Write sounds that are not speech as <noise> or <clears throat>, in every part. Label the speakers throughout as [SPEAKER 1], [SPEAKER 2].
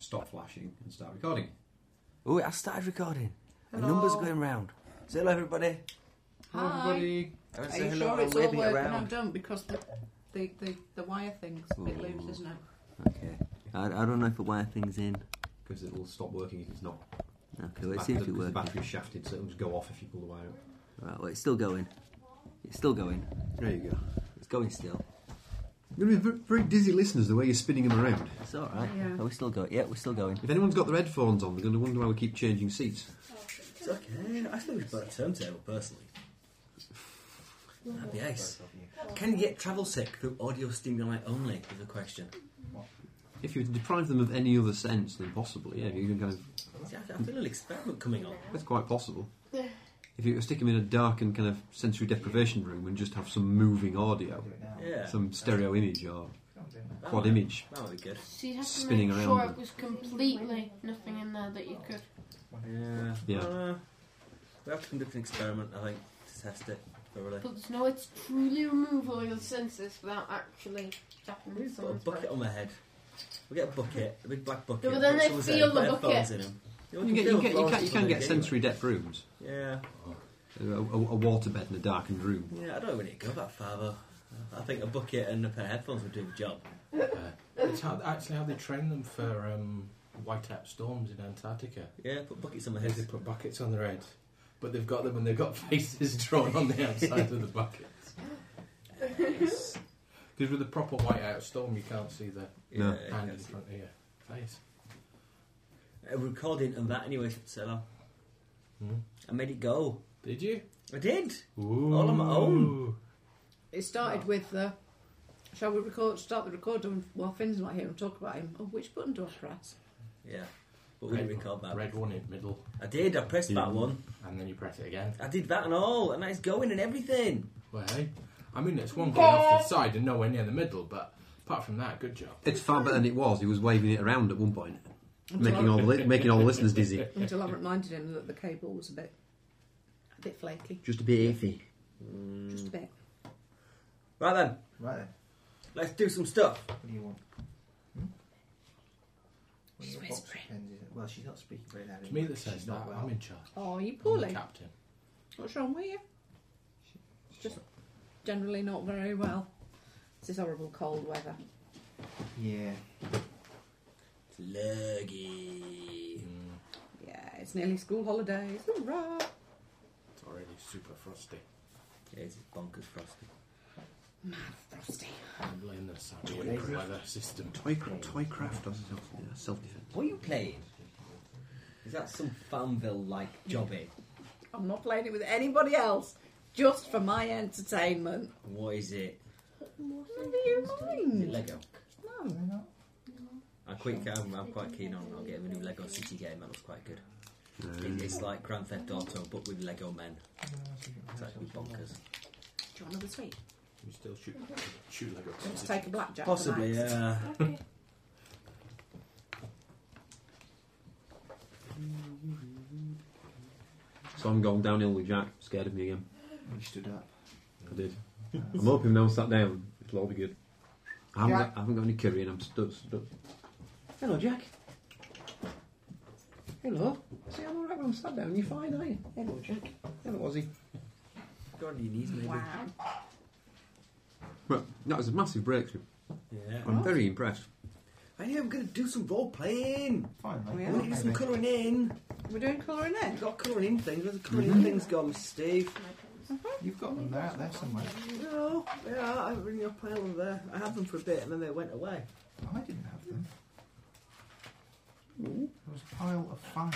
[SPEAKER 1] stop flashing and start recording.
[SPEAKER 2] Oh, I started recording. The number's going round. Say hello, everybody.
[SPEAKER 1] Hello,
[SPEAKER 3] Hi.
[SPEAKER 1] everybody.
[SPEAKER 2] I haven't
[SPEAKER 3] Are
[SPEAKER 2] said
[SPEAKER 3] you
[SPEAKER 2] hello,
[SPEAKER 3] sure
[SPEAKER 2] I'm
[SPEAKER 3] it's all
[SPEAKER 2] waving
[SPEAKER 3] working
[SPEAKER 2] around.
[SPEAKER 3] and done? Because the, the, the, the wire thing's a bit loose, isn't it?
[SPEAKER 2] Okay. I, I don't know if the wire thing's in.
[SPEAKER 1] Because it'll stop working if it's not.
[SPEAKER 2] Okay, well,
[SPEAKER 1] Bat-
[SPEAKER 2] it seems
[SPEAKER 1] the,
[SPEAKER 2] to be
[SPEAKER 1] 'cause the
[SPEAKER 2] working.
[SPEAKER 1] battery's shafted, so it'll just go off if you pull the wire out.
[SPEAKER 2] Right, well, it's still going. It's still going.
[SPEAKER 1] There you go.
[SPEAKER 2] It's going still.
[SPEAKER 1] You're going to be very dizzy listeners the way you're spinning them around.
[SPEAKER 2] It's all right.
[SPEAKER 3] Yeah.
[SPEAKER 2] Are we still going? Yeah, we're still going.
[SPEAKER 1] If anyone's got their headphones on, they're going to wonder why we keep changing seats.
[SPEAKER 4] It's okay. I think we've got a turntable personally. That'd be ace. Can you get travel sick through audio stimuli only? Is the question.
[SPEAKER 1] If you deprive them of any other sense, then possibly, yeah, you can kind of.
[SPEAKER 4] See, I, I feel an experiment coming on.
[SPEAKER 1] That's quite possible. If you stick them in a dark and kind of sensory deprivation room and just have some moving audio,
[SPEAKER 4] Yeah.
[SPEAKER 1] some stereo image or
[SPEAKER 4] That
[SPEAKER 1] quad
[SPEAKER 4] might-
[SPEAKER 1] image.
[SPEAKER 4] That would be good.
[SPEAKER 5] So you'd have to
[SPEAKER 1] Spinning
[SPEAKER 5] make
[SPEAKER 1] around.
[SPEAKER 5] sure it was completely nothing in there that you could.
[SPEAKER 4] Yeah.
[SPEAKER 1] Yeah.
[SPEAKER 4] Uh, we have to conduct an experiment, I think, to test it thoroughly.
[SPEAKER 5] But there's no way to truly remove all your senses without actually tapping
[SPEAKER 4] We
[SPEAKER 5] with
[SPEAKER 4] put a
[SPEAKER 5] someone's
[SPEAKER 4] bucket
[SPEAKER 5] brain.
[SPEAKER 4] on their head. We get a bucket, a big black bucket.
[SPEAKER 5] Yeah, but
[SPEAKER 4] put
[SPEAKER 5] then they
[SPEAKER 4] someone's head,
[SPEAKER 5] feel
[SPEAKER 4] put
[SPEAKER 5] the
[SPEAKER 4] their
[SPEAKER 5] bucket.
[SPEAKER 4] phones in 'em. You know,
[SPEAKER 1] You
[SPEAKER 4] we
[SPEAKER 1] can get,
[SPEAKER 4] feel
[SPEAKER 1] you can, you
[SPEAKER 4] floors
[SPEAKER 1] can,
[SPEAKER 4] or
[SPEAKER 1] you can get
[SPEAKER 4] something,
[SPEAKER 1] sensory depth rooms.
[SPEAKER 4] can't you? Yeah.
[SPEAKER 1] A, a, a waterbed in a darkened room.
[SPEAKER 4] Yeah, I don't really go that far though. I think a bucket and a pair of headphones would do the job.
[SPEAKER 6] It's how, actually how they train them for um, whiteout storms in Antarctica.
[SPEAKER 4] Yeah, put buckets on my
[SPEAKER 6] They
[SPEAKER 4] head.
[SPEAKER 6] put buckets on their head, but they've got them and they've got <laughs> faces drawn on the outside of the buckets. Because with a proper whiteout storm, you can't see the
[SPEAKER 1] No.
[SPEAKER 4] Yeah,
[SPEAKER 6] hand in
[SPEAKER 4] yes.
[SPEAKER 6] front of your face.
[SPEAKER 4] Uh, recording and that anyway, Sella.
[SPEAKER 6] Hmm.
[SPEAKER 4] I made it go.
[SPEAKER 6] Did you?
[SPEAKER 4] I did.
[SPEAKER 6] Ooh.
[SPEAKER 4] All on my own.
[SPEAKER 3] It started with the. Shall we record? Start the recorder while Finn's not here and talk about him. Oh, which button do I press?
[SPEAKER 4] Yeah. But we didn't record that.
[SPEAKER 6] Red one in middle,
[SPEAKER 4] I did, I pressed that one.
[SPEAKER 6] and then you press it again.
[SPEAKER 4] I did that and all, and it's going and everything.
[SPEAKER 6] Well, hey, I mean it's one thing off the side and nowhere near the middle, but apart from that, good job.
[SPEAKER 1] It's far better than it was. He was waving it around at one point, making all the li- making all the listeners dizzy.
[SPEAKER 3] Until I
[SPEAKER 6] <laughs>
[SPEAKER 3] reminded him that the cable was a bit, a bit flaky,
[SPEAKER 1] Just a bit iffy.
[SPEAKER 3] just a bit.
[SPEAKER 4] Right then,
[SPEAKER 7] Right then,
[SPEAKER 4] let's do some stuff.
[SPEAKER 7] what do you want? Hmm? She's whispering. Well, she's not speaking very loud.
[SPEAKER 6] It's me that
[SPEAKER 7] She's
[SPEAKER 6] says that.
[SPEAKER 7] not well.
[SPEAKER 6] I'm in charge.
[SPEAKER 3] Oh,
[SPEAKER 4] Mm.
[SPEAKER 3] you
[SPEAKER 6] I'm the
[SPEAKER 3] poorly.
[SPEAKER 6] captain.
[SPEAKER 3] What's wrong with you? Just generally not very well. It's this horrible cold weather.
[SPEAKER 7] Yeah.
[SPEAKER 4] It's luggy.
[SPEAKER 6] Mm,
[SPEAKER 3] Yeah, it's nearly school holidays. Hurrah!
[SPEAKER 6] It's already super frosty.
[SPEAKER 4] Yeah, it's bonkers frosty.
[SPEAKER 3] Frosty.
[SPEAKER 6] I blame the Siberian weather system.
[SPEAKER 1] Toy, toy craft or something. Yeah, self defense.
[SPEAKER 4] What are you playing? Is that some Farmville like jobby?
[SPEAKER 3] I'm not playing it with anybody else, just for my entertainment.
[SPEAKER 4] What is it?
[SPEAKER 3] Never you
[SPEAKER 4] Is it
[SPEAKER 3] mind.
[SPEAKER 4] Lego?
[SPEAKER 3] No.
[SPEAKER 4] I quite, I'm, I'm quite keen on. I'll get a new Lego City game. That looks quite good. It- It's like Grand Theft Auto, but with Lego men. It's actually bonkers.
[SPEAKER 3] Do you want another sweet?
[SPEAKER 6] You still shoot, shoot like
[SPEAKER 3] Do you want to
[SPEAKER 6] a
[SPEAKER 3] take a blackjack?
[SPEAKER 4] Possibly,
[SPEAKER 3] tonight?
[SPEAKER 4] yeah.
[SPEAKER 1] So I'm going downhill with Jack. Scared of me again.
[SPEAKER 7] When she stood up.
[SPEAKER 1] I did. I'm hoping now I'm sat down. It'll all be good. I haven't, got, I haven't got any curry and I'm stuck. stuck. Hello, Jack. Hello. See, I'm alright when I'm sat down. You're fine, are you? Hello, Jack. Hello, Ozzy.
[SPEAKER 4] Go on your knees, maybe.
[SPEAKER 3] Wow.
[SPEAKER 1] Well, that was a massive breakthrough.
[SPEAKER 4] Yeah.
[SPEAKER 1] I'm very impressed.
[SPEAKER 4] I knew I'm going to do some role playing.
[SPEAKER 7] Fine, mate.
[SPEAKER 3] Yeah.
[SPEAKER 4] I'm going to do some colouring in.
[SPEAKER 3] We're doing colouring in.
[SPEAKER 4] I've got colouring in things. Where's the colouring in things gone, Steve?
[SPEAKER 7] You've got them there, out there somewhere.
[SPEAKER 4] No, yeah, I haven't really got a pile of there. I had them for a bit and then they went away.
[SPEAKER 7] I didn't have them. There was a pile of five.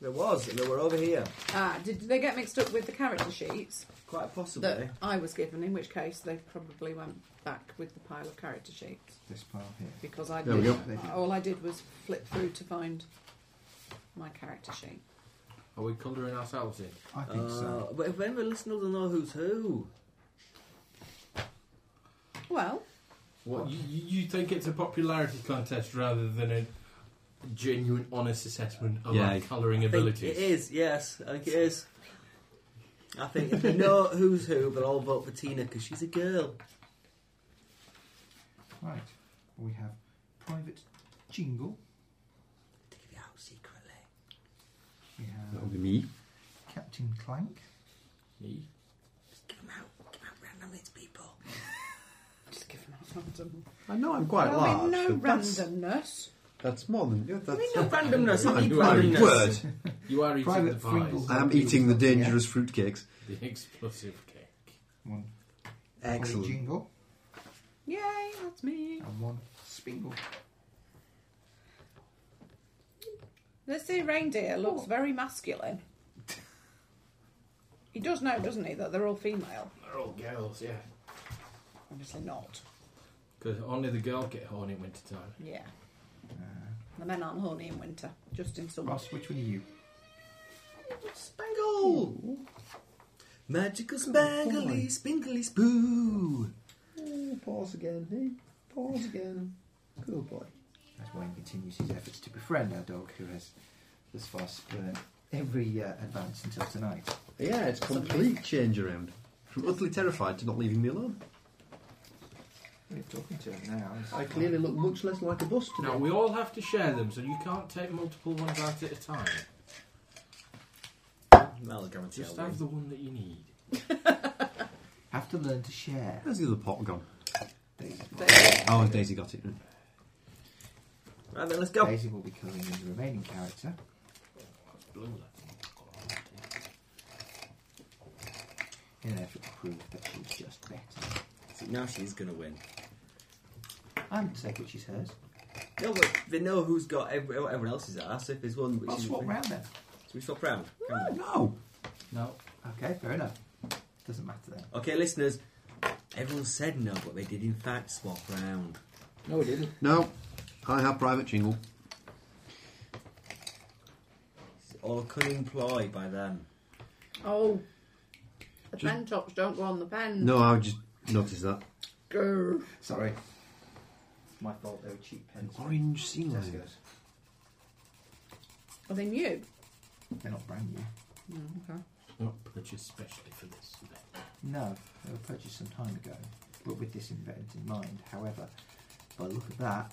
[SPEAKER 4] There was, and they were over here.
[SPEAKER 3] Ah, did they get mixed up with the character sheets
[SPEAKER 4] Quite possibly.
[SPEAKER 3] that I was given? In which case, they probably went back with the pile of character sheets
[SPEAKER 7] This pile here.
[SPEAKER 3] because I
[SPEAKER 1] There we
[SPEAKER 3] did,
[SPEAKER 7] go.
[SPEAKER 3] all I did was flip through to find my character sheet.
[SPEAKER 6] Are we colouring ourselves in?
[SPEAKER 7] I think so.
[SPEAKER 4] Uh, But if any of the listeners will know who's who,
[SPEAKER 3] Well,
[SPEAKER 6] What you, you you think it's a popularity contest rather than a genuine, honest assessment of
[SPEAKER 1] Yeah, I
[SPEAKER 6] our colouring
[SPEAKER 4] I think
[SPEAKER 6] abilities?
[SPEAKER 4] it is. Yes, I think it is. I think if they know who's who, they'll all vote for Tina because she's a girl.
[SPEAKER 7] Uh. Right. We have Private Jingle.
[SPEAKER 1] be me.
[SPEAKER 7] Captain Clank.
[SPEAKER 6] Me.
[SPEAKER 4] Give them out. Give out randomly to people.
[SPEAKER 3] Just give them out random.
[SPEAKER 1] I know I'm quite
[SPEAKER 3] There'll
[SPEAKER 1] large.
[SPEAKER 3] be no
[SPEAKER 1] but that's,
[SPEAKER 3] randomness.
[SPEAKER 1] that's more than. Yeah, that's,
[SPEAKER 4] <laughs> no randomness.
[SPEAKER 1] not
[SPEAKER 4] I
[SPEAKER 1] a
[SPEAKER 4] need
[SPEAKER 1] bad word.
[SPEAKER 4] randomness.
[SPEAKER 6] You are eating
[SPEAKER 7] Private
[SPEAKER 6] the pies.
[SPEAKER 7] Pringle.
[SPEAKER 1] I am eating the dangerous fruitcakes.
[SPEAKER 6] The explosive cake.
[SPEAKER 7] One Excellent.
[SPEAKER 1] Excellent.
[SPEAKER 7] jingle
[SPEAKER 3] Yay, that's me.
[SPEAKER 7] and one spingle.
[SPEAKER 3] This here reindeer looks very masculine. He does know, doesn't he, that they're all female?
[SPEAKER 6] They're all girls, yeah.
[SPEAKER 3] Obviously not.
[SPEAKER 6] Because only the girl get horny in winter time.
[SPEAKER 3] Yeah.
[SPEAKER 1] Uh.
[SPEAKER 3] The men aren't horny in winter, just in summer.
[SPEAKER 7] Ross, which one are you?
[SPEAKER 4] Spangle. Magical
[SPEAKER 6] Oh,
[SPEAKER 4] spangly, spingly spoo.
[SPEAKER 1] Oh, pause again. Hey, pause again. Good boy.
[SPEAKER 7] As Wayne continues his efforts to befriend our dog, who has thus far spurned every uh, advance until tonight.
[SPEAKER 1] Yeah, it's complete change around. From utterly terrified to not leaving me alone.
[SPEAKER 7] We're talking to him now. It's-
[SPEAKER 1] I clearly look much less like a bus today.
[SPEAKER 6] Now, we all have to share them, so you can't take multiple ones out at a time.
[SPEAKER 4] That'll guarantee
[SPEAKER 6] Just
[SPEAKER 4] I'll
[SPEAKER 6] have
[SPEAKER 4] win.
[SPEAKER 6] the one that you need.
[SPEAKER 7] have to learn to share.
[SPEAKER 1] Where's the other pot gone?
[SPEAKER 7] Daisy,
[SPEAKER 1] Oh, Daisy got it.
[SPEAKER 4] Right then, let's go.
[SPEAKER 7] Daisy will be coming in the remaining character.
[SPEAKER 6] Blue left.
[SPEAKER 7] in an effort to prove that she's just better.
[SPEAKER 4] See, now she's gonna win.
[SPEAKER 7] I'm going to take it she's hers.
[SPEAKER 4] No, but they know who's got every, everyone else's ass. If there's one, which
[SPEAKER 7] I'll
[SPEAKER 4] is
[SPEAKER 7] swap round then.
[SPEAKER 4] So we swap round. can't we?
[SPEAKER 1] No!
[SPEAKER 6] No.
[SPEAKER 7] Okay, fair enough. Doesn't matter then.
[SPEAKER 4] Okay, listeners. Everyone said no, but they did in fact swap round.
[SPEAKER 6] No, it didn't.
[SPEAKER 1] No. I have private jingle.
[SPEAKER 4] It's all a cunning ploy by them.
[SPEAKER 3] Oh. The pen tops don't go on the pen.
[SPEAKER 1] No, I just noticed that.
[SPEAKER 3] Grr.
[SPEAKER 7] Sorry. It's my fault, they were cheap
[SPEAKER 1] An
[SPEAKER 7] pens.
[SPEAKER 1] orange sea lion.
[SPEAKER 7] Tesco's.
[SPEAKER 3] Are they new? Mm,
[SPEAKER 7] They're not brand new.
[SPEAKER 3] Okay.
[SPEAKER 6] Not purchased specially for this event.
[SPEAKER 7] No, they were purchased some time ago, but with this event in mind. However, by the look of that,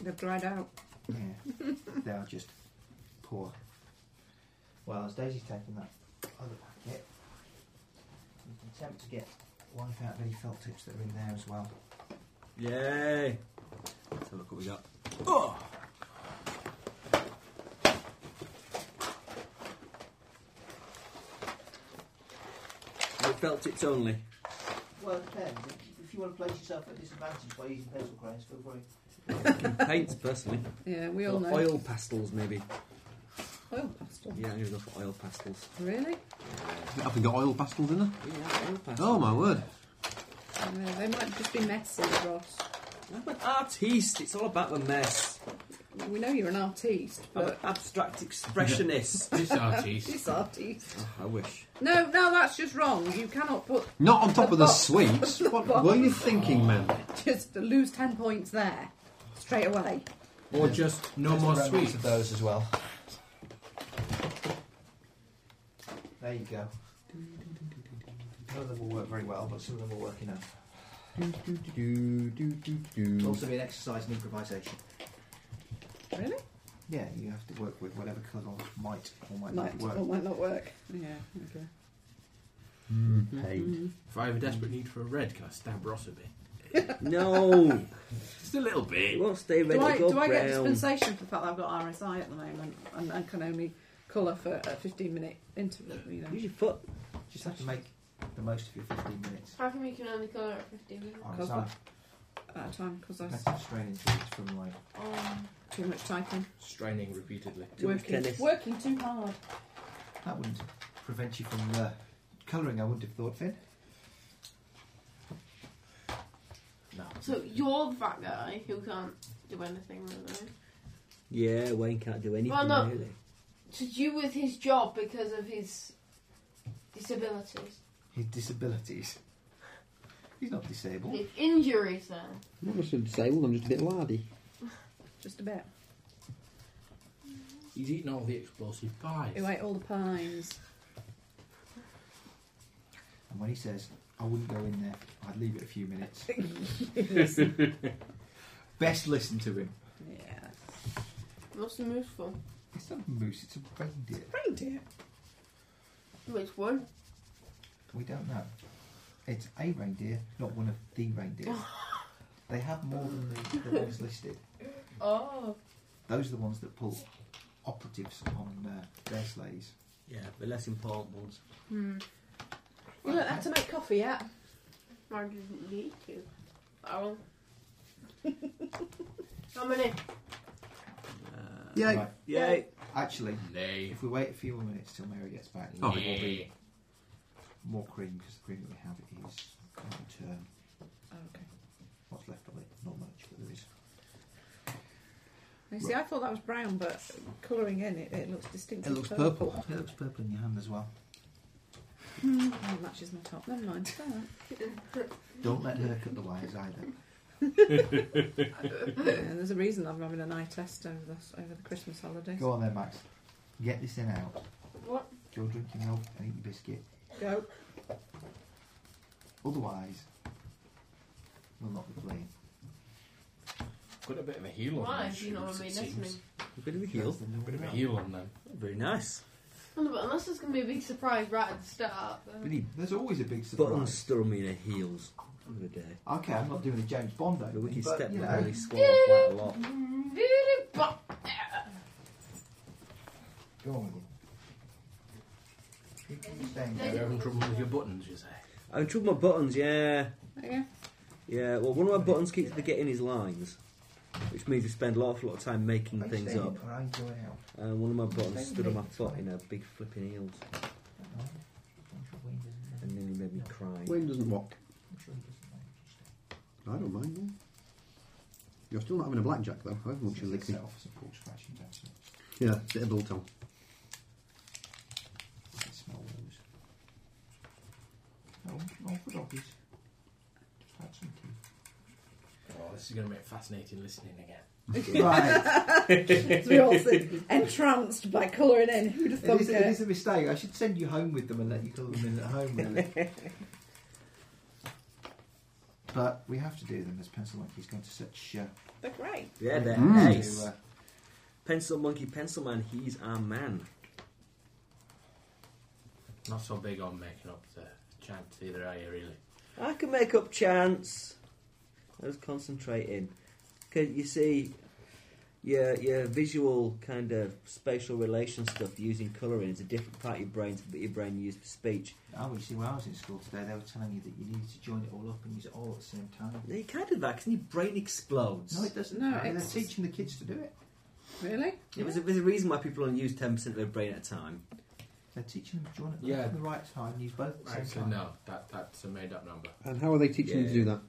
[SPEAKER 3] They've dried out.
[SPEAKER 7] yeah, <laughs> they are just poor. Well, as Daisy's taking that other packet, you can attempt to get wipe out any felt tips that are in there as well.
[SPEAKER 4] Yay! Let's have a look what we got. Oh! felt tips only.
[SPEAKER 7] Well, it depends. If, if you want to place yourself at disadvantage by using pencil crayons, feel
[SPEAKER 3] <laughs>
[SPEAKER 7] free.
[SPEAKER 4] Paints, personally.
[SPEAKER 3] Yeah, we all
[SPEAKER 4] Or
[SPEAKER 3] know.
[SPEAKER 4] oil pastels, maybe.
[SPEAKER 3] Oil pastel.
[SPEAKER 4] Yeah, I'm going to go for oil pastels.
[SPEAKER 3] Really?
[SPEAKER 1] Have we got oil pastels in there?
[SPEAKER 4] Yeah, oil pastels.
[SPEAKER 1] Oh my word.
[SPEAKER 3] Yeah, they might just be messy, Ross.
[SPEAKER 4] I'm an artiste. It's all about the mess.
[SPEAKER 3] We know you're an artiste,
[SPEAKER 4] I'm an
[SPEAKER 3] but
[SPEAKER 4] abstract
[SPEAKER 3] <laughs>
[SPEAKER 4] expressionist.
[SPEAKER 6] This artist.
[SPEAKER 3] this artiste.
[SPEAKER 4] oh, I wish.
[SPEAKER 3] No, no, that's just wrong. You cannot put <laughs>
[SPEAKER 1] Not on top
[SPEAKER 3] The
[SPEAKER 1] of the
[SPEAKER 3] box.
[SPEAKER 1] sweets.
[SPEAKER 3] The
[SPEAKER 1] What
[SPEAKER 3] box.
[SPEAKER 1] were you thinking, man?
[SPEAKER 3] just lose ten points there straight away.
[SPEAKER 6] Or just no more sweets.
[SPEAKER 7] of those as well. There you go. None of them will work very well, but some of them will work enough.
[SPEAKER 1] Mm.
[SPEAKER 7] It'll also be an exercise in improvisation.
[SPEAKER 3] Really?
[SPEAKER 7] Yeah, you have to work with whatever colour might or might,
[SPEAKER 3] Might
[SPEAKER 7] not work.
[SPEAKER 3] or might not work. Yeah. Okay.
[SPEAKER 1] Mm,
[SPEAKER 3] Mm-hmm.
[SPEAKER 1] Paid.
[SPEAKER 6] If I have a desperate need for a red, can I stab Ross a bit?
[SPEAKER 4] No!
[SPEAKER 6] Just a little
[SPEAKER 4] It
[SPEAKER 6] bit.
[SPEAKER 4] won't stay ready
[SPEAKER 3] Do I
[SPEAKER 4] to go
[SPEAKER 3] do I get
[SPEAKER 4] brown.
[SPEAKER 3] dispensation for the fact that I've got RSI at the moment and, and can only colour for a fifteen minute interval? You know.
[SPEAKER 4] Use your foot.
[SPEAKER 7] Just have to make the most of your 15 minutes.
[SPEAKER 5] How come you can only colour at 15 minutes?
[SPEAKER 7] Oh,
[SPEAKER 3] Cause
[SPEAKER 7] it's not-
[SPEAKER 3] at a time because I
[SPEAKER 7] that's
[SPEAKER 3] was
[SPEAKER 7] strain into it from like
[SPEAKER 5] Um,
[SPEAKER 3] too much typing,
[SPEAKER 6] Straining repeatedly.
[SPEAKER 4] Too much
[SPEAKER 3] working,
[SPEAKER 4] tennis.
[SPEAKER 3] working too hard.
[SPEAKER 7] That wouldn't prevent you from uh, colouring, I wouldn't have thought, Finn.
[SPEAKER 6] No.
[SPEAKER 5] so you're that guy who can't do anything really.
[SPEAKER 4] Yeah, Wayne can't do anything,
[SPEAKER 5] Well, no.
[SPEAKER 4] really.
[SPEAKER 5] To do with his job because of his disabilities.
[SPEAKER 7] His disabilities. He's not disabled.
[SPEAKER 5] His injuries then.
[SPEAKER 1] I'm just disabled, I'm just a bit lardy.
[SPEAKER 3] Just a bit.
[SPEAKER 6] He's eaten all the explosive pies.
[SPEAKER 3] Who ate all the pies?
[SPEAKER 4] <laughs>
[SPEAKER 7] And when he says, I wouldn't go in there, I'd leave it a few minutes. Best listen to him.
[SPEAKER 3] Yeah.
[SPEAKER 5] What's the move for?
[SPEAKER 7] It's not a moose, it's a reindeer.
[SPEAKER 3] Reindeer.
[SPEAKER 5] Which one?
[SPEAKER 7] We don't know. It's a reindeer, not one of the reindeers. <laughs> they have more than the, the ones listed.
[SPEAKER 5] Oh.
[SPEAKER 7] Those are the ones that pull operatives on uh, their sleighs.
[SPEAKER 4] Yeah, the less important ones.
[SPEAKER 5] Hmm.
[SPEAKER 3] You don't have to make coffee yet.
[SPEAKER 5] Mine doesn't need to. Oh. How <laughs> many?
[SPEAKER 8] Yay!
[SPEAKER 7] Right.
[SPEAKER 8] Yay!
[SPEAKER 7] Actually,
[SPEAKER 6] Nay.
[SPEAKER 7] if we wait a few more minutes till Mary gets back,
[SPEAKER 1] Oh.
[SPEAKER 7] there will be more cream because the cream that we have is out um,
[SPEAKER 3] okay.
[SPEAKER 7] what's left of it. Not much, but there is.
[SPEAKER 3] You see, I thought that was brown, but colouring in, it, it looks distinctly
[SPEAKER 7] It looks purple. It looks purple in your hand as well.
[SPEAKER 3] Oh, it matches my top. Never mind. It's all right.
[SPEAKER 7] Don't let her cut the wires either.
[SPEAKER 3] <laughs> Yeah, there's a reason I'm having an eye test over the, over the Christmas holidays.
[SPEAKER 7] Go on then, Max. Get this in out.
[SPEAKER 5] What?
[SPEAKER 7] Go drink your milk and eat your biscuit.
[SPEAKER 3] Go.
[SPEAKER 7] Otherwise, we'll not be playing.
[SPEAKER 6] Got a bit of a heel on
[SPEAKER 5] Why?
[SPEAKER 6] them
[SPEAKER 5] if You know what
[SPEAKER 6] shoes,
[SPEAKER 5] I mean?
[SPEAKER 6] it
[SPEAKER 5] That's me.
[SPEAKER 6] seems.
[SPEAKER 1] A bit of a heel.
[SPEAKER 6] A bit of a heel on them.
[SPEAKER 4] Very nice.
[SPEAKER 5] Oh, no, but unless there's going to be a big surprise right at the start. Then.
[SPEAKER 7] Really, There's always a big
[SPEAKER 4] Buttons
[SPEAKER 7] surprise.
[SPEAKER 4] still mean their heels on the day.
[SPEAKER 7] Okay, I'm not doing a James Bond
[SPEAKER 4] The
[SPEAKER 7] opening,
[SPEAKER 4] wicked
[SPEAKER 7] but
[SPEAKER 4] step
[SPEAKER 7] you
[SPEAKER 4] would
[SPEAKER 7] know,
[SPEAKER 4] really squall quite a lot.
[SPEAKER 5] Bop.
[SPEAKER 7] go on with it. Keep staying
[SPEAKER 6] You're
[SPEAKER 7] there.
[SPEAKER 6] having trouble with your buttons, you say?
[SPEAKER 4] I'm troubled with my buttons, yeah.
[SPEAKER 7] <laughs>
[SPEAKER 3] Yeah.
[SPEAKER 4] Yeah, well, one of my buttons keeps forgetting his lines, which means we spend an awful lot of time making
[SPEAKER 7] Are you
[SPEAKER 4] things
[SPEAKER 7] staying
[SPEAKER 4] up.
[SPEAKER 7] Or are you going out?
[SPEAKER 4] And one of my buttons
[SPEAKER 7] Staying
[SPEAKER 4] stood on my
[SPEAKER 7] naked.
[SPEAKER 4] foot in a big flipping heels
[SPEAKER 7] No, I'm sure Wayne doesn't know.
[SPEAKER 4] and nearly made me cry.
[SPEAKER 1] Wayne doesn't walk.
[SPEAKER 7] I'm sure he doesn't know. Just stay.
[SPEAKER 1] I don't mind. Yeah. You're still not having a blackjack though. However much you
[SPEAKER 7] Sit
[SPEAKER 1] lick me.
[SPEAKER 7] yourself, some pork scratching down, so
[SPEAKER 1] Yeah, bit of biltong.
[SPEAKER 7] I can smell those. No, no for doggies. Just had some tea.
[SPEAKER 6] Oh, this is going to make fascinating listening again.
[SPEAKER 7] right.
[SPEAKER 3] As we all sit entranced by colouring in. Who'd have
[SPEAKER 7] It
[SPEAKER 3] thunk
[SPEAKER 7] is,
[SPEAKER 3] it?
[SPEAKER 7] it is a mistake. I should send you home with them and let you colour them in at home, really. but we have to do them as Pencil Monkey's going to such. Uh,
[SPEAKER 3] They're great.
[SPEAKER 4] Yeah, they're
[SPEAKER 1] Mm.
[SPEAKER 4] nice.
[SPEAKER 7] to, uh,
[SPEAKER 4] Pencil Monkey, Pencil Man, he's our man.
[SPEAKER 6] Not so big on making up the chant either, are you, really?
[SPEAKER 4] I can make up chance. I was concentrating. 'Cause you see, your, your visual kind of spatial relation stuff using colouring is a different part of your brain to what your brain used for speech.
[SPEAKER 7] Oh, well, you see, when I was in school today, they were telling you that you needed to join it all up and use it all at the same time.
[SPEAKER 4] You can't do that because your brain explodes.
[SPEAKER 7] No, it doesn't.
[SPEAKER 3] No,
[SPEAKER 7] they're
[SPEAKER 3] it's-
[SPEAKER 7] teaching the kids to do it.
[SPEAKER 3] Really?
[SPEAKER 4] Yeah, there's, a, there's a reason why people only use 10% of their brain at a time.
[SPEAKER 7] They're teaching them to join it
[SPEAKER 6] Yeah.
[SPEAKER 7] at the right time and use both at the same
[SPEAKER 6] Right, so
[SPEAKER 7] time.
[SPEAKER 6] no, that, that's a made up number.
[SPEAKER 1] And how are they teaching you to do that?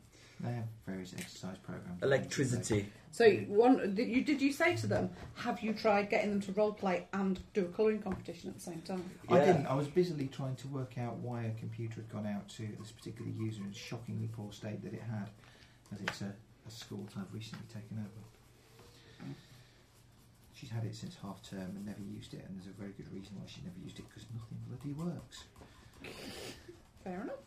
[SPEAKER 7] They have various exercise programs.
[SPEAKER 4] Electricity.
[SPEAKER 3] So you- one, did you did you say to them, have you tried getting them to role play and do a colouring competition at the same time?
[SPEAKER 7] I
[SPEAKER 4] Yeah.
[SPEAKER 7] didn't. I was busily trying to work out why a computer had gone out to this particular user in shockingly poor state that it had, as it's a, a school that I've recently taken over. She's had it since half term and never used it, and there's a very good reason why she never used it because nothing bloody works.
[SPEAKER 3] Fair enough.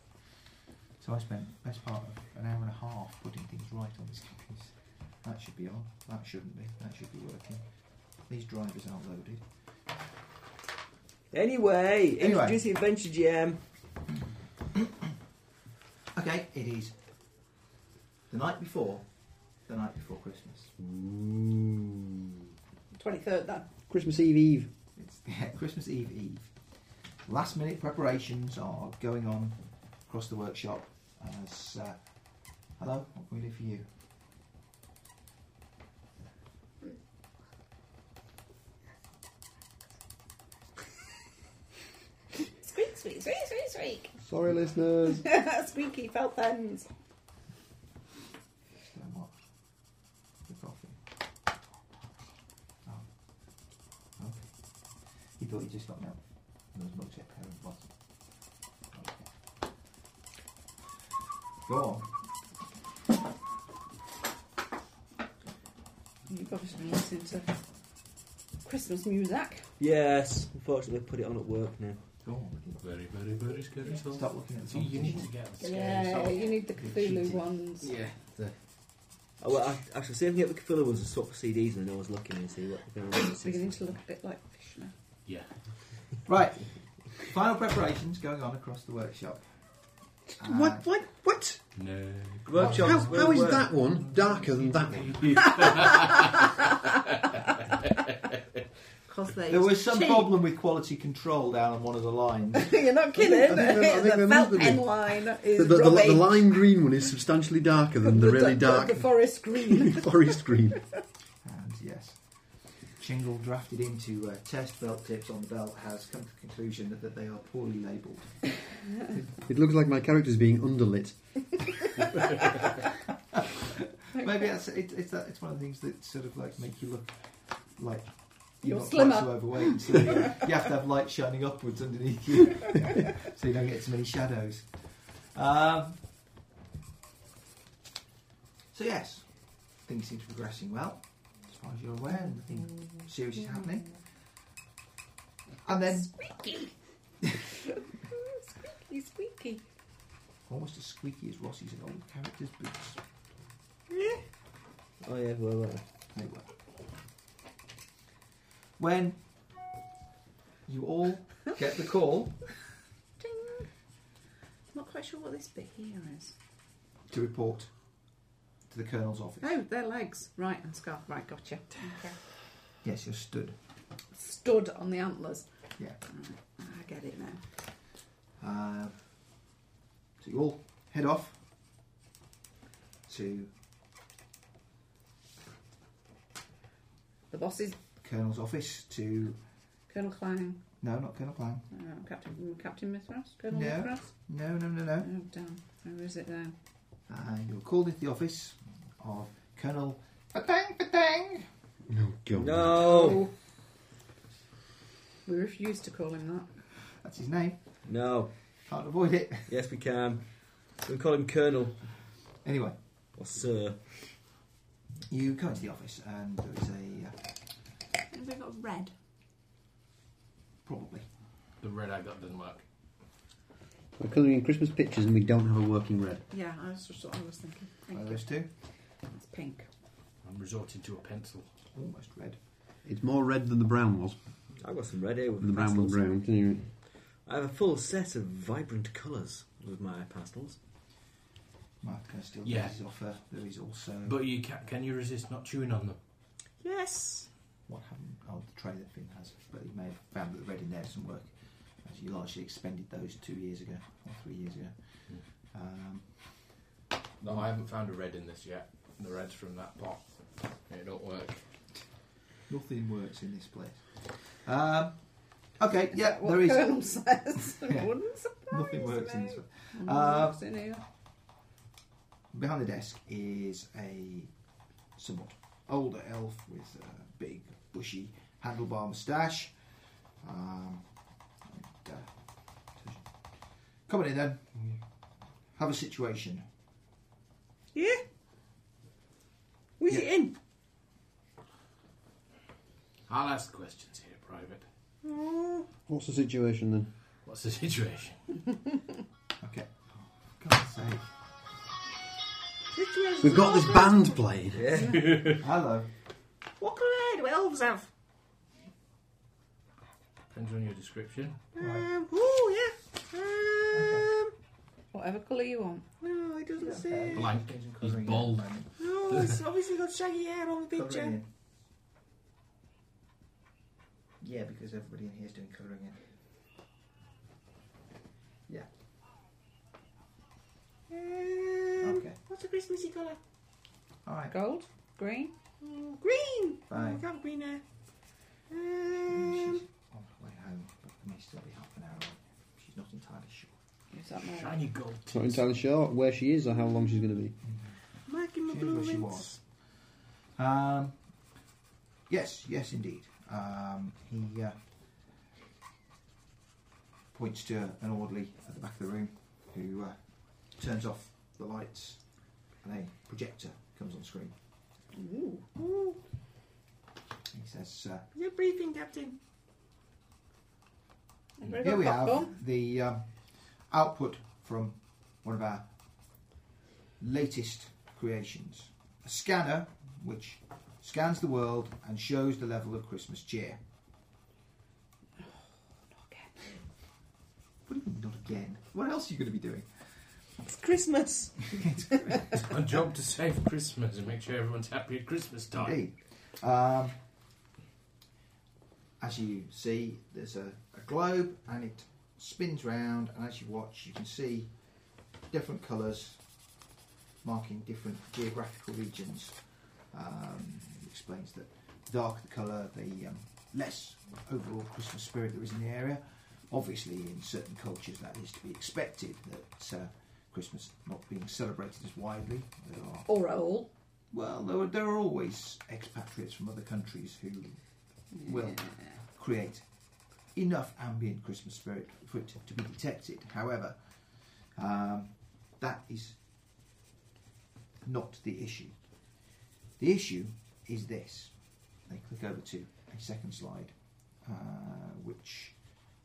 [SPEAKER 7] So I spent the best part of an hour and a half putting things right on this computer. That should be on. That shouldn't be. That should be working. These drivers aren't loaded.
[SPEAKER 4] Anyway,
[SPEAKER 7] Anyway.
[SPEAKER 4] introduce the Adventure GM.
[SPEAKER 7] Okay, it is the night before. The night before Christmas.
[SPEAKER 3] Twenty third then.
[SPEAKER 1] Christmas Eve Eve.
[SPEAKER 7] It's <laughs> yeah, Christmas Eve Eve. Last minute preparations are going on across the workshop. As uh, hello, what can we do for you?
[SPEAKER 3] Squeak, squeak, squeak, squeak, squeak.
[SPEAKER 1] Sorry, listeners.
[SPEAKER 3] <laughs> Squeaky felt pens.
[SPEAKER 7] Just doing what? The coffee. Oh. Okay. He thought he just got milk. There was milkshake there in the bottom. Okay. Go on.
[SPEAKER 3] You've obviously been listening to Christmas music.
[SPEAKER 4] Yes, unfortunately, they put it on at work now.
[SPEAKER 7] Go on with it.
[SPEAKER 6] Very, very, very scary song.
[SPEAKER 7] Stop looking at the
[SPEAKER 6] See, you need to
[SPEAKER 7] competition.
[SPEAKER 6] get the scary
[SPEAKER 3] Yeah,
[SPEAKER 6] song.
[SPEAKER 3] you need the
[SPEAKER 7] You're cheating.
[SPEAKER 3] Cthulhu ones.
[SPEAKER 6] Yeah.
[SPEAKER 4] Oh, well, I, I shall see if I can get the filler ones and swap the CDs when no one's looking and see what they're on.
[SPEAKER 3] beginning to look a bit like fish now.
[SPEAKER 6] Yeah.
[SPEAKER 7] Right. Final preparations going on across the workshop. And
[SPEAKER 1] What? What? What?
[SPEAKER 6] No.
[SPEAKER 1] how how is that one darker than that one?
[SPEAKER 3] Because they
[SPEAKER 7] There
[SPEAKER 3] used
[SPEAKER 7] was some
[SPEAKER 3] cheap.
[SPEAKER 7] problem with quality control down on one of the lines.
[SPEAKER 3] <laughs> You're not
[SPEAKER 1] I
[SPEAKER 3] kidding.
[SPEAKER 1] think there- I think
[SPEAKER 3] the
[SPEAKER 1] there must have
[SPEAKER 3] felt pen
[SPEAKER 1] been.
[SPEAKER 3] line
[SPEAKER 1] The,
[SPEAKER 3] is
[SPEAKER 1] the, the,
[SPEAKER 3] rubbish.
[SPEAKER 1] the lime green one is substantially darker than <laughs> the, really
[SPEAKER 3] the-
[SPEAKER 1] dark
[SPEAKER 3] The forest
[SPEAKER 1] <laughs>
[SPEAKER 3] green.
[SPEAKER 1] forest green.
[SPEAKER 7] And yes, Shingle, drafted into uh, test belt tips on the belt, has come to the conclusion that, that they are poorly labelled.
[SPEAKER 1] It looks like my character's being underlit.
[SPEAKER 7] Maybe that's it, it's that it's one of the things that sort of like make you look like
[SPEAKER 3] You're
[SPEAKER 7] you're, not
[SPEAKER 3] slimmer.
[SPEAKER 7] quite so overweight. So you, you have to have light shining upwards underneath you, <laughs> so you don't get so many shadows. Um, so yes, things seem to be progressing well, as far as you're aware, and nothing serious is happening. And then
[SPEAKER 3] squeaky, squeaky.
[SPEAKER 7] almost as squeaky as Rossi's an old character's boots.
[SPEAKER 4] Oh, yeah, well, well.
[SPEAKER 7] They were. When you all get the call
[SPEAKER 3] Ding. Not quite sure what this bit here is.
[SPEAKER 7] to report to the colonel's office.
[SPEAKER 3] Oh, their legs. Right, and scarf. Right, gotcha. Okay.
[SPEAKER 7] Yes, you're stood.
[SPEAKER 3] Stood on the antlers.
[SPEAKER 7] Yeah.
[SPEAKER 3] Right, I get it now.
[SPEAKER 7] Uh, so you all head off to
[SPEAKER 3] The bosses,
[SPEAKER 7] colonel's office to
[SPEAKER 3] Colonel Clang,
[SPEAKER 7] no, not Colonel Plan.
[SPEAKER 3] uh, Captain Captain Mithras, Colonel
[SPEAKER 7] Yeah. Uh.
[SPEAKER 3] Mithras.
[SPEAKER 7] No, no, no,
[SPEAKER 3] Oh
[SPEAKER 7] no.
[SPEAKER 3] damn, where is it now?
[SPEAKER 7] Uh, you're called into the office of Colonel Patang Patang.
[SPEAKER 1] Oh god.
[SPEAKER 4] No!
[SPEAKER 3] Oh. We refuse to call him that.
[SPEAKER 7] That's his name.
[SPEAKER 4] No.
[SPEAKER 7] Can't avoid it.
[SPEAKER 4] Yes, we can. We call him Colonel
[SPEAKER 7] Anyway.
[SPEAKER 4] or Sir.
[SPEAKER 7] You go into the office and there is a uh,
[SPEAKER 3] Have we got red?
[SPEAKER 7] probably
[SPEAKER 6] The red I got doesn't work.
[SPEAKER 1] We're colouring in Christmas pictures and we don't have a working red.
[SPEAKER 3] Yeah, I was just what I was thinking.
[SPEAKER 7] one of
[SPEAKER 3] Pink.
[SPEAKER 7] those two,
[SPEAKER 3] It's pink.
[SPEAKER 6] I'm resorting to a pencil.
[SPEAKER 7] almost red.
[SPEAKER 1] It's more red than the brown was.
[SPEAKER 4] I've got some red here with
[SPEAKER 1] Than the brown was
[SPEAKER 4] pastels.
[SPEAKER 1] brown. didn't you?
[SPEAKER 4] I have a full set of vibrant colours with my pastels.
[SPEAKER 7] Mark uh, still
[SPEAKER 6] Yeah.
[SPEAKER 7] does his offer. There is also
[SPEAKER 6] But you can, can you resist not chewing on them?
[SPEAKER 4] Yes!
[SPEAKER 7] what happened? Oh, the tray that Finn has, but he may have found that the red in there doesn't work. As you largely expended those two years ago or three years ago.
[SPEAKER 6] Hmm.
[SPEAKER 7] Um,
[SPEAKER 6] No, I haven't found a red in this yet. The red's from that pot. It don't work.
[SPEAKER 7] nothing works in this place. Um, okay, yeah,
[SPEAKER 3] What
[SPEAKER 7] there is
[SPEAKER 3] Colonel <laughs> says.
[SPEAKER 7] <laughs> Yeah.
[SPEAKER 3] Wouldn't surprise
[SPEAKER 7] nothing works in
[SPEAKER 3] me.
[SPEAKER 7] this. Place.
[SPEAKER 3] Nothing
[SPEAKER 7] Uh,
[SPEAKER 3] works in here.
[SPEAKER 7] Behind the desk is a somewhat older elf with a big, bushy handlebar moustache. Um, and, uh, come on in then. Have a situation.
[SPEAKER 3] Yeah. Where's
[SPEAKER 7] Yeah.
[SPEAKER 3] it in?
[SPEAKER 6] I'll ask questions here, Private.
[SPEAKER 3] Oh,
[SPEAKER 1] What's the situation then?
[SPEAKER 6] What's the situation?
[SPEAKER 7] Okay. Oh, God's sake.
[SPEAKER 1] We've got this band playing.
[SPEAKER 7] Hello.
[SPEAKER 4] What colour hair do elves have?
[SPEAKER 6] Depends on your description.
[SPEAKER 7] Right.
[SPEAKER 4] Oh, yeah. Um,
[SPEAKER 3] whatever colour you want.
[SPEAKER 4] no, it doesn't say.
[SPEAKER 6] Blank. He's
[SPEAKER 7] Covering
[SPEAKER 6] bald.
[SPEAKER 7] it at the moment.
[SPEAKER 4] No, it's obviously got shaggy hair on the
[SPEAKER 7] Covering
[SPEAKER 4] picture.
[SPEAKER 7] in. Yeah, because everybody in here is doing colouring in.
[SPEAKER 4] Um,
[SPEAKER 7] Okay.
[SPEAKER 4] What's a Christmassy colour?
[SPEAKER 7] All right.
[SPEAKER 3] Gold, green.
[SPEAKER 4] Mm, green!
[SPEAKER 7] Bye.
[SPEAKER 4] Oh, I can't green hair. Um,
[SPEAKER 7] She's on her way home, but it may still be half an hour. away. She's not entirely sure.
[SPEAKER 3] Is that more?
[SPEAKER 6] Shiny gold.
[SPEAKER 1] It's not
[SPEAKER 6] <laughs>
[SPEAKER 1] entirely sure where she is or how long she's going to be.
[SPEAKER 4] marking my
[SPEAKER 7] She knew
[SPEAKER 4] blue
[SPEAKER 7] where she
[SPEAKER 4] rings.
[SPEAKER 7] was. Um, yes, yes, indeed. Um, he uh, points to an orderly at the back of the room who uh, turns off the lights, and a projector comes on screen.
[SPEAKER 3] Ooh.
[SPEAKER 4] Ooh,
[SPEAKER 7] He says, uh,
[SPEAKER 4] is it briefing, Captain?
[SPEAKER 3] Everybody
[SPEAKER 7] "Here
[SPEAKER 3] got
[SPEAKER 7] we have
[SPEAKER 3] popcorn?
[SPEAKER 7] the um, output from one of our latest creations." a scanner which scans the world and shows the level of Christmas cheer. What do you mean, not again? What else are you going to be doing?
[SPEAKER 9] It's Christmas.
[SPEAKER 6] It's my job to save Christmas and make sure everyone's happy at Christmas time.
[SPEAKER 7] Indeed. Um, as you see, there's a, a globe and it spins round, and as you watch, you can see different colours marking different geographical regions. Um, it explains that the darker the colour, the um, less overall Christmas spirit there is in the area. Obviously, in certain cultures, that is to be expected that uh, Christmas not being celebrated as widely. There are
[SPEAKER 3] Or at all.
[SPEAKER 7] well, there are, there are always expatriates from other countries who will create enough ambient Christmas spirit for it to, to be detected. However, um, that is not the issue. The issue is this. They click over to a second slide, uh, which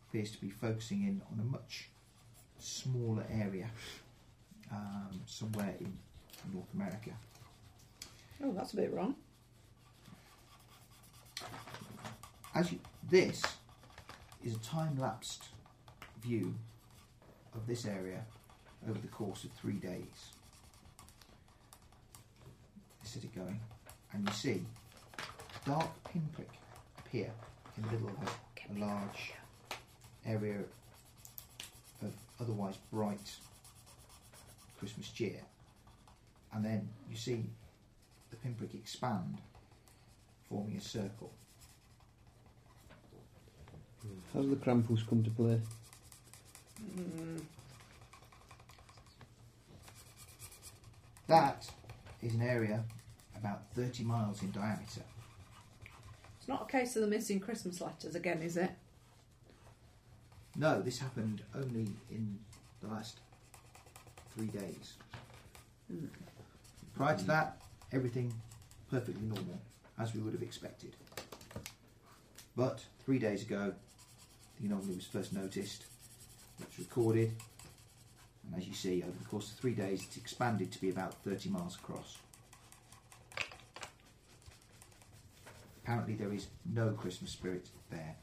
[SPEAKER 7] appears to be focusing in on a much smaller area, um, somewhere in North America.
[SPEAKER 3] Oh, that's a bit wrong.
[SPEAKER 7] as you, this is a time lapsed view of this area over the course of three days. This is it going, and you see a dark pinprick appear in the middle of a, a large area of otherwise bright Christmas cheer, and then you see the pinprick expand, forming a circle.
[SPEAKER 10] How do the Krampus come to play?
[SPEAKER 7] That is an area about 30 miles in diameter.
[SPEAKER 3] It's not a case of the missing Christmas letters again, is it?
[SPEAKER 7] No, this happened only in the last three days. Prior to that, everything perfectly normal, as we would have expected. But three days ago, the anomaly was first noticed, it was recorded, and as you see, over the course of three days, it's expanded to be about 30 miles across. Apparently, there is no Christmas spirit there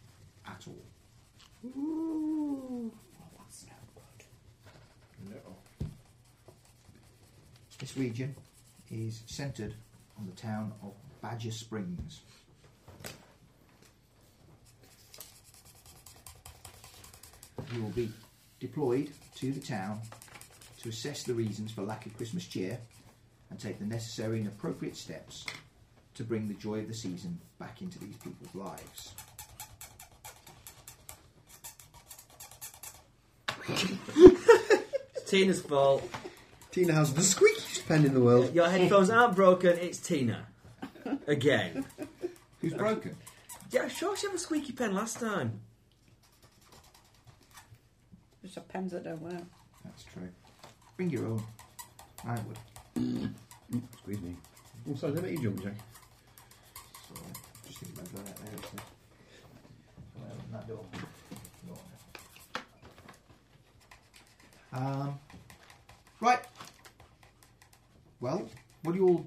[SPEAKER 7] at all. This region is centred on the town of Badger Springs. You will be deployed to the town to assess the reasons for lack of Christmas cheer and take the necessary and appropriate steps to bring the joy of the season back into these people's lives.
[SPEAKER 9] It's Tina's fault.
[SPEAKER 10] Tina has the squeakiest pen in the world.
[SPEAKER 9] Your headphones aren't broken. It's Tina.
[SPEAKER 4] <laughs>
[SPEAKER 9] Again.
[SPEAKER 7] Who's broken?
[SPEAKER 9] Yeah, sure. She had a squeaky pen last time.
[SPEAKER 3] Just have pens that don't work.
[SPEAKER 7] That's true. Bring your own. I would.
[SPEAKER 10] Squeeze me.
[SPEAKER 1] Oh,
[SPEAKER 10] I'm sorry, did I make you jump, Jack?
[SPEAKER 7] Sorry, just think about that there. It's somewhere on that door. Door. Um, right. Well, what are you all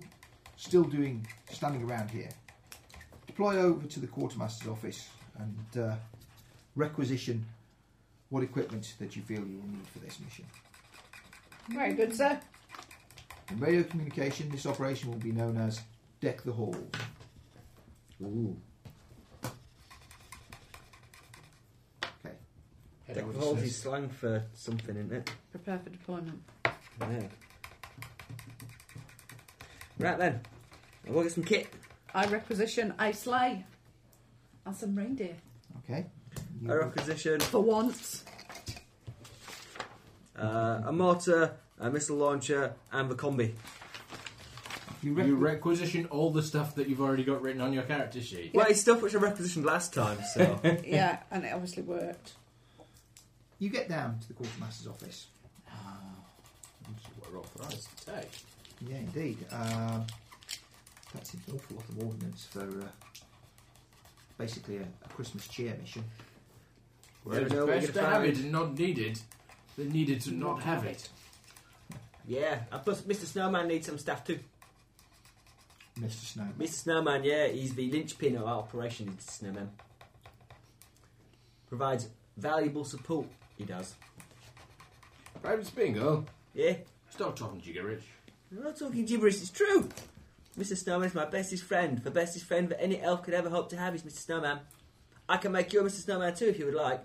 [SPEAKER 7] still doing standing around here? Deploy over to the quartermaster's office and uh, requisition what equipment that you feel you will need for this mission.
[SPEAKER 3] Very good, sir.
[SPEAKER 7] In radio communication, this operation will be known as Deck the Hall.
[SPEAKER 10] Ooh.
[SPEAKER 7] Okay.
[SPEAKER 9] Technology is slang for something, isn't it?
[SPEAKER 3] Prepare for deployment.
[SPEAKER 9] Yeah. Right then. I'll go get some kit.
[SPEAKER 3] I requisition a sleigh and some reindeer.
[SPEAKER 7] Okay. You
[SPEAKER 9] A requisition,
[SPEAKER 3] For once.
[SPEAKER 9] uh, a mortar, a missile launcher, and the combi.
[SPEAKER 7] you
[SPEAKER 6] You
[SPEAKER 7] requ-
[SPEAKER 6] requisition all the stuff that you've already got written on your character sheet.
[SPEAKER 9] Well, it's stuff which I requisitioned last time, so.
[SPEAKER 3] <laughs> yeah, and it obviously worked.
[SPEAKER 7] You get down to the quartermaster's office.
[SPEAKER 6] Which is what we're authorised to take.
[SPEAKER 7] Yeah, indeed. Um, that's an awful lot of ordnance for uh, basically a, a Christmas cheer mission.
[SPEAKER 6] Where it's
[SPEAKER 9] know what
[SPEAKER 6] best
[SPEAKER 9] you
[SPEAKER 6] to have
[SPEAKER 9] find.
[SPEAKER 6] it and not needed, they needed to not have it.
[SPEAKER 9] Yeah, and plus Mr. Snowman needs some stuff too.
[SPEAKER 7] Mr. Snowman.
[SPEAKER 4] Mr. Snowman, yeah, he's the linchpin of our operation, Mr. Snowman. Provides valuable support, he does.
[SPEAKER 6] Private Bingo.
[SPEAKER 4] Yeah?
[SPEAKER 6] Stop talking gibberish.
[SPEAKER 4] I'm not talking gibberish, it's true! Mr. Snowman is my bestest friend. The bestest friend that any elf could ever hope to have is Mr. Snowman. I can make you a Mr. Snowman too if you would like.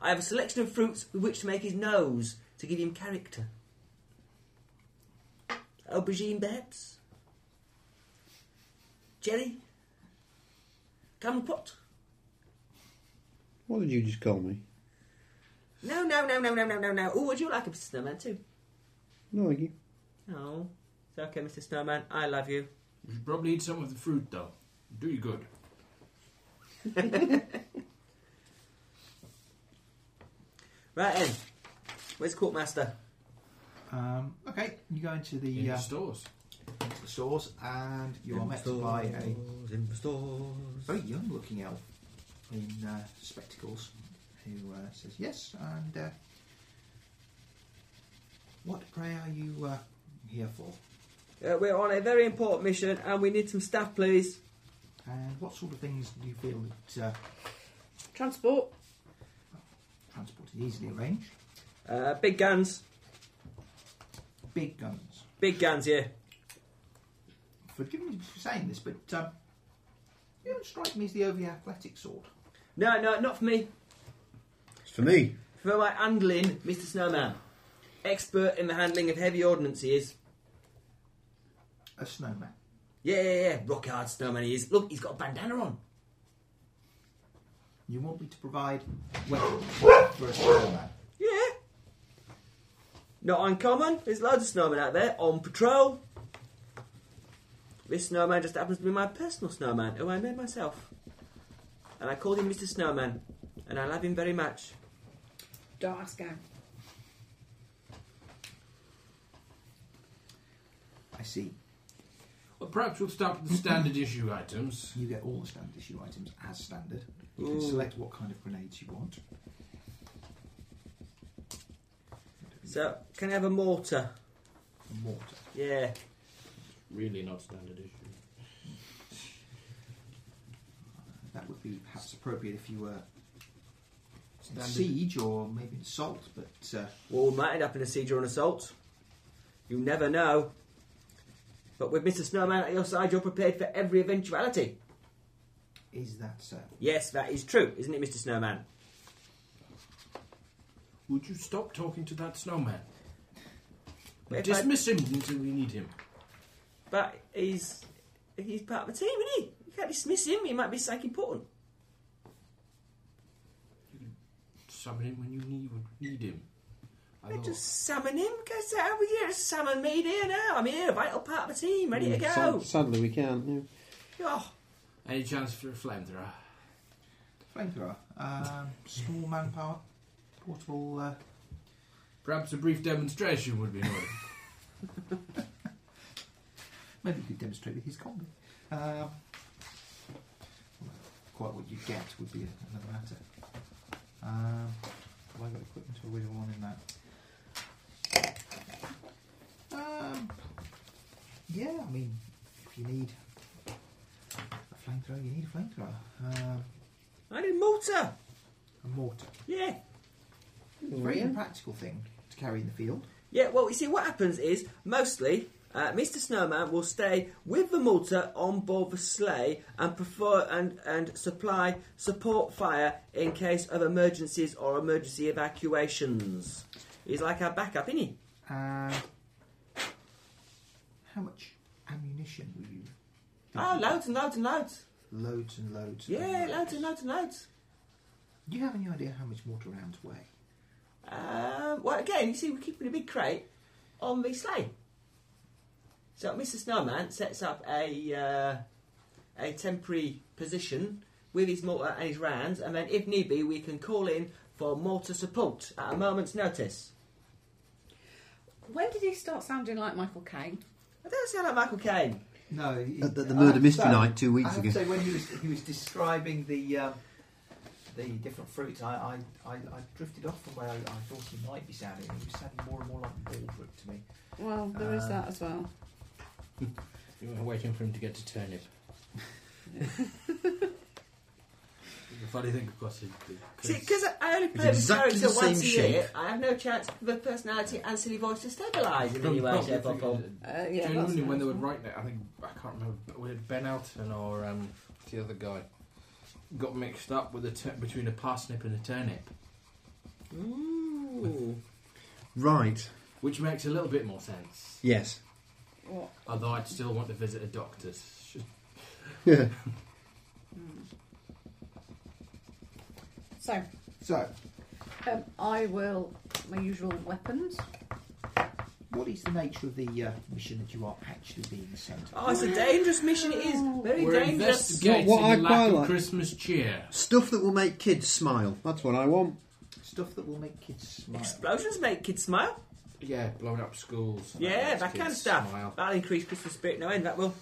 [SPEAKER 4] I have a selection of fruits with which to make his nose to give him character. Aubergine perhaps? Jelly? Come pot?
[SPEAKER 1] What did you just call me?
[SPEAKER 4] No, no, no, no, no, no, no, no. Oh, would you like a Mr. Snowman too?
[SPEAKER 1] No, thank you.
[SPEAKER 4] No. It's okay, Mr. Snowman. I love you.
[SPEAKER 6] You should probably eat some of the fruit, though. Do you good.
[SPEAKER 4] Right then. Where's Courtmaster?
[SPEAKER 7] Um, okay, you go into the,
[SPEAKER 6] In
[SPEAKER 7] uh,
[SPEAKER 6] the stores.
[SPEAKER 7] stores and you are met by a very young looking elf in uh, spectacles who uh, says, Yes, and uh, what pray are you uh, here for?
[SPEAKER 4] Uh, we're on a very important mission and we need some staff, please.
[SPEAKER 7] And what sort of things do you feel that uh,
[SPEAKER 3] Transport.
[SPEAKER 7] transport is easily arranged?
[SPEAKER 4] Uh, big guns.
[SPEAKER 7] Big guns.
[SPEAKER 4] Big guns, yeah.
[SPEAKER 7] Forgive me for saying this, but um, you don't strike me as the overly athletic sort.
[SPEAKER 4] No, no, not for me.
[SPEAKER 1] It's for me.
[SPEAKER 4] For my handling, Mr. Snowman. Expert in the handling of heavy ordnance, he is.
[SPEAKER 7] A snowman.
[SPEAKER 4] Yeah, yeah, yeah. Rock hard snowman he is. Look, he's got a bandana on.
[SPEAKER 7] You want me to provide weapons for a snowman?
[SPEAKER 4] Yeah. Not uncommon. There's loads of snowmen out there on patrol. This snowman just happens to be my personal snowman, who I made myself. And I called him Mr. Snowman, and I love him very much.
[SPEAKER 3] Don't ask him.
[SPEAKER 7] I see.
[SPEAKER 6] Well, perhaps we'll start with the standard <laughs> issue items.
[SPEAKER 7] You get all the standard issue items as standard. You
[SPEAKER 4] Ooh.
[SPEAKER 7] can select what kind of grenades you want.
[SPEAKER 4] So, can I have a mortar?
[SPEAKER 7] A mortar.
[SPEAKER 4] Yeah.
[SPEAKER 6] Really not standard issue.
[SPEAKER 7] That would be perhaps appropriate if you were in
[SPEAKER 6] Standard.
[SPEAKER 7] siege or maybe an assault, but uh,
[SPEAKER 4] Well, we might end up in a siege or an assault. You never know. But with Mr. Snowman at your side, you're prepared for every eventuality.
[SPEAKER 7] is that uh, so?
[SPEAKER 4] Yes, that is true, isn't it, Mr. Snowman?
[SPEAKER 6] Would you stop talking to that snowman?
[SPEAKER 4] But, if I-
[SPEAKER 6] Dismiss him until we need him.
[SPEAKER 4] but he's he's part of the team, isn't he? You can't dismiss him. He might be psych important.
[SPEAKER 6] Summon him when you need, need him. I
[SPEAKER 4] Don't
[SPEAKER 6] thought-
[SPEAKER 4] Just summon him. Guess how we here? Summon me here now. I'm here, a vital part of the team, ready to
[SPEAKER 1] Sad-
[SPEAKER 4] go.
[SPEAKER 1] sadly, we can't. Yeah.
[SPEAKER 4] Oh,
[SPEAKER 6] Any chance for a flamethrower?
[SPEAKER 7] Flamethrower. Um, small manpower. Portable. Uh,
[SPEAKER 6] Perhaps a brief demonstration would be in order.
[SPEAKER 7] maybe you could demonstrate with his combi. Um, quite what you get would be another matter. Um, have I got equipment or was one in that? Um, yeah, I mean, if you need a flamethrower, you need a flamethrower. Um,
[SPEAKER 4] I need a mortar.
[SPEAKER 7] a mortar.
[SPEAKER 4] Yeah. Oh,
[SPEAKER 7] It's a very impractical thing to carry in the field.
[SPEAKER 4] Yeah, well, you see, what happens is mostly uh, Mr. Snowman will stay with the mortar on board the sleigh and prefer and, and supply support fire in case of emergencies or emergency evacuations. He's like our backup, isn't he?
[SPEAKER 7] And Uh, how much ammunition will you?
[SPEAKER 4] Oh, loads and loads and loads.
[SPEAKER 7] Loads and loads. of
[SPEAKER 4] Yeah, loads and loads and loads.
[SPEAKER 7] Do you have any idea how much mortar rounds weigh?
[SPEAKER 4] Um, well, again, you see, we're keeping a big crate on the sleigh. So Mr. Snowman sets up a uh, a temporary position with his mortar and his rounds, and then, if need be, we can call in for mortar support at a moment's notice.
[SPEAKER 3] When did he start sounding like Michael Caine?
[SPEAKER 4] I don't sound like Michael Caine.
[SPEAKER 7] No, he-
[SPEAKER 1] At the, the
[SPEAKER 7] I
[SPEAKER 1] murder
[SPEAKER 7] have
[SPEAKER 1] mystery
[SPEAKER 7] to say-
[SPEAKER 1] night two
[SPEAKER 7] Uh, I
[SPEAKER 1] weeks
[SPEAKER 7] have
[SPEAKER 1] ago. <laughs>
[SPEAKER 7] to say when he was he was describing the um, the different fruits, I I, I, I drifted off from where I, I thought he might be sounding. He was sounding more and more like Baldric to me.
[SPEAKER 3] Well, there is
[SPEAKER 7] Uh,
[SPEAKER 3] that as well.
[SPEAKER 11] You were waiting for him to get to turnip.
[SPEAKER 6] The funny thing, of course, is
[SPEAKER 4] See,
[SPEAKER 6] because <laughs>
[SPEAKER 4] because I only play this
[SPEAKER 9] exactly
[SPEAKER 4] character
[SPEAKER 9] the same
[SPEAKER 4] once a
[SPEAKER 9] shape.
[SPEAKER 4] year, I have no chance for the personality and silly voice to stabilise in any way, shape, or form.
[SPEAKER 3] Uh, yeah, that's
[SPEAKER 6] Genuinely, when they
[SPEAKER 3] nice.
[SPEAKER 6] were writing it, I think I can't remember. But we had Ben Alton or um, the other guy got mixed up with a tur between a parsnip and a turnip,
[SPEAKER 4] Hmm.
[SPEAKER 9] Ooh.
[SPEAKER 10] Right.
[SPEAKER 6] which makes a little bit more sense.
[SPEAKER 10] Yes.
[SPEAKER 6] Although I'd still want to visit a doctor's.
[SPEAKER 3] So,
[SPEAKER 7] So,
[SPEAKER 3] um, I will my usual weapons.
[SPEAKER 7] what is the nature of the uh, mission that you are actually being sent on?
[SPEAKER 4] Oh, it's a dangerous mission. It is very
[SPEAKER 6] We're
[SPEAKER 4] dangerous.
[SPEAKER 6] investigating
[SPEAKER 1] Well, what I quite
[SPEAKER 6] lack of
[SPEAKER 1] like-
[SPEAKER 6] Christmas cheer.
[SPEAKER 10] Stuff that will make kids smile.
[SPEAKER 1] That's what I want.
[SPEAKER 7] Stuff that will make kids smile.
[SPEAKER 4] Explosions make kids smile.
[SPEAKER 6] Yeah, blowing up schools.
[SPEAKER 4] Yeah,
[SPEAKER 6] makes
[SPEAKER 4] that kind of
[SPEAKER 6] kids
[SPEAKER 4] stuff.
[SPEAKER 6] smile.
[SPEAKER 4] That'll increase Christmas spirit. No end. That will.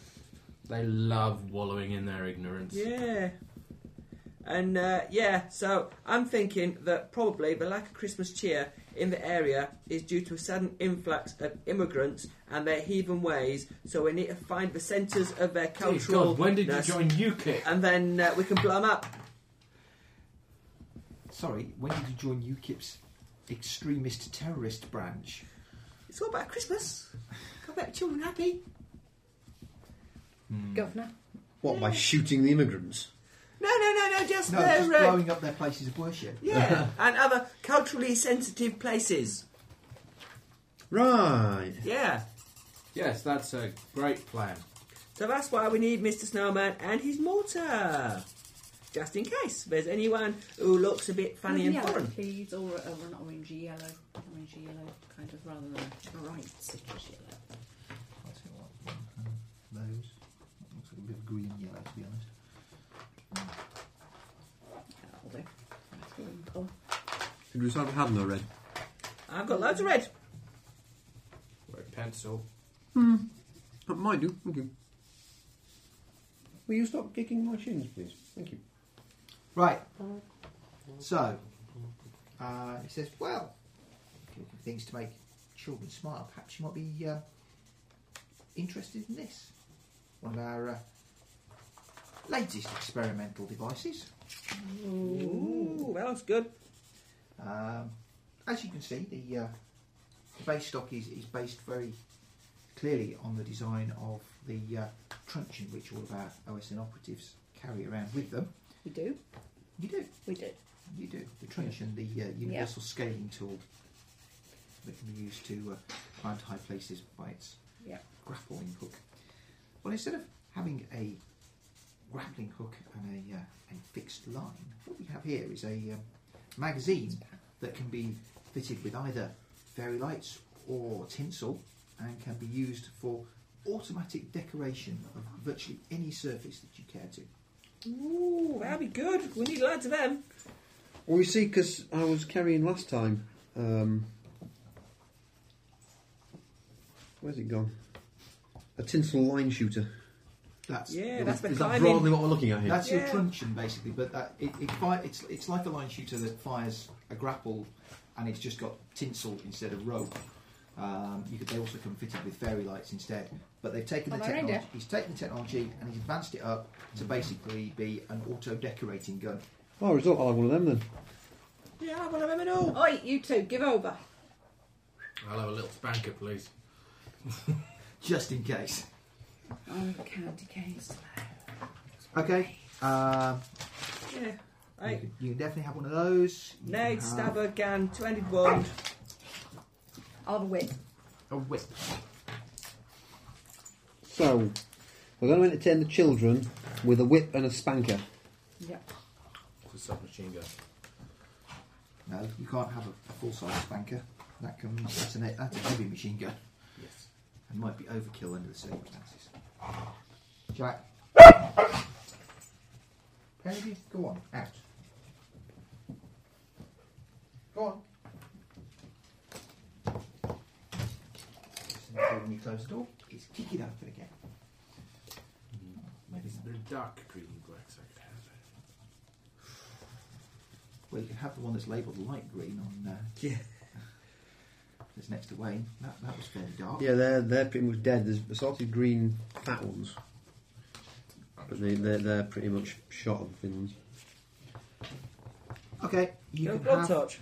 [SPEAKER 6] They love wallowing in their ignorance.
[SPEAKER 4] Yeah. And uh, yeah, so I'm thinking that probably the lack of Christmas cheer in the area is due to a sudden influx of immigrants and their heathen ways. So we need to find the centres of their
[SPEAKER 6] Dear
[SPEAKER 4] cultural.
[SPEAKER 6] God, when did you
[SPEAKER 4] ness,
[SPEAKER 6] join UKIP?
[SPEAKER 4] And then uh, we can blow them up.
[SPEAKER 7] Sorry, when did you join UKIP's extremist terrorist branch?
[SPEAKER 4] It's all about Christmas. Got to make children happy.
[SPEAKER 3] Governor.
[SPEAKER 10] What, by shooting the immigrants?
[SPEAKER 4] No, no, no, no. Just
[SPEAKER 7] No,
[SPEAKER 4] their
[SPEAKER 7] just
[SPEAKER 4] uh,
[SPEAKER 7] blowing up their places of worship. <laughs>
[SPEAKER 4] yeah, and other culturally sensitive places.
[SPEAKER 10] Right.
[SPEAKER 4] Yeah.
[SPEAKER 6] Yes, that's a great plan.
[SPEAKER 4] So that's why we need Mr. Snowman and his mortar. Just in case there's anyone who looks a bit funny and
[SPEAKER 3] yellow,
[SPEAKER 4] foreign.
[SPEAKER 3] please, or, or an orangey yellow, orangey yellow, kind of rather than a bright citrus yellow.
[SPEAKER 7] Let's see what um, those. Looks like a bit of green yellow, to be honest.
[SPEAKER 3] That'll do. That's all in colour.
[SPEAKER 10] Did we decide we had no red?
[SPEAKER 4] I've got loads of red.
[SPEAKER 6] Red pencil.
[SPEAKER 10] That might do. Thank you.
[SPEAKER 1] Will you stop kicking my shins, please? Thank you.
[SPEAKER 7] Right. So, uh, he says, well, if you're looking for things to make children smile, perhaps you might be uh, interested in this. One of our uh, latest experimental devices.
[SPEAKER 4] Ooh, that looks good.
[SPEAKER 7] Um, as you can see, the, uh, the base stock is, is based very clearly on the design of the uh, truncheon which all of our OSN operatives carry around with them.
[SPEAKER 3] We do,
[SPEAKER 7] You do.
[SPEAKER 3] we do.
[SPEAKER 7] You do. The truncheon, the uh, universal scaling tool that can be used to uh, climb to high places by its
[SPEAKER 3] Yeah.
[SPEAKER 7] grappling hook. Well, instead of having a grappling hook and a, uh, and fixed line, what we have here is a um, magazine that can be fitted with either fairy lights or tinsel and can be used for automatic decoration of virtually any surface that you care to.
[SPEAKER 4] Ooh, that'll be good. We need loads of them.
[SPEAKER 1] Well, you see, because I was carrying last time. Um, where's it gone? A tinsel line shooter.
[SPEAKER 7] That's
[SPEAKER 4] Yeah, that's the
[SPEAKER 10] Is that
[SPEAKER 4] climbing.
[SPEAKER 10] broadly what we're looking at here?
[SPEAKER 7] That's your
[SPEAKER 4] Yeah.
[SPEAKER 7] truncheon, basically, but that, it, it fire, it's it's like a line shooter that fires a grapple, and it's just got tinsel instead of rope. Um, you could, they also come fitted with fairy lights instead, but they've taken the
[SPEAKER 3] Am I right
[SPEAKER 7] technology.
[SPEAKER 3] there?
[SPEAKER 7] He's taken the technology and he's advanced it up to basically be an auto decorating gun.
[SPEAKER 1] Oh, result, I'll have one of them then.
[SPEAKER 4] Yeah, I've one of them and all.
[SPEAKER 3] Oi, you two, give over.
[SPEAKER 6] I'll have a little spanker, please.
[SPEAKER 7] Just in case.
[SPEAKER 3] Oh, candy canes.
[SPEAKER 7] Okay. Um,
[SPEAKER 4] Yeah.
[SPEAKER 7] you,
[SPEAKER 4] Right.
[SPEAKER 7] can, you can definitely have one of those. You can
[SPEAKER 4] Nade,
[SPEAKER 7] have
[SPEAKER 4] stabber, gun, two-handed wand.
[SPEAKER 3] I'll have a whip.
[SPEAKER 7] A whip.
[SPEAKER 1] So, we're going to entertain the children with a whip and a spanker.
[SPEAKER 3] Yeah.
[SPEAKER 6] It's a submachine gun.
[SPEAKER 7] No, you can't have a, a full size spanker. That comes. That's, an, that's a heavy machine gun.
[SPEAKER 6] Yes.
[SPEAKER 7] and might be overkill under the circumstances. Jack. Can you go on? Out. Go on. Just until When you close the door, it's kick it open again. Maybe
[SPEAKER 6] Is
[SPEAKER 7] not.
[SPEAKER 6] there a dark green glass I could have?
[SPEAKER 7] Well, you can have the one that's labelled light green on uh,
[SPEAKER 4] Yeah.
[SPEAKER 7] the that's next to Wayne. That, that was fairly dark.
[SPEAKER 1] Yeah, they're they're pretty much dead. There's assorted green fat ones, but they, they're they're pretty much shot and thin ones.
[SPEAKER 7] Okay, you
[SPEAKER 4] No
[SPEAKER 7] can
[SPEAKER 4] blood
[SPEAKER 7] have
[SPEAKER 4] touch.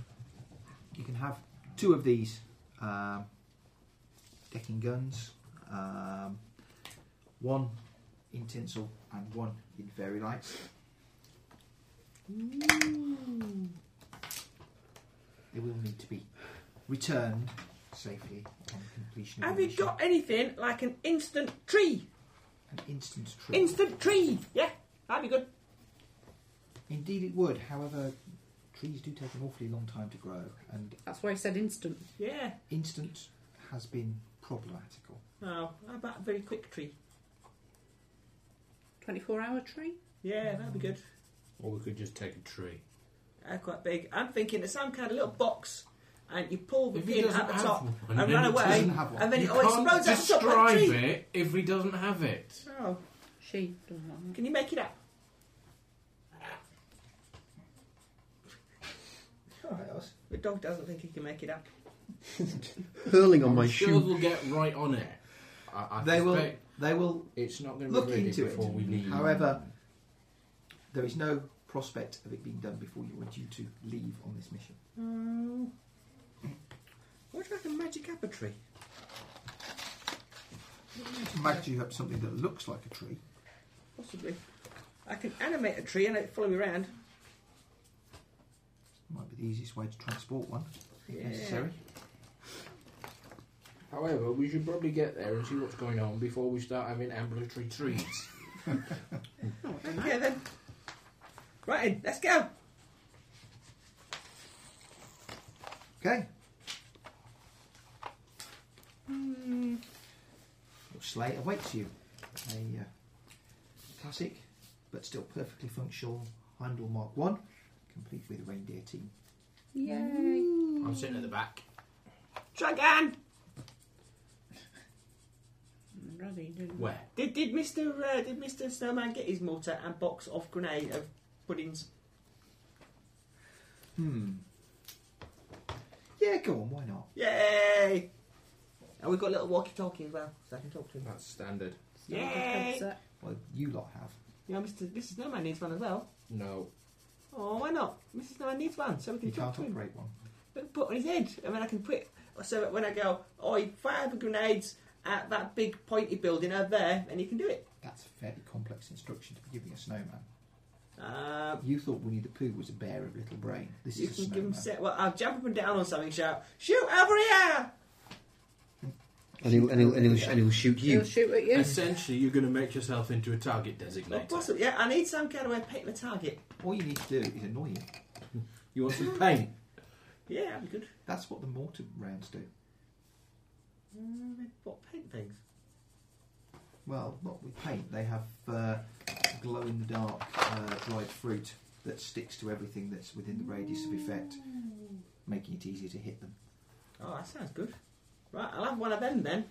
[SPEAKER 7] you can have two of these um, decking guns, um, one in tinsel and one in fairy lights. They will need to be returned safely on completion. of
[SPEAKER 4] Have
[SPEAKER 7] the
[SPEAKER 4] you
[SPEAKER 7] mission.
[SPEAKER 4] got anything like an instant tree?
[SPEAKER 7] an instant tree?
[SPEAKER 4] Instant tree! Yeah, that'd be good.
[SPEAKER 7] Indeed, it would. However, trees do take an awfully long time to grow, and
[SPEAKER 3] That's why I said instant.
[SPEAKER 4] Yeah.
[SPEAKER 7] instant has been problematical.
[SPEAKER 4] No, Oh, how about a very quick tree?
[SPEAKER 3] 24 hour tree?
[SPEAKER 4] Yeah, that'd be good.
[SPEAKER 6] Or we could just take a tree.
[SPEAKER 4] Uh, quite big. I'm thinking it's some kind of little box, and you pull the
[SPEAKER 6] If he
[SPEAKER 4] pin
[SPEAKER 6] doesn't
[SPEAKER 4] at the
[SPEAKER 6] have
[SPEAKER 4] top
[SPEAKER 6] one,
[SPEAKER 4] and,
[SPEAKER 6] then
[SPEAKER 4] run
[SPEAKER 6] it
[SPEAKER 4] away,
[SPEAKER 7] doesn't have one.
[SPEAKER 4] and then
[SPEAKER 6] you
[SPEAKER 4] it all
[SPEAKER 6] can't
[SPEAKER 4] explodes at the top like a
[SPEAKER 6] describe
[SPEAKER 4] tree.
[SPEAKER 6] it if he doesn't have it.
[SPEAKER 4] Oh,
[SPEAKER 3] She doesn't want
[SPEAKER 4] can you make
[SPEAKER 6] <laughs>
[SPEAKER 4] it up?
[SPEAKER 7] Alright, Oz.
[SPEAKER 4] The dog doesn't think he can make it up.
[SPEAKER 1] Hurling on my
[SPEAKER 6] I'm sure
[SPEAKER 1] shoe.
[SPEAKER 6] will get right on it. I, I
[SPEAKER 7] They will.
[SPEAKER 6] suspect
[SPEAKER 7] They will
[SPEAKER 6] It's not going to
[SPEAKER 7] look
[SPEAKER 6] be ready
[SPEAKER 7] into it.
[SPEAKER 6] before we leave.
[SPEAKER 7] However, there is no prospect of it being done before you are due to leave on this mission.
[SPEAKER 4] Um, what about a magic apple tree?
[SPEAKER 7] Imagine you have something that looks like a tree.
[SPEAKER 4] Possibly. I can animate a tree and it follow me around.
[SPEAKER 7] Might be the easiest way to transport one, if
[SPEAKER 4] Yeah.
[SPEAKER 7] necessary.
[SPEAKER 6] However, we should probably get there and see what's going on before we start having ambulatory treats. Oh,
[SPEAKER 4] Okay then. Right, then, let's go.
[SPEAKER 7] Okay. Hmm. Your sleigh awaits you. A uh, classic, but still perfectly functional Heimdall Mark One, complete with a reindeer team.
[SPEAKER 3] Yay.
[SPEAKER 6] I'm sitting at the back.
[SPEAKER 4] Try again.
[SPEAKER 3] Ruddy, didn't
[SPEAKER 6] Where?
[SPEAKER 4] Did, did Mr. Uh, did Mr. Snowman get his mortar and box off grenade of puddings?
[SPEAKER 7] Hmm. Yeah, go on. Why not?
[SPEAKER 4] Yay! And we've got a little walkie-talkie as well, so I can talk to him.
[SPEAKER 6] That's standard.
[SPEAKER 4] Yay!
[SPEAKER 7] Well, you lot have.
[SPEAKER 4] Yeah, Mr. Mrs. Snowman needs one as well.
[SPEAKER 6] No.
[SPEAKER 4] Oh, why not? Mrs. Snowman needs one, so we can
[SPEAKER 7] You
[SPEAKER 4] talk
[SPEAKER 7] can't
[SPEAKER 4] to him.
[SPEAKER 7] operate one.
[SPEAKER 4] But put on his head, and then I can put. So that when I go, oi, fire the grenades at that big pointy building over there, then you can do it.
[SPEAKER 7] That's a fairly complex instruction to be giving a snowman.
[SPEAKER 4] Um,
[SPEAKER 7] You thought Winnie the Pooh was a bear of little brain. This
[SPEAKER 4] you
[SPEAKER 7] is a
[SPEAKER 4] can give him
[SPEAKER 7] snowman.
[SPEAKER 4] set. Well, I'll jump up and down on something, shout, shoot over here!
[SPEAKER 1] And he'll, and, he'll, and, he'll, sh- and he'll shoot
[SPEAKER 3] He'll
[SPEAKER 1] you.
[SPEAKER 3] shoot at you.
[SPEAKER 6] Essentially, you're going to make yourself into a target
[SPEAKER 4] Well,
[SPEAKER 6] designator.
[SPEAKER 4] possibly, yeah, I need some kind of way to pick the target.
[SPEAKER 7] All you need to do is annoy him.
[SPEAKER 6] You want some paint?
[SPEAKER 4] Yeah, that'd be good.
[SPEAKER 7] That's what the mortar rounds do.
[SPEAKER 4] Mm, what paint things?
[SPEAKER 7] Well, not with paint. They have uh, glow in the dark uh, dried fruit that sticks to everything that's within the radius of effect, making it easier to hit them.
[SPEAKER 4] Oh, that sounds good. Right, I'll have one of them then.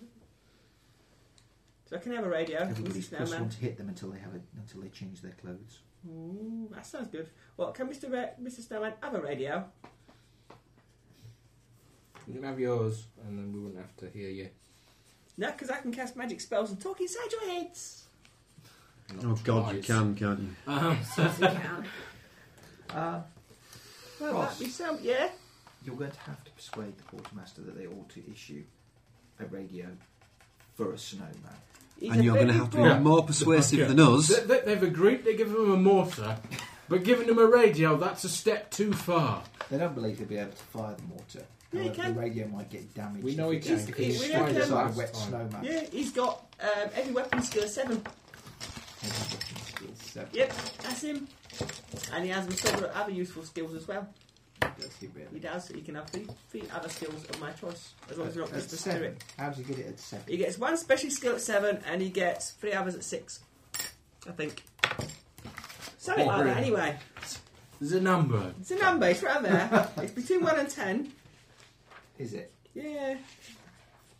[SPEAKER 4] So I can have a radio.
[SPEAKER 7] Everybody's
[SPEAKER 4] Mrs.
[SPEAKER 7] plus
[SPEAKER 4] Snowman.
[SPEAKER 7] one to hit them until they have a, until they change their clothes.
[SPEAKER 4] Ooh, that sounds good. Well, can Mr. Ra- Mr. Snowman have a radio?
[SPEAKER 6] You can have yours, and then we wouldn't have to hear you.
[SPEAKER 4] No, because I can cast magic spells and talk inside your heads.
[SPEAKER 1] Oh God, you
[SPEAKER 6] Twice.
[SPEAKER 1] can, can't you?
[SPEAKER 3] <laughs>
[SPEAKER 7] Uh,
[SPEAKER 4] Well,
[SPEAKER 7] Ross.
[SPEAKER 4] that'd be some, yeah.
[SPEAKER 7] you're going to have to persuade the quartermaster that they ought to issue a radio for a snowman.
[SPEAKER 4] He's
[SPEAKER 1] and
[SPEAKER 4] a
[SPEAKER 1] you're
[SPEAKER 4] bit
[SPEAKER 1] going to have to be
[SPEAKER 4] big boy.
[SPEAKER 1] more persuasive
[SPEAKER 6] Okay.
[SPEAKER 1] than us.
[SPEAKER 6] <laughs> They, they, they've agreed to give him a mortar, but giving him a radio, that's a step too far.
[SPEAKER 7] They don't believe they'll be able to fire the mortar.
[SPEAKER 4] Yeah, you
[SPEAKER 7] However,
[SPEAKER 4] can.
[SPEAKER 7] The radio might get damaged.
[SPEAKER 6] We know
[SPEAKER 7] if
[SPEAKER 6] he
[SPEAKER 7] it's-
[SPEAKER 6] can,
[SPEAKER 7] if
[SPEAKER 6] 'cause
[SPEAKER 7] it's
[SPEAKER 4] he
[SPEAKER 7] struck
[SPEAKER 4] struck
[SPEAKER 7] inside
[SPEAKER 6] last
[SPEAKER 7] a wet
[SPEAKER 6] time.
[SPEAKER 7] snowman.
[SPEAKER 4] Yeah, he's got um, every weapon skill seven.
[SPEAKER 7] Heavy weapon skills, so
[SPEAKER 4] Yep, that's him. And he has several other useful skills as well.
[SPEAKER 7] it does get rid of
[SPEAKER 4] He
[SPEAKER 7] it.
[SPEAKER 4] does. He can have three, three other skills of my choice, as long as
[SPEAKER 7] At-
[SPEAKER 4] you're not
[SPEAKER 7] at
[SPEAKER 4] Mr.
[SPEAKER 7] seven.
[SPEAKER 4] Spirit.
[SPEAKER 7] How do you get it at seven?
[SPEAKER 4] He gets one special skill at seven, and he gets three others at six. I think. Something
[SPEAKER 7] Oh,
[SPEAKER 4] like that.
[SPEAKER 6] Boring.
[SPEAKER 4] Anyway,
[SPEAKER 6] There's a number.
[SPEAKER 4] it's a number. It's right there. it's between one and ten.
[SPEAKER 7] Is it?
[SPEAKER 4] Yeah.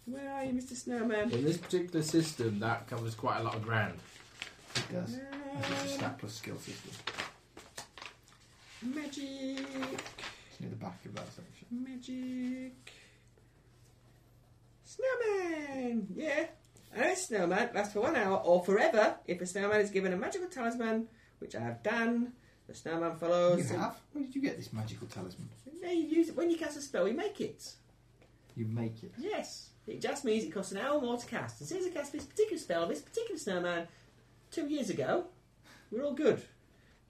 [SPEAKER 4] Where are you, Mr. Snowman?
[SPEAKER 6] In this particular system, that covers quite a lot of ground.
[SPEAKER 7] It does. It's a
[SPEAKER 4] Uh,
[SPEAKER 7] stat plus skill system.
[SPEAKER 4] magic, Um,
[SPEAKER 7] It's near the back of that section.
[SPEAKER 4] magic. Snowman! Yeah. And a snowman lasts for one hour or forever if a snowman is given a magical talisman, which I have done. The snowman follows.
[SPEAKER 7] You have? Where did you get this magical talisman?
[SPEAKER 4] No, you use it when you cast a spell. You make it.
[SPEAKER 7] You make it.
[SPEAKER 4] Yes. It just means it costs an hour more to cast. And since I cast this particular spell, this particular snowman, two years ago, we're all good.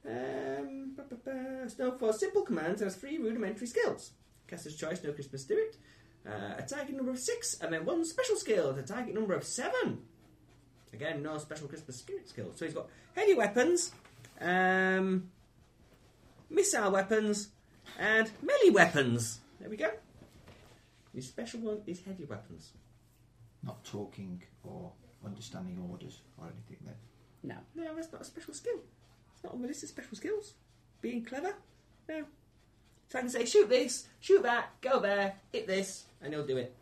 [SPEAKER 4] Um, ba, ba, ba. Snow for simple commands and has three rudimentary skills. Caster's choice, no Christmas spirit. Uh, a target number of six, and then one special skill at a target number of seven. Again, no special Christmas spirit skill. So he's got heavy weapons, um, missile weapons, and melee weapons. There we go. His special one is heavy weapons.
[SPEAKER 7] Not talking or understanding orders or anything then.
[SPEAKER 4] No. No, that's not a special skill. It's not on the list of special skills. Being clever? No. So I can say, shoot this, shoot that, go there, hit this, and he'll do it.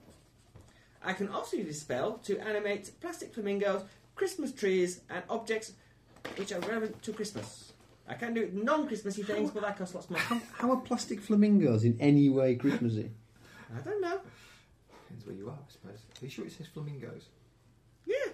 [SPEAKER 4] I can also use this spell to animate plastic flamingos, Christmas trees, and objects which are relevant to Christmas. I can do non Christmassy things, but that costs lots more.
[SPEAKER 1] How, how are plastic flamingos in any way Christmassy?
[SPEAKER 4] I don't know.
[SPEAKER 7] Depends where you are, I suppose. Are you sure it says flamingos?
[SPEAKER 4] Yeah.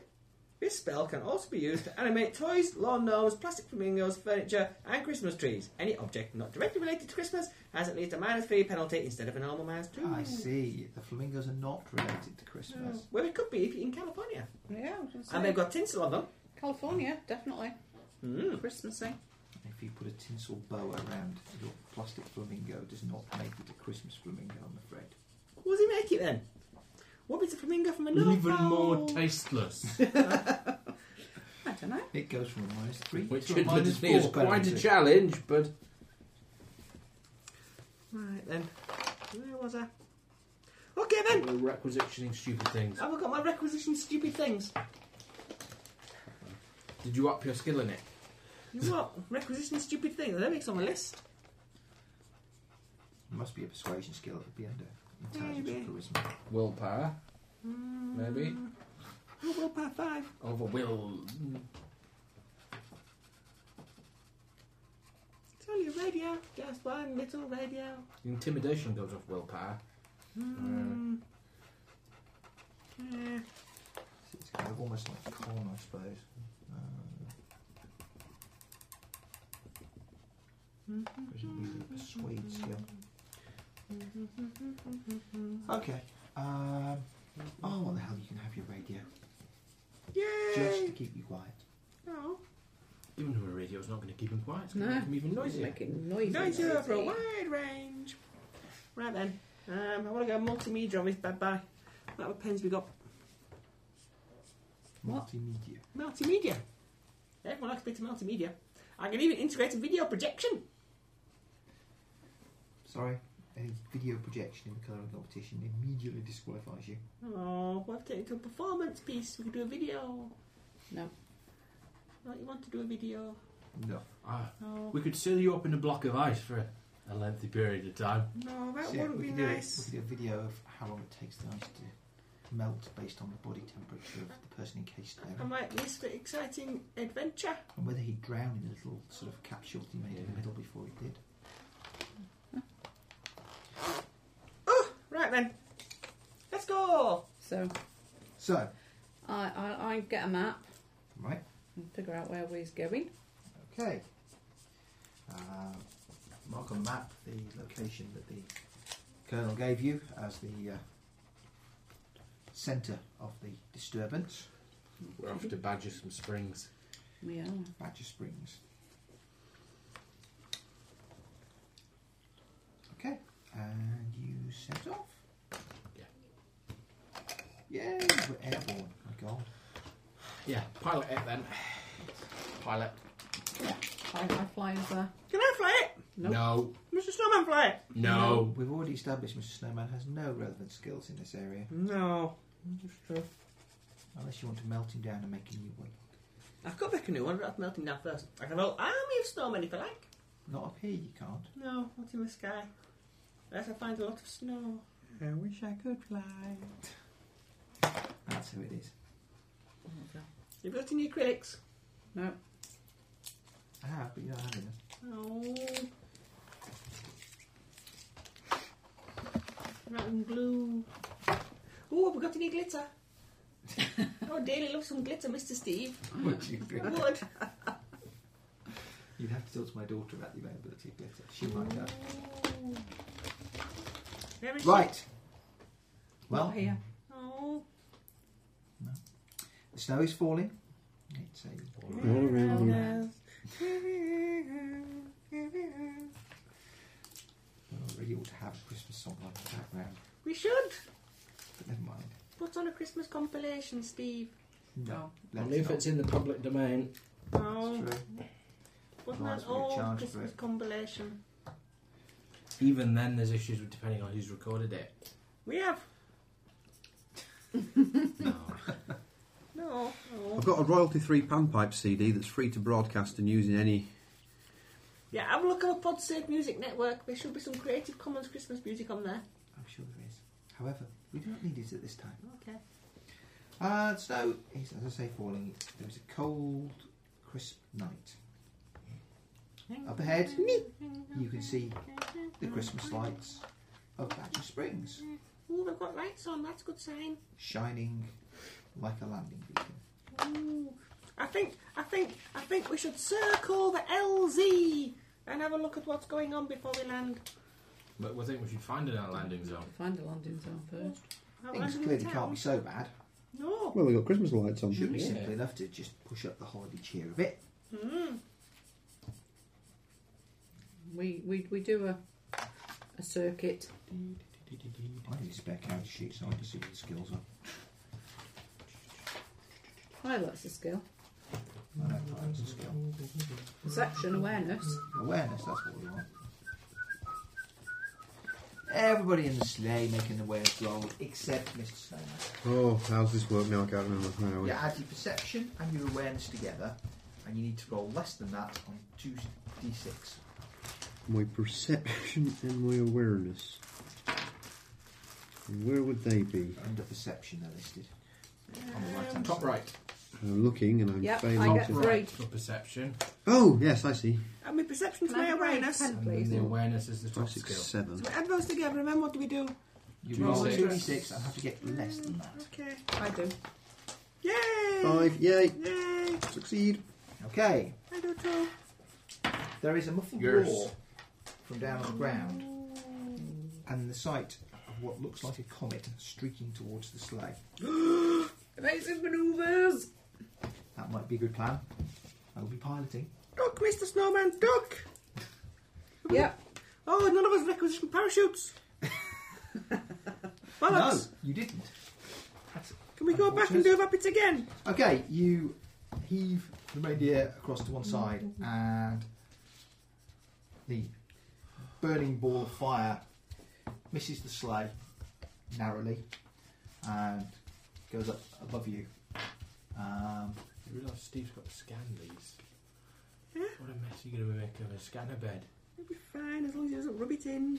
[SPEAKER 4] This spell can also be used to animate toys, lawn gnomes, plastic flamingos, furniture, and Christmas trees. Any object not directly related to Christmas has at least a minus three penalty instead of a normal minus two.
[SPEAKER 7] I see. The flamingos are not related to Christmas.
[SPEAKER 4] Well, it could be if you're in California.
[SPEAKER 3] Yeah, I was gonna
[SPEAKER 4] And
[SPEAKER 3] say.
[SPEAKER 4] they've got tinsel on them.
[SPEAKER 3] California, definitely.
[SPEAKER 4] Mm.
[SPEAKER 3] Christmassy.
[SPEAKER 7] If you put a tinsel bow around your plastic flamingo, does not make it a Christmas flamingo, I'm afraid.
[SPEAKER 4] What does he make it then? What is a flamingo from a north
[SPEAKER 6] Even more
[SPEAKER 4] pole?
[SPEAKER 6] tasteless.
[SPEAKER 3] I don't know.
[SPEAKER 7] It goes from a minus three
[SPEAKER 6] Which
[SPEAKER 7] to a minus
[SPEAKER 6] admittedly
[SPEAKER 7] four.
[SPEAKER 6] is quite a
[SPEAKER 7] penalty.
[SPEAKER 6] challenge, but
[SPEAKER 4] Right then. Where was I? Okay then.
[SPEAKER 6] we're requisitioning stupid things.
[SPEAKER 4] Have I got my requisition stupid things?
[SPEAKER 6] Did you up your skill in it?
[SPEAKER 4] You what? requisition stupid things. That makes on my list.
[SPEAKER 7] There must be a persuasion skill that would be under intelligence
[SPEAKER 4] Maybe.
[SPEAKER 7] or charisma.
[SPEAKER 6] Willpower, maybe.
[SPEAKER 4] Oh, willpower five.
[SPEAKER 6] Over will.
[SPEAKER 4] It's only a radio. Just one little radio.
[SPEAKER 6] Intimidation goes off willpower.
[SPEAKER 4] Hmm. Yeah.
[SPEAKER 7] So It's kind of almost like con, I suppose. Uh,
[SPEAKER 6] Uh,
[SPEAKER 7] because it uses a persuade skill. Okay. Um, oh, what the hell? You can have your radio just
[SPEAKER 4] Yay!
[SPEAKER 7] to keep you quiet.
[SPEAKER 4] Oh,
[SPEAKER 6] Giving him a radio is not going to keep him quiet. It's going to
[SPEAKER 3] No.
[SPEAKER 6] make him even noisier.
[SPEAKER 3] Making noises.
[SPEAKER 4] nice here for a wide range. Right then. Um, I want to go multimedia on this bad boy. What other pens we got?
[SPEAKER 3] What?
[SPEAKER 7] Multimedia.
[SPEAKER 4] Multimedia. Everyone likes a bit of multimedia. I can even integrate a video projection.
[SPEAKER 7] Sorry, any video projection in the colouring competition immediately disqualifies you.
[SPEAKER 4] Oh, we'll have to take a performance piece. We can do a video.
[SPEAKER 3] No.
[SPEAKER 4] Don't you want to do a video? Oh,
[SPEAKER 7] No.
[SPEAKER 6] Ah,
[SPEAKER 4] No.
[SPEAKER 6] we could seal you up in a block of ice for a, a lengthy period of time.
[SPEAKER 4] No, that
[SPEAKER 7] So, yeah,
[SPEAKER 4] wouldn't
[SPEAKER 7] we
[SPEAKER 4] be
[SPEAKER 7] can do a-
[SPEAKER 4] nice.
[SPEAKER 7] we can do a video of how long it takes the ice to melt based on the body temperature of the person encased
[SPEAKER 4] I
[SPEAKER 7] there,
[SPEAKER 4] might miss the exciting adventure.
[SPEAKER 7] and whether he'd drown in the little sort of capsule he made in the middle before he did.
[SPEAKER 4] Right then. Let's go!
[SPEAKER 3] So
[SPEAKER 7] So,
[SPEAKER 3] I, I, I get a map
[SPEAKER 7] right,
[SPEAKER 3] and figure out where we're going.
[SPEAKER 7] okay. Uh, mark on the map the location that the colonel gave you as the uh, centre of the disturbance.
[SPEAKER 6] We're off to badger some springs.
[SPEAKER 3] We are.
[SPEAKER 7] Badger Springs. Okay, and you set off.
[SPEAKER 6] Yeah.
[SPEAKER 7] Yay, we're airborne. My God.
[SPEAKER 6] Yeah, pilot it then. Pilot.
[SPEAKER 3] I, I fly as a.
[SPEAKER 4] Can I fly it?
[SPEAKER 3] Nope.
[SPEAKER 6] No.
[SPEAKER 4] Mr. Snowman fly it?
[SPEAKER 6] No.
[SPEAKER 7] We've already established Mr. Snowman has no relevant skills in this area,
[SPEAKER 4] No. That's true.
[SPEAKER 7] unless you want to melt him down and make a new one.
[SPEAKER 4] I've got back a new one, but I've melted down first. I can roll army of snowmen if I like.
[SPEAKER 7] Not up here, you can't.
[SPEAKER 4] No, not in the sky. Unless I find a lot of snow. I wish I could fly.
[SPEAKER 7] That's who it is.
[SPEAKER 4] You've got any acrylics?
[SPEAKER 3] No.
[SPEAKER 7] I have, but you're not having it.
[SPEAKER 4] Oh. Rotten glue. Ooh, Oh, have we got any <laughs> glitter? oh, dearly love some glitter, Mr. Steve.
[SPEAKER 7] Would you agree?
[SPEAKER 4] Would.
[SPEAKER 7] You'd have to talk to my daughter about the availability of glitter. She might know.
[SPEAKER 4] Mm. There is-
[SPEAKER 7] Right. Well,
[SPEAKER 3] Not here.
[SPEAKER 4] Oh,
[SPEAKER 7] the snow is falling. It's a
[SPEAKER 1] All around
[SPEAKER 4] Oh,
[SPEAKER 1] the world.
[SPEAKER 4] no.
[SPEAKER 7] well, I Oh, really ought to have a Christmas song like the background,
[SPEAKER 4] we should
[SPEAKER 7] but never mind.
[SPEAKER 4] put on a Christmas compilation, Steve.
[SPEAKER 7] No, let's
[SPEAKER 6] Only if
[SPEAKER 7] not.
[SPEAKER 6] it's in the public domain.
[SPEAKER 7] It's
[SPEAKER 4] Oh,
[SPEAKER 7] true.
[SPEAKER 4] put on
[SPEAKER 7] Right,
[SPEAKER 4] an
[SPEAKER 7] we'll charge
[SPEAKER 4] old
[SPEAKER 7] for
[SPEAKER 4] Christmas
[SPEAKER 7] it.
[SPEAKER 4] compilation.
[SPEAKER 6] Even then, there's issues with depending on who's recorded it.
[SPEAKER 4] We have
[SPEAKER 6] No.
[SPEAKER 4] no. Oh.
[SPEAKER 1] I've got a royalty free panpipe CD that's free to broadcast and use in any.
[SPEAKER 4] Yeah, have a look at the PodSafe Music Network. There should be some Creative Commons Christmas music on there.
[SPEAKER 7] I'm sure there is. However, we do not need it at this time.
[SPEAKER 4] Okay.
[SPEAKER 7] Uh, snow is, as I say, falling. It was a cold, crisp night. Up ahead, you can see the Christmas lights of Badger Springs
[SPEAKER 4] Oh, they've got lights on. That's a good sign.
[SPEAKER 7] shining like a landing beacon.
[SPEAKER 4] Ooh. I think, I think, I think we should circle the LZ and have a look at what's going on before we land.
[SPEAKER 6] <laughs> But we think we should find an landing zone.
[SPEAKER 3] Find a landing zone first.
[SPEAKER 4] Have a
[SPEAKER 7] Things
[SPEAKER 4] land in
[SPEAKER 7] clearly
[SPEAKER 4] the
[SPEAKER 7] can't be so bad.
[SPEAKER 4] No.
[SPEAKER 1] Well, they've got Christmas lights on.
[SPEAKER 7] Should be
[SPEAKER 6] Yeah.
[SPEAKER 7] simple enough to just push up the holiday cheer a bit.
[SPEAKER 4] Mm.
[SPEAKER 3] We we we do a a circuit.
[SPEAKER 7] I need a spare character sheet so I can see what the skills are.
[SPEAKER 3] Hi, that's a skill.
[SPEAKER 7] I know pilots a skill.
[SPEAKER 3] Perception awareness.
[SPEAKER 7] Awareness, that's what we want. Everybody in the sleigh making the way roll except Mr. Snowman.
[SPEAKER 1] Oh, how's this work now? I can't remember. Where
[SPEAKER 6] Oh,
[SPEAKER 1] are we?
[SPEAKER 7] You add your perception and your awareness together, and you need to roll less than that on 2d6.
[SPEAKER 1] My perception <laughs> and my awareness. And Where would they be?
[SPEAKER 7] Under perception, they're listed. On the right hand
[SPEAKER 6] Top right
[SPEAKER 1] I'm looking and I'm
[SPEAKER 3] Yep,
[SPEAKER 1] failing
[SPEAKER 3] I get
[SPEAKER 1] to-
[SPEAKER 3] three.
[SPEAKER 6] for perception,
[SPEAKER 1] Oh, yes, I see.
[SPEAKER 4] And my perception to
[SPEAKER 3] Can I
[SPEAKER 4] my
[SPEAKER 3] have a red
[SPEAKER 4] Mm-hmm. awareness.
[SPEAKER 3] pen,
[SPEAKER 6] and
[SPEAKER 3] please?
[SPEAKER 6] then the awareness is the top
[SPEAKER 1] Five, six,
[SPEAKER 6] skill.
[SPEAKER 1] seven.
[SPEAKER 4] So we add those together and then what do we do?
[SPEAKER 7] You
[SPEAKER 6] Two
[SPEAKER 7] roll
[SPEAKER 6] D six.
[SPEAKER 7] 2d6 and have to get less than that.
[SPEAKER 4] Okay.
[SPEAKER 3] I do.
[SPEAKER 4] Yay!
[SPEAKER 1] Five, yay,
[SPEAKER 4] Yay!
[SPEAKER 1] succeed.
[SPEAKER 7] Okay,
[SPEAKER 4] I do <gasps> too.
[SPEAKER 7] there is a muffled
[SPEAKER 6] Yes.
[SPEAKER 7] roar from down on the ground, and the sight of what looks like a comet streaking towards the sleigh.
[SPEAKER 3] Amazing manoeuvres.
[SPEAKER 7] That might be a good plan. I'll be piloting.
[SPEAKER 4] Duck, Mr. Snowman, duck!
[SPEAKER 3] Yep.
[SPEAKER 4] Oh, none of us requisition <laughs> parachutes.
[SPEAKER 7] Oh,
[SPEAKER 4] Bollocks!
[SPEAKER 7] No, you didn't. That's-
[SPEAKER 4] Can we go back and do that bit again?
[SPEAKER 7] Okay, you heave the reindeer across to one side, and the burning ball of fire misses the sleigh narrowly and goes up above you. Um,
[SPEAKER 6] You realise Steve's got to scan these. What a mess you're going to make of a scanner bed.
[SPEAKER 4] It'll be fine as long as he doesn't rub it in.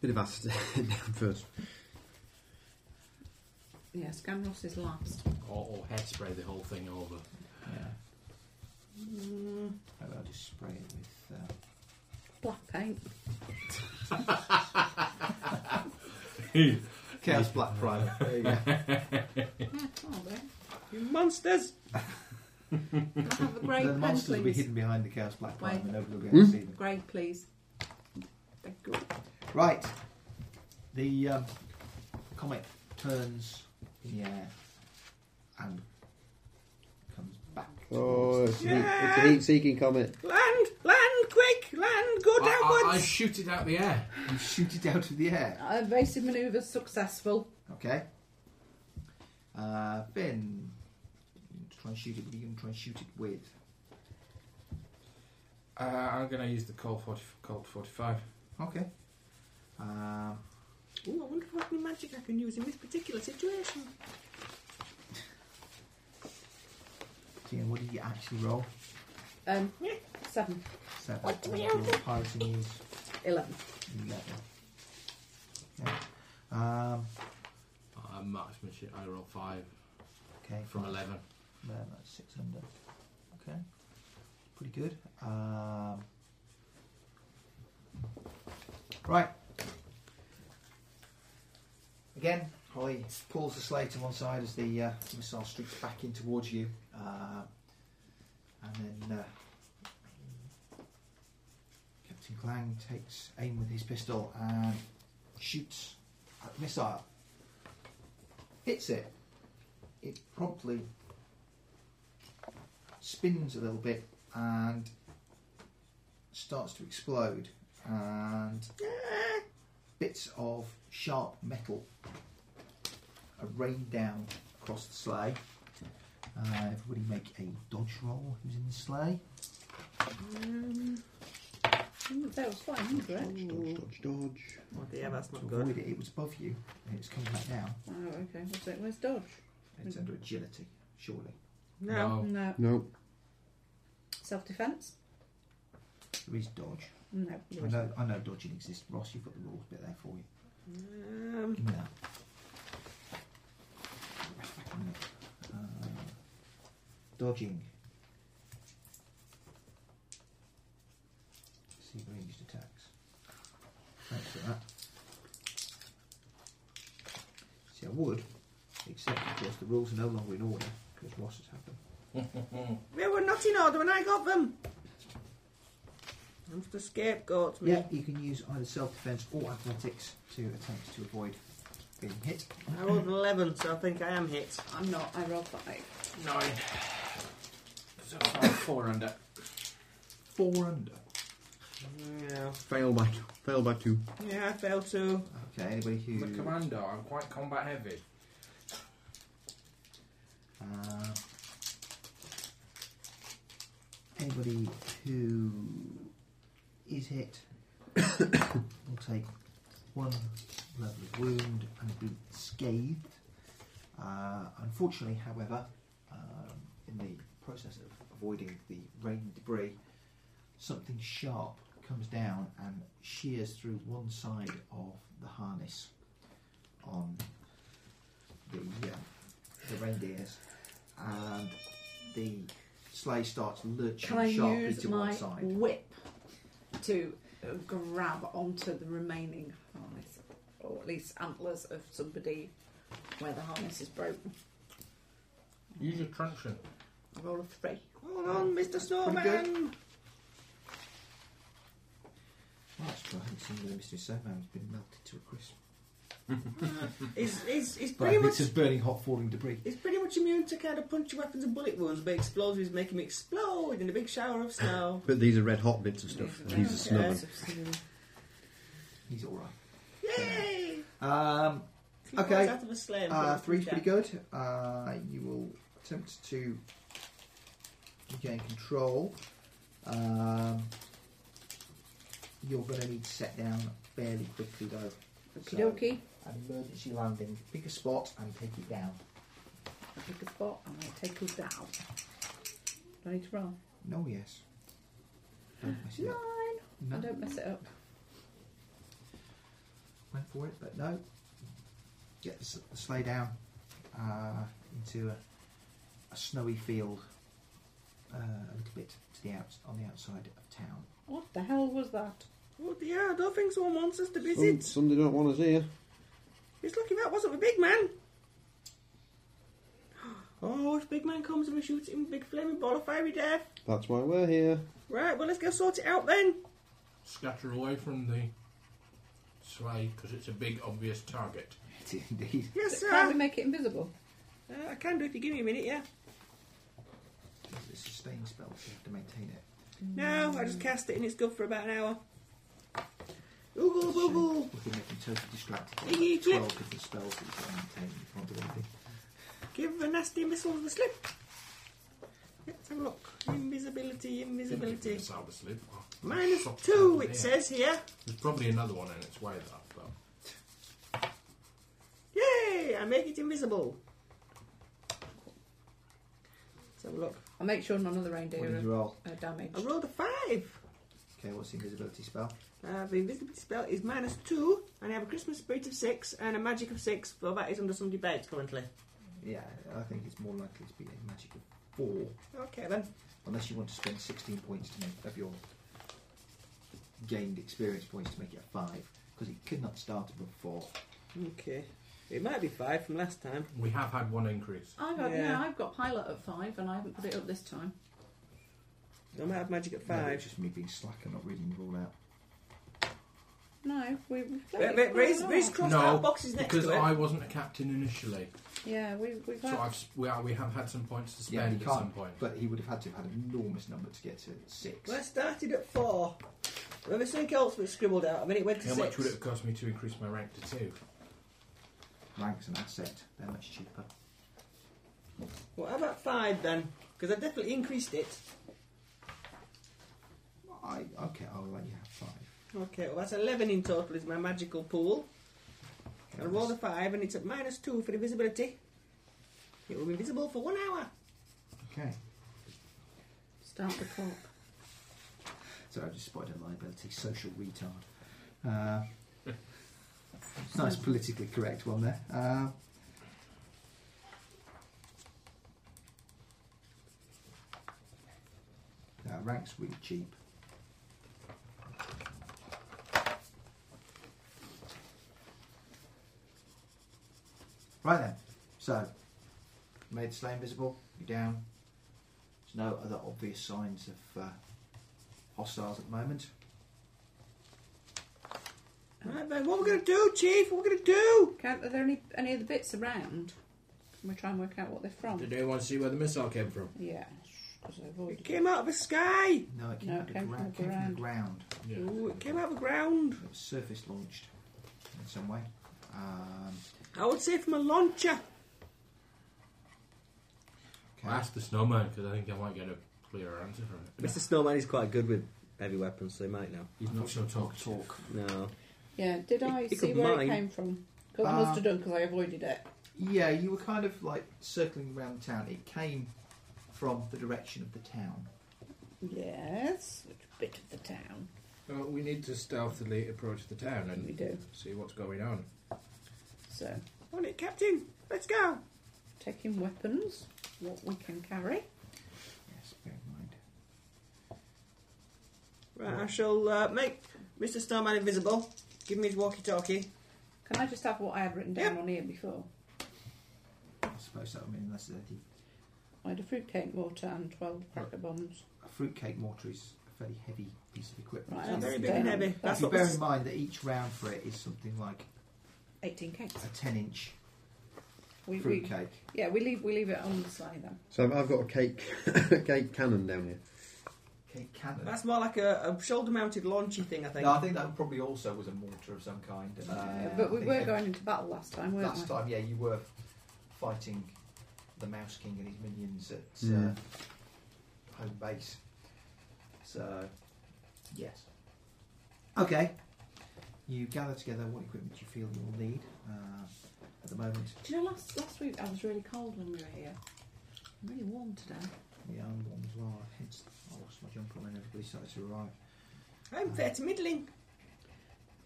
[SPEAKER 1] Bit of acid <laughs> down first.
[SPEAKER 3] Yeah, scan Ross is last.
[SPEAKER 6] Or, or hairspray the whole thing over. <laughs>
[SPEAKER 7] yeah,
[SPEAKER 4] Mm.
[SPEAKER 7] maybe I'll just spray it with. Uh,
[SPEAKER 3] Black paint.
[SPEAKER 7] Chaos Black Friday. <laughs> There you go.
[SPEAKER 3] Oh, there.
[SPEAKER 4] You monsters!
[SPEAKER 3] I have a grey
[SPEAKER 7] the
[SPEAKER 3] pen,
[SPEAKER 7] monsters will be
[SPEAKER 3] please.
[SPEAKER 7] hidden behind the Chaos Black Friday,
[SPEAKER 3] Wait.
[SPEAKER 7] and nobody will be able to see them.
[SPEAKER 3] Grey, please. They're good.
[SPEAKER 7] Right. The um, comet turns in the air and comes back.
[SPEAKER 1] Oh, it's,
[SPEAKER 7] towards
[SPEAKER 1] an heat, it's an heat seeking comet.
[SPEAKER 4] Land! Land! Quick! Land! Go
[SPEAKER 6] I, I, I
[SPEAKER 4] downwards!
[SPEAKER 6] shoot it out the air.
[SPEAKER 7] the- You shoot it out of the air.
[SPEAKER 3] Uh, Evasive manoeuvres successful.
[SPEAKER 7] Okay. Uh, Finn, you want to try and shoot it. What are you going to try and shoot it with?
[SPEAKER 6] Uh, I'm going to use the Colt, 40, Colt 45.
[SPEAKER 7] Okay. Um,
[SPEAKER 4] Ooh, I wonder what new magic I can use in this particular situation.
[SPEAKER 7] Tina, what did you actually roll?
[SPEAKER 3] Um, seven,
[SPEAKER 7] Seven.
[SPEAKER 4] What do we
[SPEAKER 7] Your
[SPEAKER 4] have to-
[SPEAKER 7] piloting is
[SPEAKER 3] eleven.
[SPEAKER 7] eleven. Yeah. Um,
[SPEAKER 6] Uh, marksmanship, I roll 5
[SPEAKER 7] okay.
[SPEAKER 6] from
[SPEAKER 7] fine.
[SPEAKER 6] 11.
[SPEAKER 7] No, that's six under. Okay, pretty good. Um, right. Again, Holly pulls the sleigh to one side as the uh, missile streaks back in towards you, uh, and then uh, Captain Clang takes aim with his pistol and shoots at the missile. Hits it. It promptly spins a little bit and starts to explode, and bits of sharp metal are rained down across the sleigh. Uh, everybody make a dodge roll who's in the sleigh.
[SPEAKER 3] Um, mm, that was fine, you correct.
[SPEAKER 1] Dodge, dodge, dodge, dodge.
[SPEAKER 4] Oh, yeah, that's
[SPEAKER 7] To
[SPEAKER 4] not good.
[SPEAKER 7] avoid it, it was above you and it's coming back down.
[SPEAKER 3] Oh, okay. What's it? Where's Dodge?
[SPEAKER 7] It's
[SPEAKER 1] Mm-hmm.
[SPEAKER 7] under agility, surely.
[SPEAKER 4] No.
[SPEAKER 3] No.
[SPEAKER 1] No.
[SPEAKER 3] Self defence?
[SPEAKER 7] There is dodge.
[SPEAKER 3] No.
[SPEAKER 7] I know, I know dodging exists. Ross, you've got the rules bit there for you.
[SPEAKER 4] Um,
[SPEAKER 7] Give me that. Back a minute. Uh, dodging. See ranged attacks. Thanks for that. See, I would, except of course the rules are no longer in order because Ross has had them.
[SPEAKER 4] they were not in order when I got them. I'm just a scapegoat, me.
[SPEAKER 7] Yeah, you can use either self-defense or athletics to attempt to avoid being hit.
[SPEAKER 4] I rolled an 11, so I think I am hit.
[SPEAKER 3] I'm not. I rolled five.
[SPEAKER 6] Nine. So far, four under.
[SPEAKER 7] Four under.
[SPEAKER 4] Yeah,
[SPEAKER 1] Fail by two. Fail by two.
[SPEAKER 4] yeah I failed too.
[SPEAKER 7] Okay, anybody who.
[SPEAKER 6] The commander, I'm quite combat heavy.
[SPEAKER 7] Uh, anybody who is hit will take one level of wound and be scathed. Uh, unfortunately, however, um, in the process of avoiding the rain debris, something sharp comes down and shears through one side of the harness on the, uh, the reindeers, and the sleigh starts lurching
[SPEAKER 3] Can I
[SPEAKER 7] sharply
[SPEAKER 3] use
[SPEAKER 7] to
[SPEAKER 3] my
[SPEAKER 7] one side.
[SPEAKER 3] whip to uh, grab onto the remaining harness, or at least antlers of somebody where the harness is broken?
[SPEAKER 6] Use your truncheon.
[SPEAKER 3] I roll a three.
[SPEAKER 4] Hold on, Mr. Snowman.
[SPEAKER 7] Well, that's true. I haven't seen the Mr. Sandman has been melted to a crisp.
[SPEAKER 4] He's, he's, he's
[SPEAKER 7] But
[SPEAKER 4] pretty much
[SPEAKER 7] it's just burning hot falling debris.
[SPEAKER 4] He's pretty much immune to kind of puncture weapons and bullet wounds, but explosives make him explode in a big shower of
[SPEAKER 7] <coughs>
[SPEAKER 4] snow.
[SPEAKER 1] But these are red hot bits of stuff. And he's a snowman.
[SPEAKER 7] He's alright.
[SPEAKER 4] Yay!
[SPEAKER 7] Um,
[SPEAKER 4] Three
[SPEAKER 7] Okay.
[SPEAKER 4] points Out of a slam,
[SPEAKER 7] uh,
[SPEAKER 4] but
[SPEAKER 7] three's
[SPEAKER 4] yeah.
[SPEAKER 7] pretty good. Uh, you will attempt to regain control. Um, you're going to need to set down fairly quickly, though.
[SPEAKER 3] Okie dokie.
[SPEAKER 7] An emergency landing. Pick a spot and take it down.
[SPEAKER 3] I pick a spot and I take you down. Do I need to roll?
[SPEAKER 7] No, yes. Don't mess it
[SPEAKER 3] Nine.
[SPEAKER 7] up.
[SPEAKER 3] I
[SPEAKER 7] No,
[SPEAKER 3] don't mess it up.
[SPEAKER 7] went for it, but no. Get the, s- the sleigh down uh, into a, a snowy field, uh, a little bit to the out on the outside of town. <laughs>
[SPEAKER 3] What the hell was that?
[SPEAKER 4] Oh dear, I don't think someone wants us to
[SPEAKER 1] Some,
[SPEAKER 4] visit.
[SPEAKER 1] Oh, somebody don't want us here.
[SPEAKER 4] It's lucky that wasn't a big man. <gasps> Oh, if big man comes and we shoot him with a big flaming ball of fiery death.
[SPEAKER 1] That's why we're here.
[SPEAKER 4] Right, well, let's go sort it out then.
[SPEAKER 6] Scatter away from the sleigh because it's a big, obvious target.
[SPEAKER 7] It is indeed.
[SPEAKER 4] Yes,
[SPEAKER 3] Can't
[SPEAKER 4] sir.
[SPEAKER 3] we make it invisible?
[SPEAKER 4] Uh, I can do if you give me a minute, yeah.
[SPEAKER 7] It's a sustained spell, so you have to maintain it.
[SPEAKER 4] No, I just cast it and it's good for about an hour. Oogle, boogle.
[SPEAKER 7] We can make him totally distracted.
[SPEAKER 4] Iggy,
[SPEAKER 7] There's
[SPEAKER 4] clip.
[SPEAKER 7] Twelve different spells that you can maintain. You can't do anything.
[SPEAKER 4] Give the nasty missiles the slip. Let's have a look. Invisibility, invisibility.
[SPEAKER 6] It's out of sleep. Oh,
[SPEAKER 4] Minus
[SPEAKER 6] fuck,
[SPEAKER 4] two,
[SPEAKER 6] yeah.
[SPEAKER 4] it says here.
[SPEAKER 6] There's probably another one in its way, though. But
[SPEAKER 4] Yay! I make it invisible. Let's have a look.
[SPEAKER 3] I'll make sure none of the
[SPEAKER 7] What did
[SPEAKER 3] reindeer
[SPEAKER 7] you roll?
[SPEAKER 3] are, are damaged.
[SPEAKER 4] I rolled a five.
[SPEAKER 7] Okay, what's the invisibility spell?
[SPEAKER 4] Uh, the invisibility spell is minus two, and I have a Christmas spirit of six and a magic of six. Well, that is under some debate currently.
[SPEAKER 7] Yeah, I think it's more likely to be a magic of four,
[SPEAKER 4] Okay then.
[SPEAKER 7] unless you want to spend sixteen points to make of your gained experience points to make it a five, because it could not start above four.
[SPEAKER 4] Okay. It might be five from last time.
[SPEAKER 6] We have had one increase.
[SPEAKER 3] I've got,
[SPEAKER 4] Yeah.
[SPEAKER 3] yeah, I've got pilot at five, and I haven't put it up this time.
[SPEAKER 4] I might have magic at
[SPEAKER 7] Maybe
[SPEAKER 4] five.
[SPEAKER 7] it's just me being slack and not reading the rule out.
[SPEAKER 3] No, we. we've got
[SPEAKER 4] Wait, wait,
[SPEAKER 3] it
[SPEAKER 4] Reese,
[SPEAKER 3] quite a
[SPEAKER 4] Reese
[SPEAKER 3] lot.
[SPEAKER 4] crossed
[SPEAKER 6] No,
[SPEAKER 4] out boxes next
[SPEAKER 6] Because
[SPEAKER 4] to it.
[SPEAKER 6] I wasn't a captain initially,
[SPEAKER 3] Yeah, we, we've
[SPEAKER 6] so
[SPEAKER 3] got.
[SPEAKER 6] I've, s- we, are, we have had some points to
[SPEAKER 7] Yeah,
[SPEAKER 6] spend
[SPEAKER 7] you
[SPEAKER 6] at some
[SPEAKER 7] can't.
[SPEAKER 6] point.
[SPEAKER 7] But he would have had to have had an enormous number to get to six.
[SPEAKER 4] Well, I started at four. There was something else was scribbled out, and then it went to
[SPEAKER 6] How
[SPEAKER 4] six.
[SPEAKER 6] much would it have cost me to increase my rank to two?
[SPEAKER 7] Ranks an asset. They're much cheaper.
[SPEAKER 4] Well, how about five then? Because I've definitely increased it.
[SPEAKER 7] I okay. I'll let you have five.
[SPEAKER 4] Okay, well that's eleven in total is my magical pool. I rolled a
[SPEAKER 7] Yes.
[SPEAKER 4] five, and it's at minus two for invisibility. It will be visible for one hour.
[SPEAKER 7] Okay.
[SPEAKER 3] Start the clock.
[SPEAKER 7] So I've just spotted a liability. Social retard. Uh, nice politically correct one there. Uh, now, ranks really cheap. Right then. So, made the slain visible. You're down. There's no other obvious signs of uh, hostiles at the moment.
[SPEAKER 4] Right then, what are we going to do, Chief? What are we going to do?
[SPEAKER 3] Can, are there any any of the bits around? Can we try and work out what they're
[SPEAKER 4] Oh.
[SPEAKER 3] from?
[SPEAKER 6] Did anyone see where the missile came from?
[SPEAKER 3] Yeah, because I've already.
[SPEAKER 4] It came out of the sky.
[SPEAKER 7] No, it came,
[SPEAKER 3] No,
[SPEAKER 7] out
[SPEAKER 3] it came
[SPEAKER 7] of the
[SPEAKER 3] from
[SPEAKER 7] ground,
[SPEAKER 3] the
[SPEAKER 7] came from the
[SPEAKER 3] ground.
[SPEAKER 7] ground.
[SPEAKER 6] Yeah.
[SPEAKER 4] Ooh, it came out of the ground.
[SPEAKER 7] It was surface launched in some way. Um,
[SPEAKER 4] I would say from a launcher.
[SPEAKER 7] okay.
[SPEAKER 6] I asked the snowman because I think I might get a clearer answer from it.
[SPEAKER 4] Mr. Snowman is quite good with heavy weapons, so he might know.
[SPEAKER 6] He's not so talk.
[SPEAKER 7] talk.
[SPEAKER 4] No.
[SPEAKER 3] Yeah, did I
[SPEAKER 4] it
[SPEAKER 3] see
[SPEAKER 4] could
[SPEAKER 3] where
[SPEAKER 4] mine.
[SPEAKER 3] it came from? 'Cause I
[SPEAKER 7] Uh,
[SPEAKER 3] must have done because I avoided it.
[SPEAKER 7] Yeah, you were kind of like circling around the town. It came from the direction of the town.
[SPEAKER 3] Yes, which bit of the town
[SPEAKER 6] Well, we need to stealthily approach the town
[SPEAKER 3] we
[SPEAKER 6] and
[SPEAKER 3] do?
[SPEAKER 6] see what's going on.
[SPEAKER 3] So,
[SPEAKER 4] On it, Captain. Let's go.
[SPEAKER 3] taking weapons, what we can carry.
[SPEAKER 7] Yes, bear in mind.
[SPEAKER 4] Right, I shall uh, make Mr. Snowman invisible. Give me his walkie-talkie.
[SPEAKER 3] Can I just have what I had written down
[SPEAKER 4] Yeah.
[SPEAKER 3] on here before?
[SPEAKER 7] I suppose that would mean unless there's any-
[SPEAKER 3] I had a fruitcake mortar and 12 cracker bombs.
[SPEAKER 7] a fruitcake mortar is a fairly heavy piece of equipment.
[SPEAKER 3] Right,
[SPEAKER 4] It's not very
[SPEAKER 3] that's
[SPEAKER 4] big and
[SPEAKER 3] down.
[SPEAKER 4] heavy. That's
[SPEAKER 7] if you
[SPEAKER 4] what
[SPEAKER 7] bear
[SPEAKER 4] was
[SPEAKER 7] in mind that each round for it is something like
[SPEAKER 3] 18 cakes.
[SPEAKER 7] a 10 inch
[SPEAKER 3] We, we,
[SPEAKER 7] fruitcake.
[SPEAKER 3] yeah, we leave, we leave it on the sleigh then.
[SPEAKER 1] So I've- I've got a cake, <laughs> cake cannon down here.
[SPEAKER 7] Cake cannon.
[SPEAKER 4] That's more like a, a shoulder-mounted launchy thing, I think.
[SPEAKER 7] no, I think that probably also was a mortar of some kind. Uh,
[SPEAKER 3] Yeah, but we
[SPEAKER 7] I think
[SPEAKER 3] were
[SPEAKER 7] every-
[SPEAKER 3] going into battle last time, weren't
[SPEAKER 7] Last
[SPEAKER 3] we?
[SPEAKER 7] time, yeah, you were fighting the Mouse King and his minions at
[SPEAKER 1] Yeah.
[SPEAKER 7] uh, home base. So, yes. Okay. You gather together what equipment you feel you'll need uh, at the moment.
[SPEAKER 3] Do you know, last, last week I was really cold when we were here. I'm really warm today.
[SPEAKER 7] The arm one as well, hence I lost my jumper when everybody started to arrive.
[SPEAKER 4] I'm fair to middling.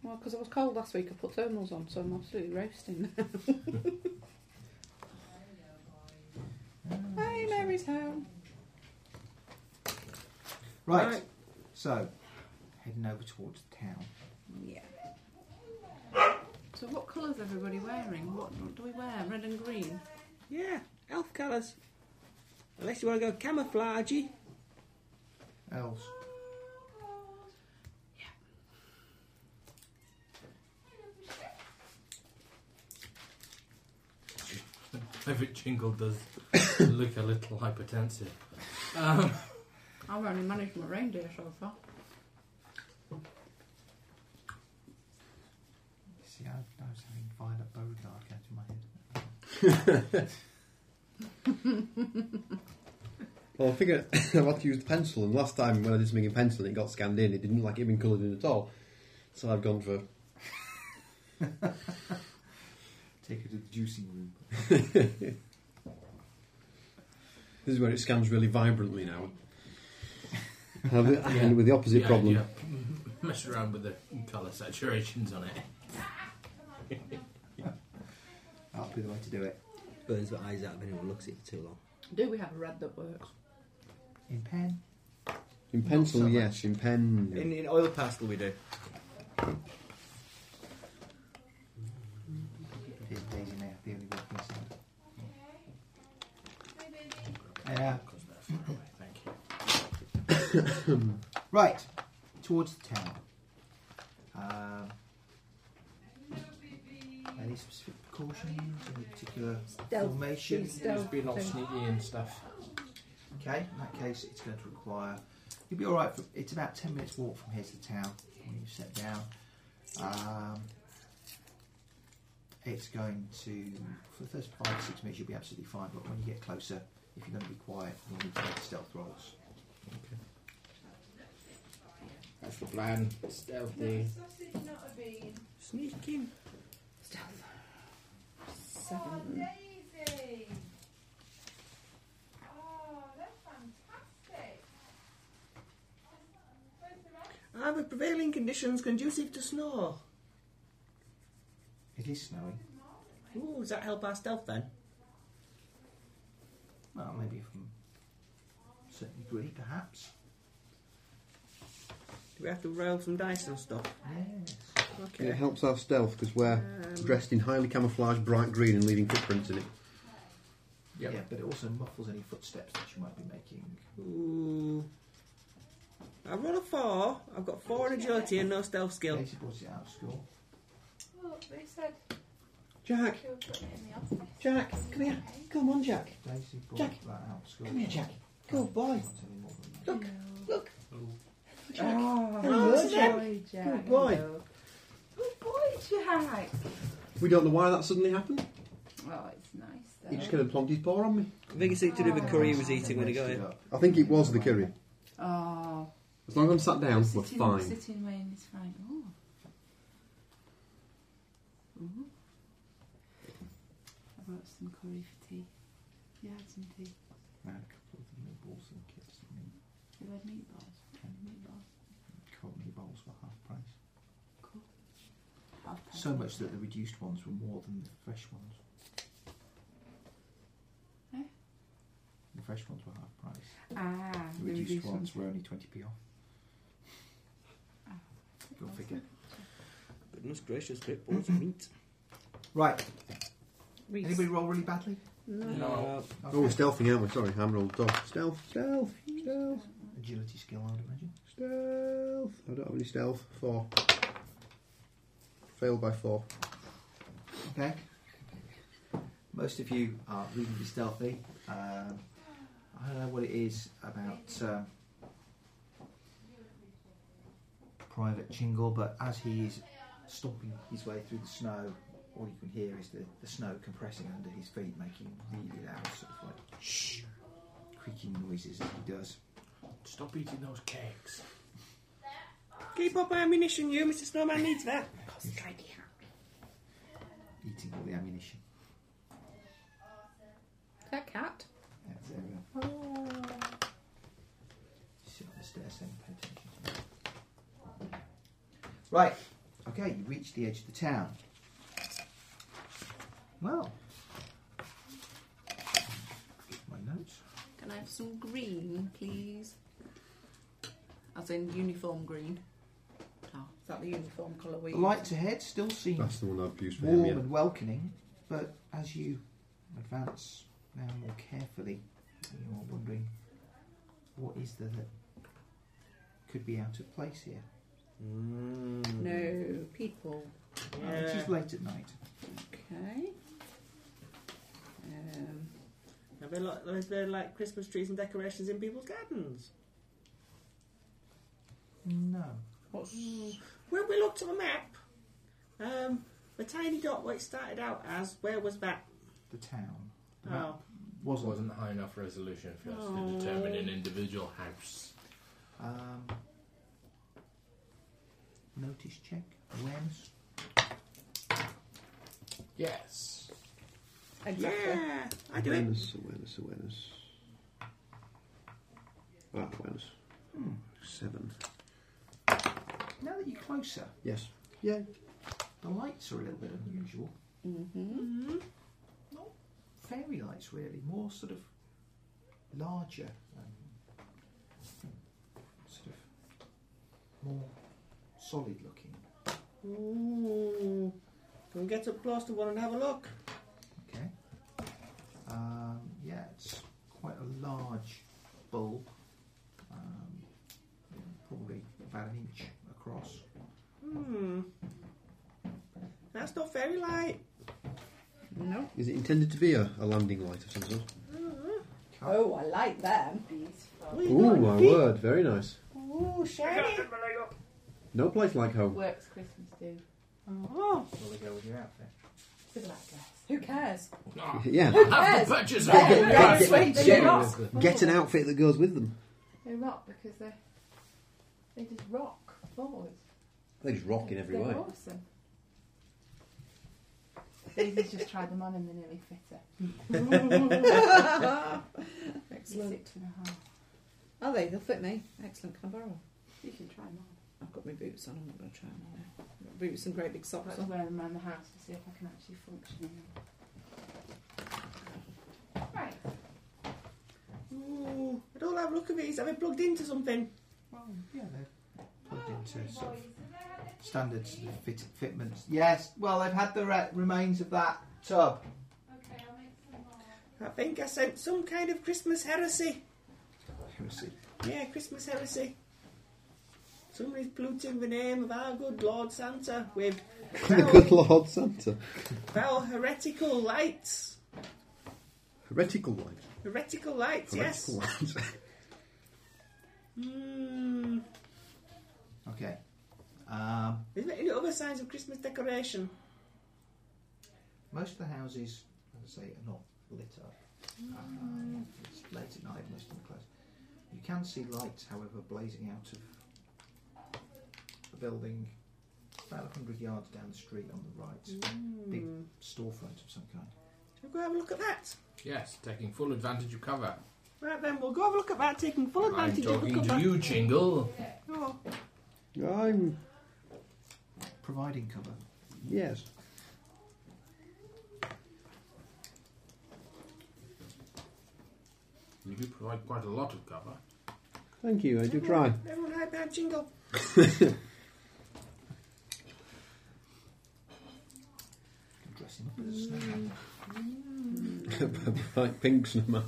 [SPEAKER 3] Well, because I was cold last week, I put thermals on, so I'm absolutely roasting. hey, Mary's home.
[SPEAKER 7] Right.
[SPEAKER 4] Right.
[SPEAKER 7] So, heading over towards the town.
[SPEAKER 3] Yeah. So, what colour's everybody wearing? What, what do we wear? Red and green.
[SPEAKER 4] Yeah, elf colours. Unless you want to go camouflagey.
[SPEAKER 7] Elves.
[SPEAKER 6] Every jingle <coughs> does look a little hypertensive. Um,
[SPEAKER 3] I've only managed my reindeer so far.
[SPEAKER 7] See, I, I was having Violet Beauregard go to my head.
[SPEAKER 1] Well, I figure <coughs> I've had to use the pencil, and last time when I did something in pencil and it got scanned in, it didn't like it had been coloured in at all. So I've gone for <laughs>
[SPEAKER 7] Take her to the juicing room.
[SPEAKER 1] this is where it scans really vibrantly <laughs> now. And I end up with the opposite
[SPEAKER 6] yeah,
[SPEAKER 1] problem.
[SPEAKER 6] yeah. <laughs> Mess around with the colour saturations on <laughs> it.
[SPEAKER 7] That'll be the way to do it.
[SPEAKER 4] Burns my eyes out if anyone looks at it for too long.
[SPEAKER 3] Do we have a red that works?
[SPEAKER 7] In pen.
[SPEAKER 1] In pencil,
[SPEAKER 7] so much.
[SPEAKER 1] yes. In pen, no.
[SPEAKER 4] In, in oil pastel we do.
[SPEAKER 7] Here's Daisy Yeah.
[SPEAKER 6] because they're far away. Thank you.
[SPEAKER 7] Right, towards the town. Um, any specific precautions? Any particular
[SPEAKER 3] Stealth.
[SPEAKER 7] formation?
[SPEAKER 3] Please.
[SPEAKER 6] Just being all
[SPEAKER 3] Don't-
[SPEAKER 6] sneaky and stuff.
[SPEAKER 7] Okay, in that case, it's going to require. You'll be all right. For, it's about ten minutes walk from here to the town when you set down. Um, it's going to for the first five six minutes you'll be absolutely fine, but when you get closer, if you're going to be quiet, you'll need to make stealth rolls.
[SPEAKER 6] That's the plan. Stealthy.
[SPEAKER 4] Sneaking.
[SPEAKER 3] Stealth. Seven.
[SPEAKER 4] Are the Ah, prevailing conditions conducive to snow?
[SPEAKER 7] It is snowing.
[SPEAKER 4] Ooh, does that help our stealth then?
[SPEAKER 7] Well, maybe from a certain degree, perhaps.
[SPEAKER 4] Do we have to roll some dice and stuff?
[SPEAKER 7] Yes.
[SPEAKER 4] Okay.
[SPEAKER 1] It helps our stealth because we're dressed in highly camouflaged bright green and leaving footprints in it.
[SPEAKER 6] Yep.
[SPEAKER 7] Yeah, but it also muffles any footsteps that you might be making.
[SPEAKER 4] Ooh. I roll a four. I've got four in agility and no stealth skill.
[SPEAKER 7] Daisy brought it out of school.
[SPEAKER 5] They said
[SPEAKER 1] Jack,
[SPEAKER 5] they were putting it in the office.
[SPEAKER 1] Jack, come here. Come on, Jack.
[SPEAKER 7] Daisy brought
[SPEAKER 1] Jack,
[SPEAKER 7] that out of school.
[SPEAKER 1] Come here, Jack. Good boy.
[SPEAKER 7] Not anymore than
[SPEAKER 1] Look,
[SPEAKER 7] that.
[SPEAKER 1] look.
[SPEAKER 3] Oh,
[SPEAKER 1] Hello, Jack.
[SPEAKER 3] boy, Jack.
[SPEAKER 1] Good boy.
[SPEAKER 3] Hello. Good boy, Jack.
[SPEAKER 1] We don't know why that suddenly happened.
[SPEAKER 3] Oh, it's nice though.
[SPEAKER 1] He just came and plonked his paw on me.
[SPEAKER 4] I think it's something to do with the curry he was eating when he got here.
[SPEAKER 1] I think it was the curry.
[SPEAKER 3] Oh,
[SPEAKER 1] As long as I'm sat down, we're
[SPEAKER 3] sitting,
[SPEAKER 1] fine.
[SPEAKER 3] sitting Wayne is fine. Ooh. Ooh. I brought some curry for tea. You had some tea.
[SPEAKER 7] I had a couple of meatballs and kits. I mean,
[SPEAKER 3] You had meatballs. Meatballs.
[SPEAKER 7] cod meatballs were half price.
[SPEAKER 3] Cool. Half past
[SPEAKER 7] So much
[SPEAKER 3] midnight.
[SPEAKER 7] that the reduced ones were more than the fresh ones.
[SPEAKER 3] Eh?
[SPEAKER 7] The fresh ones were half price.
[SPEAKER 3] Ah,
[SPEAKER 7] The
[SPEAKER 3] the
[SPEAKER 7] reduced
[SPEAKER 3] reduced
[SPEAKER 7] ones were only 20p off.
[SPEAKER 3] Ah.
[SPEAKER 7] Go figure.
[SPEAKER 4] Goodness gracious, great balls of meat.
[SPEAKER 7] Right,
[SPEAKER 3] Reese.
[SPEAKER 7] anybody roll really badly?
[SPEAKER 4] No.
[SPEAKER 7] Okay.
[SPEAKER 1] Oh, we're stealthing, aren't we? Sorry, I'm rolled off. Stealth, stealth, stealth,
[SPEAKER 7] Agility skill, I would imagine.
[SPEAKER 1] stealth. I don't have any stealth. Four. Failed by four.
[SPEAKER 7] Okay. Most of you are reasonably stealthy. Um, I don't know what it is about um, Private Chingle, but as he is stomping his way through the snow, all you can hear is the, the snow compressing under his feet, making really loud, sort of like shh, creaking noises as he does.
[SPEAKER 6] Stop eating those cakes.
[SPEAKER 4] Keep up my ammunition, you. Mr. Snowman needs that.
[SPEAKER 7] Eating all the ammunition.
[SPEAKER 3] That cat.
[SPEAKER 7] That's everyone. Sit on the stairs then, pay attention. Right, okay, you reach the edge of the town. Well, get my notes.
[SPEAKER 3] Can I have some green, please? As in uniform green. Oh, is that the uniform colour we
[SPEAKER 7] The lights ahead still seem
[SPEAKER 1] That's the one I've used for him,
[SPEAKER 7] warm
[SPEAKER 1] yeah.
[SPEAKER 7] and welcoming, but as you advance now more carefully, you're wondering what is there that could be out of place here.
[SPEAKER 4] Mm.
[SPEAKER 3] No, people.
[SPEAKER 7] Uh, It is
[SPEAKER 4] Yeah.
[SPEAKER 7] late at night.
[SPEAKER 3] Okay. Um,
[SPEAKER 4] Are there, like, are there like Christmas trees and decorations in people's gardens?
[SPEAKER 7] No.
[SPEAKER 3] what's
[SPEAKER 4] When we looked at the map, um, the tiny dot where it started out as, where was that?
[SPEAKER 7] the town. The map
[SPEAKER 4] Oh,
[SPEAKER 7] wasn't.
[SPEAKER 6] Wasn't high enough resolution for us
[SPEAKER 4] Oh.
[SPEAKER 6] to determine an individual house.
[SPEAKER 7] Um, notice check. Awareness.
[SPEAKER 6] Yes.
[SPEAKER 3] exactly?
[SPEAKER 4] yeah, I do it.
[SPEAKER 1] Awareness, awareness, awareness. Ah, awareness. Seven.
[SPEAKER 7] Now that you're closer,
[SPEAKER 1] Yes. Yeah.
[SPEAKER 7] the lights are a little bit unusual.
[SPEAKER 3] Mm-hmm.
[SPEAKER 7] Fairy lights, really. More sort of larger. Um, sort of more solid looking.
[SPEAKER 4] Ooh. Can we get up close to one and have a look?
[SPEAKER 7] Okay. Um, yeah, it's quite quite a large bulb, um, yeah, probably about an inch across.
[SPEAKER 4] Hmm. That's not very light.
[SPEAKER 3] No.
[SPEAKER 1] Is it intended to be a, a landing light of some sort?
[SPEAKER 3] Oh, I like them.
[SPEAKER 5] Beautiful.
[SPEAKER 4] What you
[SPEAKER 1] Ooh,
[SPEAKER 4] got?
[SPEAKER 1] my word, very nice.
[SPEAKER 3] Ooh, shiny.
[SPEAKER 4] <laughs>
[SPEAKER 1] No place like home.
[SPEAKER 5] Works Christmas do.
[SPEAKER 3] Oh,
[SPEAKER 6] Will they go with you out there?
[SPEAKER 5] Look at that dress.
[SPEAKER 3] who cares?
[SPEAKER 6] Ah,
[SPEAKER 1] Yeah,
[SPEAKER 3] Who
[SPEAKER 6] Have
[SPEAKER 3] cares?
[SPEAKER 6] the purchase
[SPEAKER 3] Yeah,
[SPEAKER 6] of-
[SPEAKER 3] yeah, sweet,
[SPEAKER 6] Yeah.
[SPEAKER 3] they're not.
[SPEAKER 1] get an outfit that goes with them.
[SPEAKER 5] They're not because they they just rock forwards.
[SPEAKER 1] They just rock in every
[SPEAKER 5] they're
[SPEAKER 1] way.
[SPEAKER 5] awesome. Daisy's just tried them on and they're nearly fitter.
[SPEAKER 3] <laughs> Excellent.
[SPEAKER 5] Six and a half.
[SPEAKER 3] Are Oh, they? They'll fit me. Excellent. Can I borrow them?
[SPEAKER 5] You can try them on.
[SPEAKER 3] I've got my boots on. I'm not going to try them on now. I've got boots and great big
[SPEAKER 5] I'd
[SPEAKER 3] socks
[SPEAKER 5] like to
[SPEAKER 3] on.
[SPEAKER 5] wear them around the house to see if I can actually function in them. Right.
[SPEAKER 4] Ooh, I don't have a look at these. Have they plugged into something?
[SPEAKER 7] Well, yeah, they're plugged into sort of standards and fit, fitments. Yes, well, they've had the re- remains of that tub.
[SPEAKER 4] I think I sent some kind of Christmas heresy.
[SPEAKER 7] Heresy.
[SPEAKER 4] Yeah, Christmas heresy. Somebody's polluting the name of our good Lord Santa with
[SPEAKER 1] the
[SPEAKER 4] foul,
[SPEAKER 1] good Lord Santa.
[SPEAKER 4] foul heretical lights.
[SPEAKER 1] Heretical light.
[SPEAKER 4] Heretical lights, yes.
[SPEAKER 1] Heretical light. <laughs>
[SPEAKER 4] Hmm.
[SPEAKER 7] Okay. Um,
[SPEAKER 4] Is there any other signs of Christmas decoration?
[SPEAKER 7] most of the houses, as I say, are not lit up. Um, it's late at night, most of them are closed. You can see lights, however, blazing out of the building about 100 yards down the street on the right. Big storefront of some kind.
[SPEAKER 4] We'll go have a look at that.
[SPEAKER 6] Yes, taking full advantage of cover.
[SPEAKER 4] Right then, we'll go have a look at that, taking full
[SPEAKER 6] I'm
[SPEAKER 4] advantage of the
[SPEAKER 6] talking to
[SPEAKER 4] cover.
[SPEAKER 6] you, Jingle.
[SPEAKER 4] Oh.
[SPEAKER 1] I'm
[SPEAKER 7] Providing cover.
[SPEAKER 1] yes.
[SPEAKER 6] You do provide quite a lot of cover.
[SPEAKER 1] Thank you. I do try.
[SPEAKER 4] Everyone hide behind Jingle.
[SPEAKER 7] You can dress him up as a snowman.
[SPEAKER 1] <laughs> like pink snowman.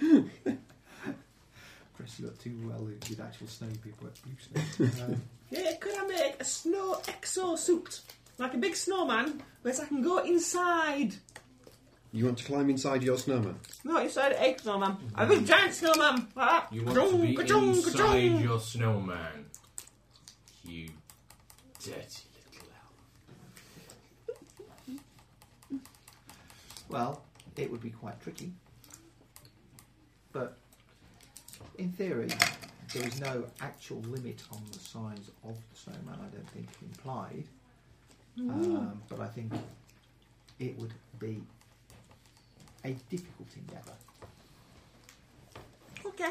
[SPEAKER 7] Dress you up too well with actual snow people at Blue Snow. Um,
[SPEAKER 4] Yeah, could I make a snow exosuit? Like a big snowman, whereas I can go inside.
[SPEAKER 1] You want to climb inside your snowman?
[SPEAKER 4] No, inside an egg snowman. I'm a giant snowman. Ah,
[SPEAKER 6] You want
[SPEAKER 4] ka-chung,
[SPEAKER 6] to be
[SPEAKER 4] ka-chung,
[SPEAKER 6] inside
[SPEAKER 4] ka-chung.
[SPEAKER 6] your snowman. You dirty little elf.
[SPEAKER 7] Well, it would be quite tricky. But in theory, there is no actual limit on the size of the snowman, I don't think implied. Um, but I think it would be a difficult endeavour.
[SPEAKER 4] Okay.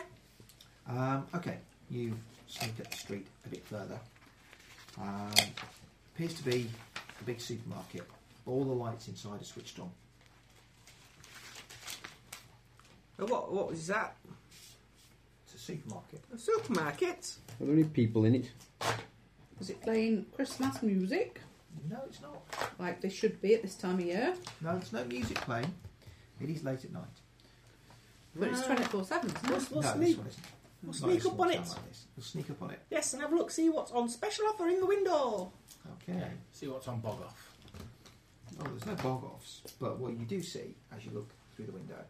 [SPEAKER 7] Um, okay, you sneak up the street a bit further. Um, appears to be a big supermarket. All the lights inside are switched on.
[SPEAKER 4] Uh, What, what was that?
[SPEAKER 7] It's a supermarket.
[SPEAKER 4] A supermarket?
[SPEAKER 1] Are there any people in it?
[SPEAKER 3] Is it playing Christmas music
[SPEAKER 7] No, it's not.
[SPEAKER 3] like they should be at this time of year?
[SPEAKER 7] No, there's no music playing. It is late at night.
[SPEAKER 3] But it's
[SPEAKER 5] Ah.
[SPEAKER 4] No.
[SPEAKER 3] 24 7.
[SPEAKER 4] We'll, we'll
[SPEAKER 7] no,
[SPEAKER 4] sneak,
[SPEAKER 7] this one
[SPEAKER 4] we'll
[SPEAKER 7] isn't.
[SPEAKER 4] sneak up on it.
[SPEAKER 7] We'll sneak up on it.
[SPEAKER 4] Yes, and have a look, see what's on special offer in the window.
[SPEAKER 7] Okay.
[SPEAKER 6] See what's on bog off.
[SPEAKER 7] Well, there's no bog offs, but what you do see as you look through the window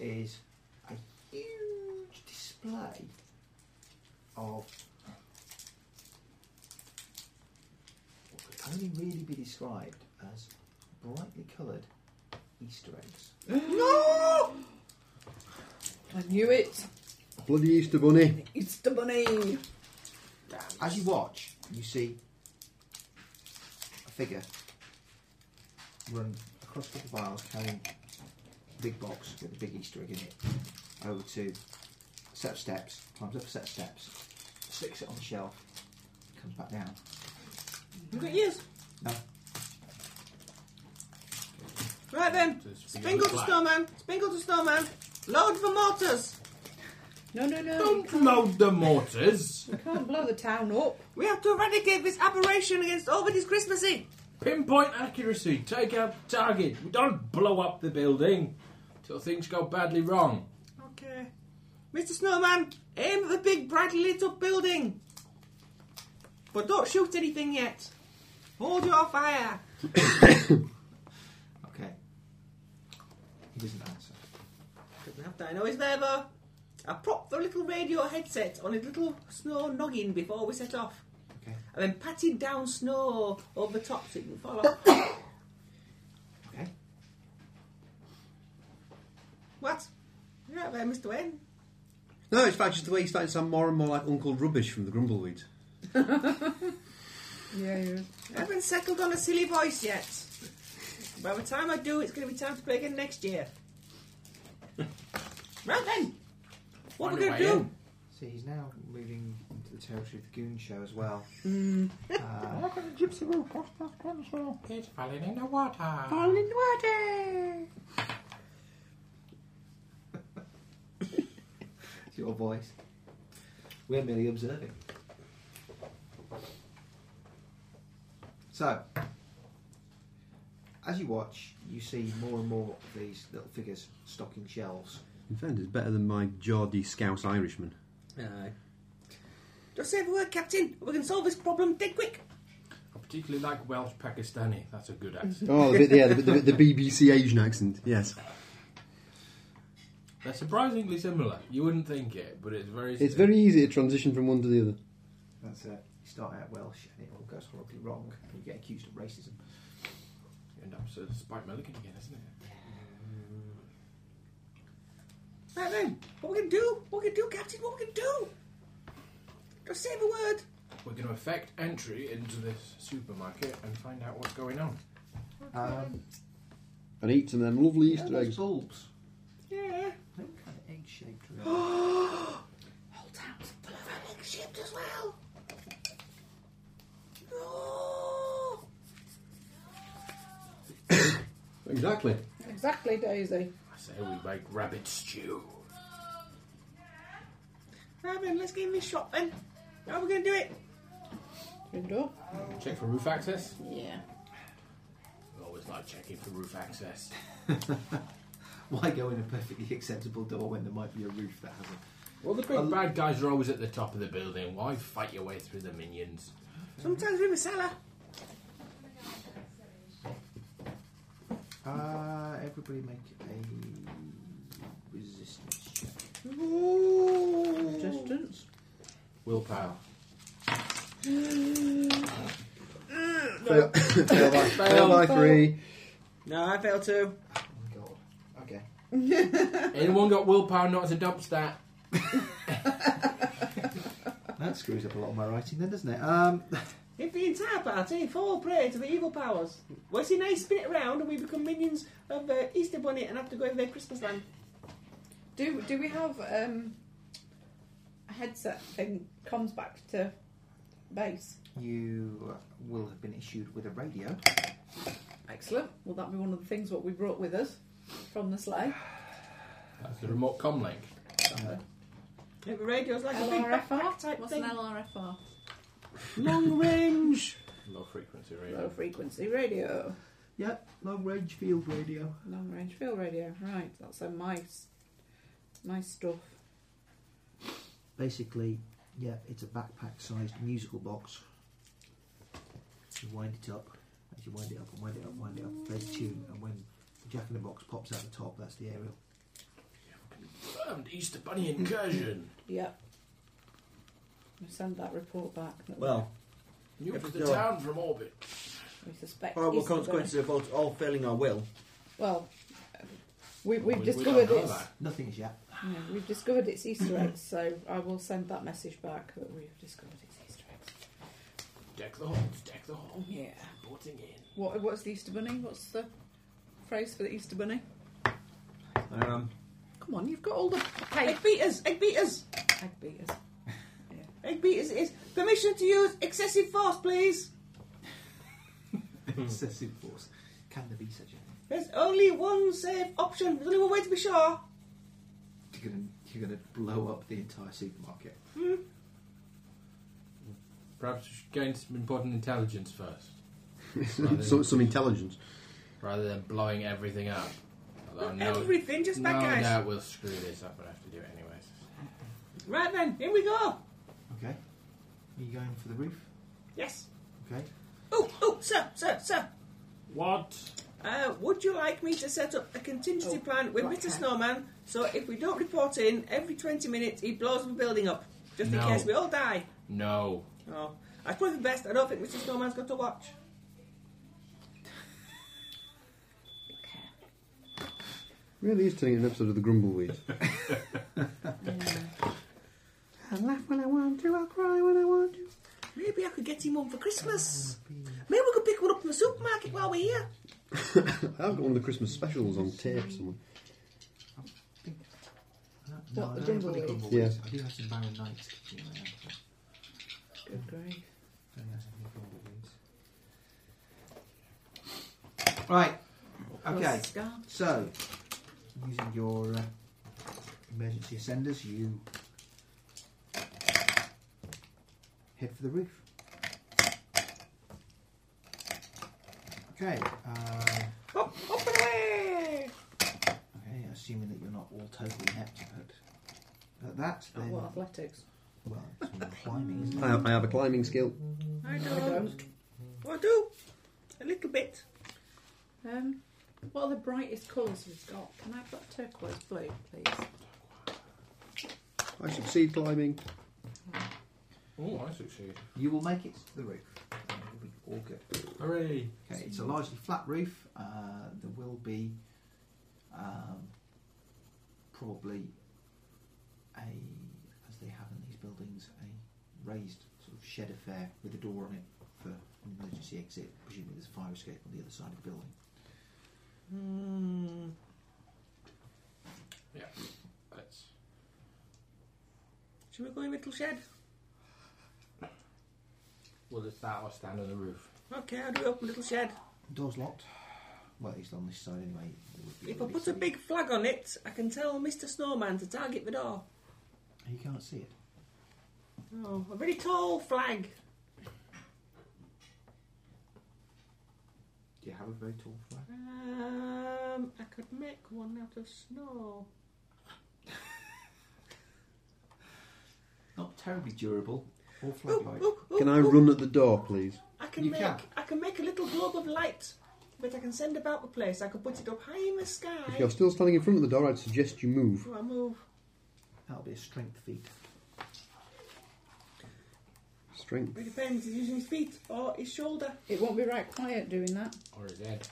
[SPEAKER 7] is a huge display of what could only really be described as brightly coloured Easter eggs.
[SPEAKER 4] No!
[SPEAKER 3] I knew it.
[SPEAKER 1] Bloody Easter Bunny.
[SPEAKER 3] It's the bunny.
[SPEAKER 7] As you watch, you see a figure run across the vials carrying a big box with a big Easter egg in it over to a set of steps, climbs up a set of steps, sticks it on the shelf, comes back down.
[SPEAKER 4] You got ears?
[SPEAKER 7] No.
[SPEAKER 4] Right then,
[SPEAKER 6] Just for your
[SPEAKER 4] Spinkle to
[SPEAKER 6] reply.
[SPEAKER 4] snowman, Spinkle to snowman, load the mortars.
[SPEAKER 3] No, no, no. you
[SPEAKER 6] Don't
[SPEAKER 3] can't-
[SPEAKER 6] load the mortars.
[SPEAKER 3] You can't blow the town up.
[SPEAKER 4] We have to eradicate this aberration against all that is Christmassy.
[SPEAKER 6] Pinpoint accuracy. Take out target. We don't blow up the building. till things go badly wrong.
[SPEAKER 4] Okay. Mr. Snowman, aim at the big brightly lit up building. But don't shoot anything yet. Hold your fire.
[SPEAKER 7] Okay. He doesn't answer.
[SPEAKER 4] Doesn't have to. I know he's there though. I propped the little radio headset on his little snow noggin before we set off.
[SPEAKER 7] Okay.
[SPEAKER 4] And then patted down snow over the top so it can fall off.
[SPEAKER 7] <coughs> Okay.
[SPEAKER 4] what? You're right there, Mr. Wayne.
[SPEAKER 1] No, it's fact just the way he's starting to sound more and more like Uncle Rubbish from the Grumbleweed.
[SPEAKER 4] I haven't settled on a silly voice yet. By the time I do, it's going to be time to play again next
[SPEAKER 6] <laughs>
[SPEAKER 4] year. right then, what are we
[SPEAKER 6] Find a
[SPEAKER 4] going to
[SPEAKER 6] way
[SPEAKER 4] do?
[SPEAKER 6] in.
[SPEAKER 7] See, he's now moving into the territory of the Goon Show as well. Uh,
[SPEAKER 6] It's falling in the water.
[SPEAKER 7] it's your voice. We're merely observing. So, as you watch, you see more and more of these little figures stocking shelves.
[SPEAKER 1] In fact, it's better than my Geordie Scouse Irishman.
[SPEAKER 9] Aye.
[SPEAKER 4] Just say the word, Captain. We can solve this problem dead quick.
[SPEAKER 6] I particularly like Welsh Pakistani. That's a good accent.
[SPEAKER 1] Oh, the, yeah, the, the, the BBC Asian accent, yes.
[SPEAKER 6] They're surprisingly similar. You wouldn't think it, but it's very.
[SPEAKER 1] It's very easy to transition from one to the other.
[SPEAKER 7] That's it. You start out Welsh and it all goes horribly wrong and you get accused of racism.
[SPEAKER 6] And up to Spike Milligan again, isn't it?
[SPEAKER 4] Right then, what we going to do? What we going to do, Captain? What we going to do? Just say the word.
[SPEAKER 6] We're going to effect entry into this supermarket and find out what's going on.
[SPEAKER 7] Um,
[SPEAKER 1] And eat some of them lovely
[SPEAKER 7] yeah,
[SPEAKER 1] Easter
[SPEAKER 7] those
[SPEAKER 1] eggs.
[SPEAKER 7] bulbs.
[SPEAKER 4] Yeah. <gasps>
[SPEAKER 7] They're kind of egg shaped, really. <gasps>
[SPEAKER 4] Hold out. Full of our egg shaped as well. No.
[SPEAKER 1] Exactly.
[SPEAKER 3] Exactly, Daisy.
[SPEAKER 6] I say we make rabbit stew.
[SPEAKER 4] Right then, let's get in this shop then. How are we going to do it?
[SPEAKER 3] Window.
[SPEAKER 6] Check for roof access.
[SPEAKER 3] Yeah.
[SPEAKER 6] I Always like checking for roof access.
[SPEAKER 7] Why go in a perfectly acceptable door when there might be a roof that hasn't?
[SPEAKER 6] Well, the big bad guys are always at the top of the building. Why fight your way through the minions?
[SPEAKER 4] Sometimes we're in the cellar.
[SPEAKER 7] Uh, everybody make a resistance check.
[SPEAKER 9] Resistance.
[SPEAKER 6] <laughs> Willpower.
[SPEAKER 1] Fail fail by, fail by three.
[SPEAKER 9] No, I failed too.
[SPEAKER 7] Um, Oh my god. Okay.
[SPEAKER 6] Anyone got willpower not as a dump stat?
[SPEAKER 7] That screws up a lot of my writing then, doesn't it? Um, <laughs>
[SPEAKER 4] If the entire party fall prey to the evil powers, well, see, now you spin it round and we become minions of the Easter Bunny and have to go in their Christmas land.
[SPEAKER 3] Do do we have um, a headset thing comes back to base?
[SPEAKER 7] you will have been issued with a radio.
[SPEAKER 3] Excellent. Will that be one of the things what we brought with us from the sleigh?
[SPEAKER 6] That's the remote com link.
[SPEAKER 4] The radio's like a big
[SPEAKER 3] LRFR
[SPEAKER 4] backpack type
[SPEAKER 3] What's
[SPEAKER 4] thing.
[SPEAKER 3] an LRFR?
[SPEAKER 4] Long range.
[SPEAKER 6] Low frequency
[SPEAKER 3] Low
[SPEAKER 6] radio.
[SPEAKER 3] frequency radio.
[SPEAKER 7] Yep, long range field radio.
[SPEAKER 3] Long range field radio. Right. That's on my s- my stuff.
[SPEAKER 7] Basically, yeah, it's a backpack sized musical box. You wind it up. As you wind it up and wind it up, wind it up, play the tune, and when the jack in the box pops out the top, that's the aerial.
[SPEAKER 6] Confirmed Easter Bunny <coughs> incursion.
[SPEAKER 3] Yep. We send that report back. that
[SPEAKER 9] Well,
[SPEAKER 6] Nukes the
[SPEAKER 9] Yeah.
[SPEAKER 6] town from orbit.
[SPEAKER 3] we suspect.
[SPEAKER 9] horrible
[SPEAKER 3] Easter Bunny.
[SPEAKER 9] consequences of all, all failing our will.
[SPEAKER 3] Well, uh, we, we've
[SPEAKER 6] We- we
[SPEAKER 3] discovered
[SPEAKER 6] don't know
[SPEAKER 3] it's
[SPEAKER 6] that.
[SPEAKER 7] Nothing is yet.
[SPEAKER 3] yeah, we've discovered it's Easter eggs. So I will send that message back that we've discovered it's Easter eggs.
[SPEAKER 6] Deck the halls, deck the halls.
[SPEAKER 3] Oh, Yeah.
[SPEAKER 6] Reporting in.
[SPEAKER 3] What what's the Easter bunny? What's the phrase for the Easter bunny?
[SPEAKER 7] Um, <laughs>
[SPEAKER 3] Come on, you've got all the cake.
[SPEAKER 4] Egg beaters, egg beaters,
[SPEAKER 3] Egg beaters.
[SPEAKER 4] egg beaters. Is permission to use excessive force, please.
[SPEAKER 7] excessive force. Can there be such a thing?
[SPEAKER 4] There's only one safe option. There's only one way to be sure.
[SPEAKER 7] You're gonna, you're gonna blow up the entire supermarket.
[SPEAKER 6] Perhaps we should gain some important intelligence <laughs> first,
[SPEAKER 1] <laughs> some, some intelligence.
[SPEAKER 6] rather than blowing everything up. Although,
[SPEAKER 4] Everything just
[SPEAKER 6] Oh, no,
[SPEAKER 4] back, guys.
[SPEAKER 6] no, we'll screw this up and have to do it anyways.
[SPEAKER 4] Right then, here we go.
[SPEAKER 7] Okay. Are you going for the roof?
[SPEAKER 4] Yes.
[SPEAKER 7] Okay.
[SPEAKER 4] Oh, oh, sir, sir, sir.
[SPEAKER 6] What?
[SPEAKER 4] Uh, would you like me to set up a contingency
[SPEAKER 3] Oh,
[SPEAKER 4] plan with
[SPEAKER 3] right,
[SPEAKER 4] Mr.
[SPEAKER 3] okay.
[SPEAKER 4] Snowman so if we don't report in every 20 minutes he blows the building up just
[SPEAKER 6] No.
[SPEAKER 4] in case we all die?
[SPEAKER 6] No.
[SPEAKER 4] Oh, that's probably the best. I don't think Mr. Snowman's got to watch.
[SPEAKER 1] Really is turning into an episode of the <laughs> Grumbleweed.
[SPEAKER 7] I laugh when I want to, I cry when I want to.
[SPEAKER 4] Maybe I could get him one for Christmas.
[SPEAKER 7] uh,
[SPEAKER 4] Maybe we could pick one up from the supermarket while we're here.
[SPEAKER 1] I've got one of the Christmas specials on tape somewhere.
[SPEAKER 7] No,
[SPEAKER 3] What,
[SPEAKER 7] I
[SPEAKER 3] the
[SPEAKER 7] don't have
[SPEAKER 3] Grumbleweed?
[SPEAKER 7] any Grumbleweeds.
[SPEAKER 1] Yeah.
[SPEAKER 7] I do have some Barren Knights kicking around. but
[SPEAKER 3] Good grief.
[SPEAKER 7] I don't have any Grumbleweeds. Right. Okay.
[SPEAKER 3] Scar.
[SPEAKER 7] So, using your uh, emergency ascenders, you head for the roof. Okay. Uh,
[SPEAKER 4] Up, up and away!
[SPEAKER 7] okay. Assuming that you're not all totally inept at, at that,
[SPEAKER 3] Oh,
[SPEAKER 7] then
[SPEAKER 3] what, athletics?
[SPEAKER 7] well, it's more climbing, isn't
[SPEAKER 1] I
[SPEAKER 7] it?
[SPEAKER 1] have, I have a climbing skill.
[SPEAKER 4] I
[SPEAKER 3] I
[SPEAKER 4] don't.
[SPEAKER 3] don't.
[SPEAKER 4] I do. A little bit.
[SPEAKER 3] Um, what are the brightest colours we've got? Can I have that turquoise blue, please?
[SPEAKER 1] I succeed climbing.
[SPEAKER 6] Oh, I succeed.
[SPEAKER 7] You will make it to the roof. It'll be all good.
[SPEAKER 6] Hooray.
[SPEAKER 7] Okay, it's a largely flat roof. Uh, there will be um, probably a, as they have in these buildings, a raised sort of shed affair with a door on it for an emergency exit. Presumably, there's a fire escape on the other side of the building.
[SPEAKER 4] Hmm.
[SPEAKER 6] Yeah. Let's.
[SPEAKER 4] Shall we go in Little Shed?
[SPEAKER 6] Well, it's that or stand on the roof.
[SPEAKER 4] Okay, how do we open Little Shed?
[SPEAKER 7] Door's locked. Well, at least on this side anyway. there would be
[SPEAKER 4] If I
[SPEAKER 7] already
[SPEAKER 4] put a
[SPEAKER 7] some-
[SPEAKER 4] big flag on it, I can tell Mr. Snowman to target the door.
[SPEAKER 7] You can't see it.
[SPEAKER 4] Oh, a very tall flag.
[SPEAKER 7] Do you have a very tall flat?
[SPEAKER 4] Um, I could make one out of snow.
[SPEAKER 7] Not terribly durable. Or
[SPEAKER 4] Ooh,
[SPEAKER 7] flaglight.
[SPEAKER 4] ooh, ooh,
[SPEAKER 1] Can I
[SPEAKER 4] ooh.
[SPEAKER 1] run at the door, please?
[SPEAKER 4] I can
[SPEAKER 7] You
[SPEAKER 4] make
[SPEAKER 7] can.
[SPEAKER 4] I can make a little globe of light that I can send about the place. I could put it up high in the sky.
[SPEAKER 1] If you're still standing in front of the door, I'd suggest you move.
[SPEAKER 4] Oh, I move.
[SPEAKER 7] That'll be a strength feat.
[SPEAKER 1] Strength.
[SPEAKER 4] It depends. He's using his feet or his shoulder.
[SPEAKER 3] It won't be right quiet doing that.
[SPEAKER 6] Or his head.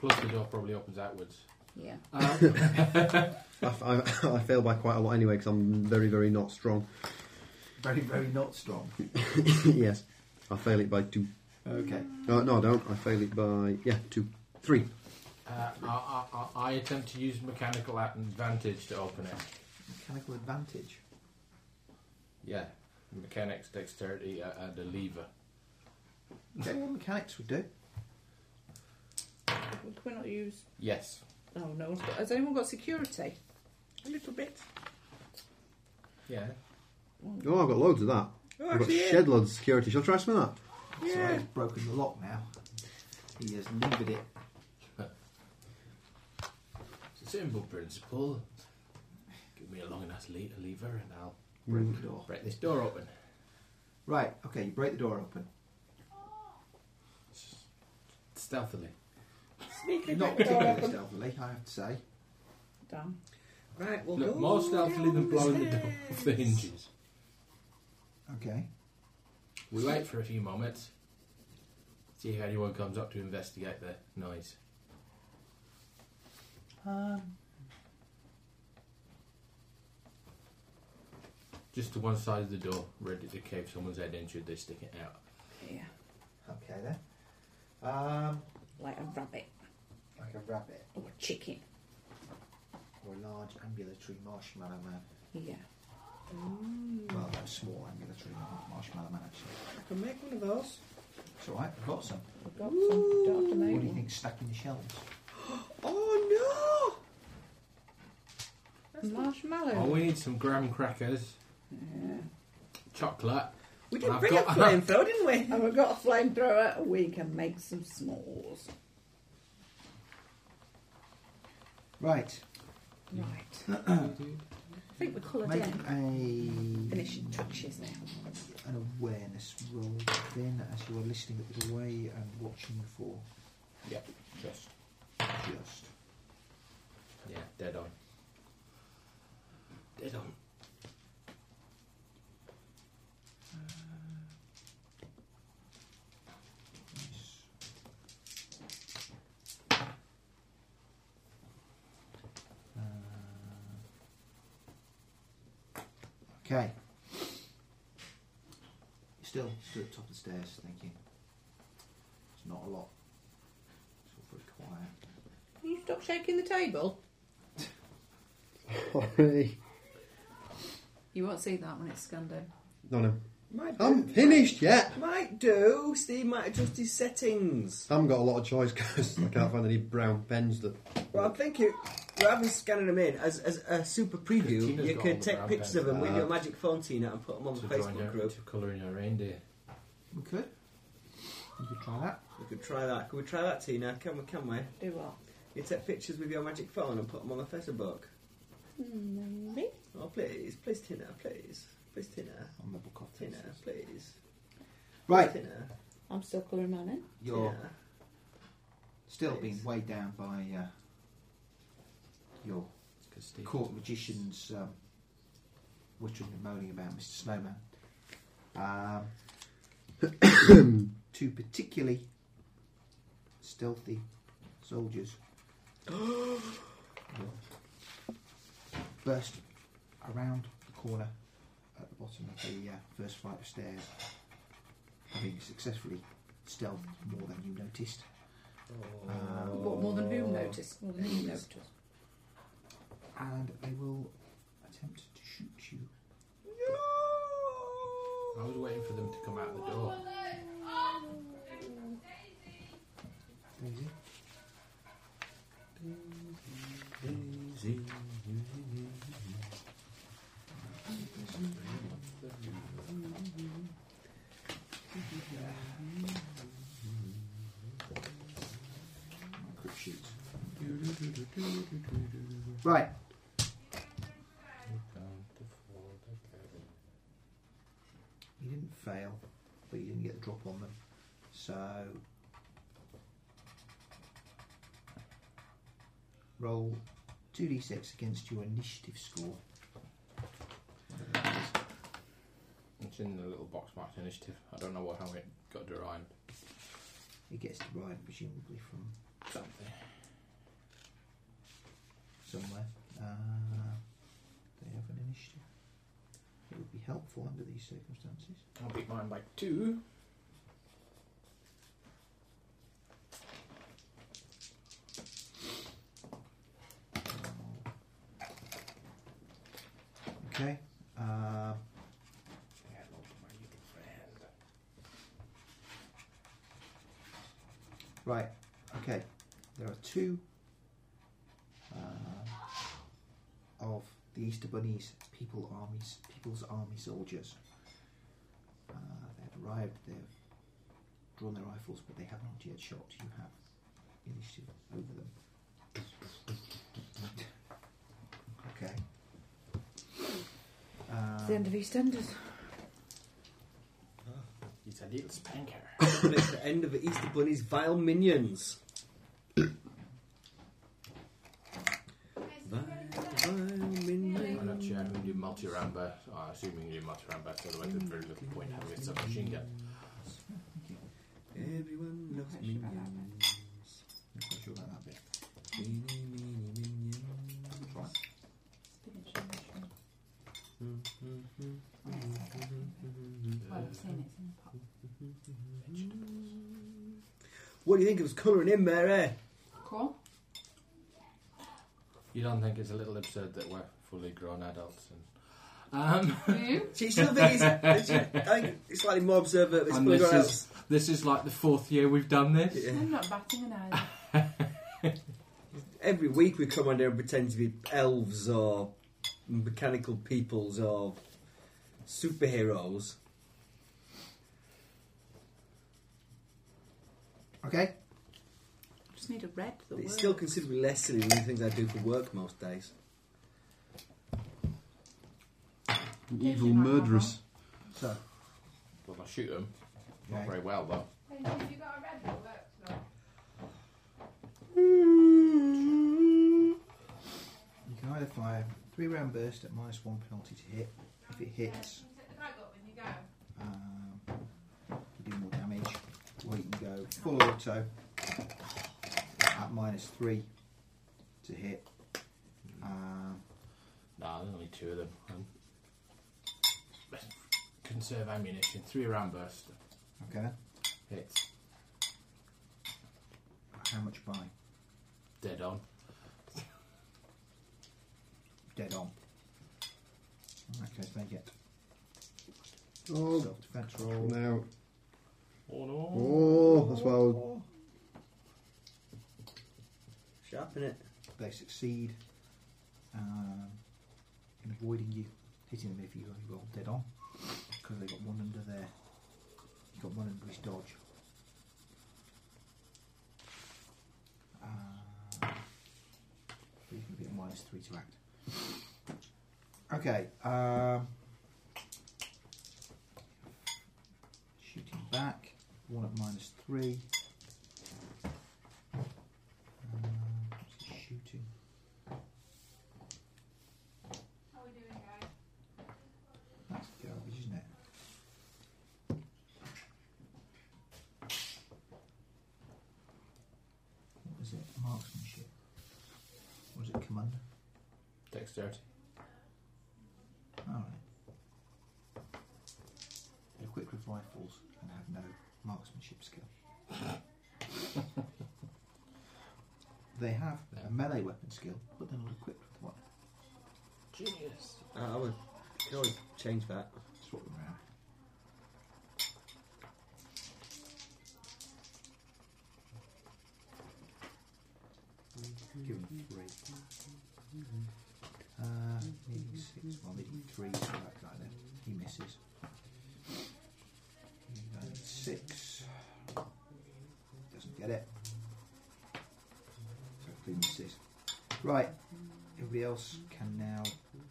[SPEAKER 6] Plus, the door probably opens outwards.
[SPEAKER 3] Yeah.
[SPEAKER 1] I, <laughs> I, I fail by quite a lot anyway because I'm very, very not <laughs> strong.
[SPEAKER 7] Very, very not strong.
[SPEAKER 1] yes. I fail it by two.
[SPEAKER 7] Okay.
[SPEAKER 1] No, no, I don't. I fail it by, yeah, two. Three.
[SPEAKER 6] Uh, I, I, I, I attempt to use mechanical advantage to open it.
[SPEAKER 7] Mechanical advantage.
[SPEAKER 6] Yeah. Mechanics, dexterity, uh, and a lever.
[SPEAKER 7] Okay, well, mechanics would do.
[SPEAKER 3] Can we not use.
[SPEAKER 6] Yes.
[SPEAKER 3] Oh, no one's got. Has anyone got security?
[SPEAKER 4] A little bit.
[SPEAKER 6] Yeah.
[SPEAKER 1] Oh, I've got loads of that.
[SPEAKER 4] Oh,
[SPEAKER 1] I've got
[SPEAKER 4] actually, yeah.
[SPEAKER 1] shed loads of security. Shall I try some of that?
[SPEAKER 7] So
[SPEAKER 4] Yeah.
[SPEAKER 7] he's broken the lock now. He has levered it.
[SPEAKER 6] It's a simple principle. Give me a long enough le- lever and I'll
[SPEAKER 7] Broken the door.
[SPEAKER 6] break this door open.
[SPEAKER 7] Right, okay, you break the door open.
[SPEAKER 6] Stealthily.
[SPEAKER 4] Sneaking
[SPEAKER 7] Not
[SPEAKER 4] back the door
[SPEAKER 7] particularly
[SPEAKER 4] open.
[SPEAKER 7] stealthily, I have to say.
[SPEAKER 3] Damn.
[SPEAKER 4] Right, we'll
[SPEAKER 6] Look,
[SPEAKER 4] go
[SPEAKER 6] more stealthily
[SPEAKER 4] down
[SPEAKER 6] than blowing the
[SPEAKER 4] the
[SPEAKER 6] door
[SPEAKER 4] <laughs>
[SPEAKER 6] off the
[SPEAKER 4] stairs.
[SPEAKER 6] hinges.
[SPEAKER 7] Okay.
[SPEAKER 6] We wait for a few moments. See if anyone comes up to investigate the noise.
[SPEAKER 7] Um,
[SPEAKER 6] Just to one side of the door, ready to cave someone's head in should they stick it out.
[SPEAKER 3] Yeah.
[SPEAKER 7] okay then. Um,
[SPEAKER 3] Like a rabbit
[SPEAKER 7] like a rabbit
[SPEAKER 3] or a Oh, chicken.
[SPEAKER 7] or a large ambulatory marshmallow man.
[SPEAKER 3] Yeah.
[SPEAKER 7] Well, no, small ambulatory mar- marshmallow man, actually.
[SPEAKER 4] I Hmm, can make one of those.
[SPEAKER 7] It's alright, I've got some.
[SPEAKER 3] We've got some. Don't have to make
[SPEAKER 7] What do you
[SPEAKER 3] one.
[SPEAKER 7] think stacking the shelves?
[SPEAKER 4] Oh no! That's not-
[SPEAKER 3] Marshmallow.
[SPEAKER 6] Oh, we need some graham crackers, chocolate.
[SPEAKER 4] we
[SPEAKER 6] And
[SPEAKER 4] didn't
[SPEAKER 6] I've
[SPEAKER 4] bring a
[SPEAKER 6] got- <laughs>
[SPEAKER 4] flamethrower, didn't we?
[SPEAKER 3] And we've got a flamethrower. We can make some s'mores.
[SPEAKER 7] Right.
[SPEAKER 3] Right. I think we're coloured
[SPEAKER 7] Make
[SPEAKER 3] in.
[SPEAKER 7] a
[SPEAKER 3] Finishing touches now.
[SPEAKER 7] an awareness roll then as you are listening at the way and watching for
[SPEAKER 6] Just.
[SPEAKER 7] just.
[SPEAKER 6] Yeah, dead on. Dead on.
[SPEAKER 7] Uh, okay. You still stood at the top of the stairs thinking. It's not a lot. It's all very quiet.
[SPEAKER 3] Can you stop shaking the table?
[SPEAKER 1] Already.
[SPEAKER 3] You won't see that when it's gunned down.
[SPEAKER 1] No, no.
[SPEAKER 4] Might do,
[SPEAKER 6] Um,
[SPEAKER 1] I'm finished yet.
[SPEAKER 4] might do. Steve might adjust his settings.
[SPEAKER 1] I haven't got a lot of choice because I can't find any brown pens that.
[SPEAKER 4] Well, I'm thinking rather than scanning them in as, as a super preview,
[SPEAKER 6] Tina's
[SPEAKER 4] you
[SPEAKER 6] got all
[SPEAKER 4] could
[SPEAKER 6] the
[SPEAKER 4] take
[SPEAKER 6] brown
[SPEAKER 4] pictures of
[SPEAKER 6] pens.
[SPEAKER 4] them with
[SPEAKER 1] Ah.
[SPEAKER 4] your magic phone, Tina, and put them on
[SPEAKER 6] To
[SPEAKER 4] the
[SPEAKER 6] drawing
[SPEAKER 4] Facebook
[SPEAKER 6] out
[SPEAKER 4] group.
[SPEAKER 6] to colouring a reindeer.
[SPEAKER 7] We could. You could try that.
[SPEAKER 4] We could try that. Could we try that, Tina? Can we? Can we?
[SPEAKER 3] Do what?
[SPEAKER 4] You take pictures with your magic phone and put them on the Facebook.
[SPEAKER 3] Me?
[SPEAKER 4] Oh, please, please, Tina, please, please, Tina,
[SPEAKER 7] On the book of
[SPEAKER 4] Tina,
[SPEAKER 7] faces.
[SPEAKER 4] please,
[SPEAKER 7] Right.
[SPEAKER 4] Tina,
[SPEAKER 3] I'm still colouring mine in.
[SPEAKER 7] You're
[SPEAKER 6] <gasps>
[SPEAKER 4] Tina. <gasps>
[SPEAKER 7] still being weighed down by uh, your
[SPEAKER 6] Because Steve.
[SPEAKER 7] court magician's um, whittling and moaning about Mr. Snowman. Um, <coughs> two particularly stealthy soldiers will burst around the corner at the bottom of the uh, first flight of stairs, having successfully stealthed more than you noticed. Um,
[SPEAKER 3] What, more than who noticed? More than you noticed.
[SPEAKER 7] and they will attempt to shoot you.
[SPEAKER 6] I was waiting for them to come out of the door.
[SPEAKER 7] Daisy. Quick shoot. Right. You didn't fail, but you didn't get a drop on them. So roll two d six against your initiative score.
[SPEAKER 6] It's in the little box marked initiative. I don't know what, how it got derived.
[SPEAKER 7] It gets derived presumably from
[SPEAKER 6] Something.
[SPEAKER 7] somewhere. Uh, they have an initiative. It would be helpful under these circumstances.
[SPEAKER 6] I'll beat mine by two.
[SPEAKER 7] Okay. Uh,
[SPEAKER 6] Say hello to my little friend.
[SPEAKER 7] right. Okay. There are two uh, of the Easter Bunny's people armies, people's army soldiers. Uh, they've arrived. They've drawn their rifles, but they have not yet shot. You have initiative over them. okay.
[SPEAKER 3] It's
[SPEAKER 7] Um,
[SPEAKER 3] the end of EastEnders.
[SPEAKER 6] He's a little spanker.
[SPEAKER 4] and it's the end of the Easter Bunny's vile minions. Vile minions.
[SPEAKER 6] I'm not sure who knew multi ramba. I assume you knew multi ramba, so there was very little point having a submachine gun.
[SPEAKER 4] Everyone loves minions.
[SPEAKER 7] not quite sure about that bit.
[SPEAKER 4] Mini, mini minions.
[SPEAKER 7] Right.
[SPEAKER 3] Mm-hmm,
[SPEAKER 4] What do you think it was colouring in there, eh?
[SPEAKER 12] Cool.
[SPEAKER 6] You don't think it's a little absurd that we're fully grown adults and. Um, <laughs>
[SPEAKER 12] You?
[SPEAKER 4] So you still think it's, it's- I think it's slightly more observant. but It's
[SPEAKER 6] and
[SPEAKER 4] fully
[SPEAKER 6] this
[SPEAKER 4] grown
[SPEAKER 6] is, this is like the fourth year we've done this.
[SPEAKER 4] Yeah.
[SPEAKER 12] I'm not batting an eye.
[SPEAKER 4] out. Every week we come on here and pretend to be elves or mechanical peoples or superheroes.
[SPEAKER 7] Um, Okay.
[SPEAKER 3] just need to read the
[SPEAKER 9] But
[SPEAKER 3] word.
[SPEAKER 9] it's still considerably less silly than the things I do for work most days.
[SPEAKER 1] An
[SPEAKER 5] Yeah,
[SPEAKER 1] evil
[SPEAKER 5] you might have
[SPEAKER 1] murderess.
[SPEAKER 7] So,
[SPEAKER 6] Well, I shoot them.
[SPEAKER 7] Yeah.
[SPEAKER 6] Not very well, though.
[SPEAKER 5] Hey, have you got a red one? That's not-
[SPEAKER 7] you can either fire three round burst at minus one penalty to hit. If it hits,
[SPEAKER 5] Yeah, you take the bag up when you go.
[SPEAKER 7] um, you do more damage. Or you can go full auto at minus three to hit. Um,
[SPEAKER 6] Nah, there's only two of them. Um, let's conserve ammunition. Three round burst.
[SPEAKER 7] okay, then.
[SPEAKER 6] Hits.
[SPEAKER 7] how much by?
[SPEAKER 6] Dead on.
[SPEAKER 7] Dead on. In that case, they get
[SPEAKER 1] Oh,
[SPEAKER 7] self defense roll.
[SPEAKER 1] now.
[SPEAKER 6] Oh no.
[SPEAKER 1] Oh, that's why I was.
[SPEAKER 9] Sharpen it.
[SPEAKER 7] they succeed um, in avoiding you hitting them if you only roll dead on because they got one under their you got one under his dodge uh, he's going to be at minus three to act okay um, shooting back one at minus three um, what's he shooting
[SPEAKER 5] How we doing, guys?
[SPEAKER 7] That's garbage, isn't it? What was it? Marksmanship? Or Was it commander?
[SPEAKER 6] Dexterity.
[SPEAKER 7] Alright. They're quick with rifles and have no marksmanship skill. they have a melee weapon skill, but they're not equipped with one.
[SPEAKER 6] Genius.
[SPEAKER 9] Uh, I would can always change that.
[SPEAKER 7] Swap them around. Give them three. Uh, needing six. Well, needing three for that guy then. He misses. He needs Six. Doesn't get it. So three misses. Right. Everybody else can now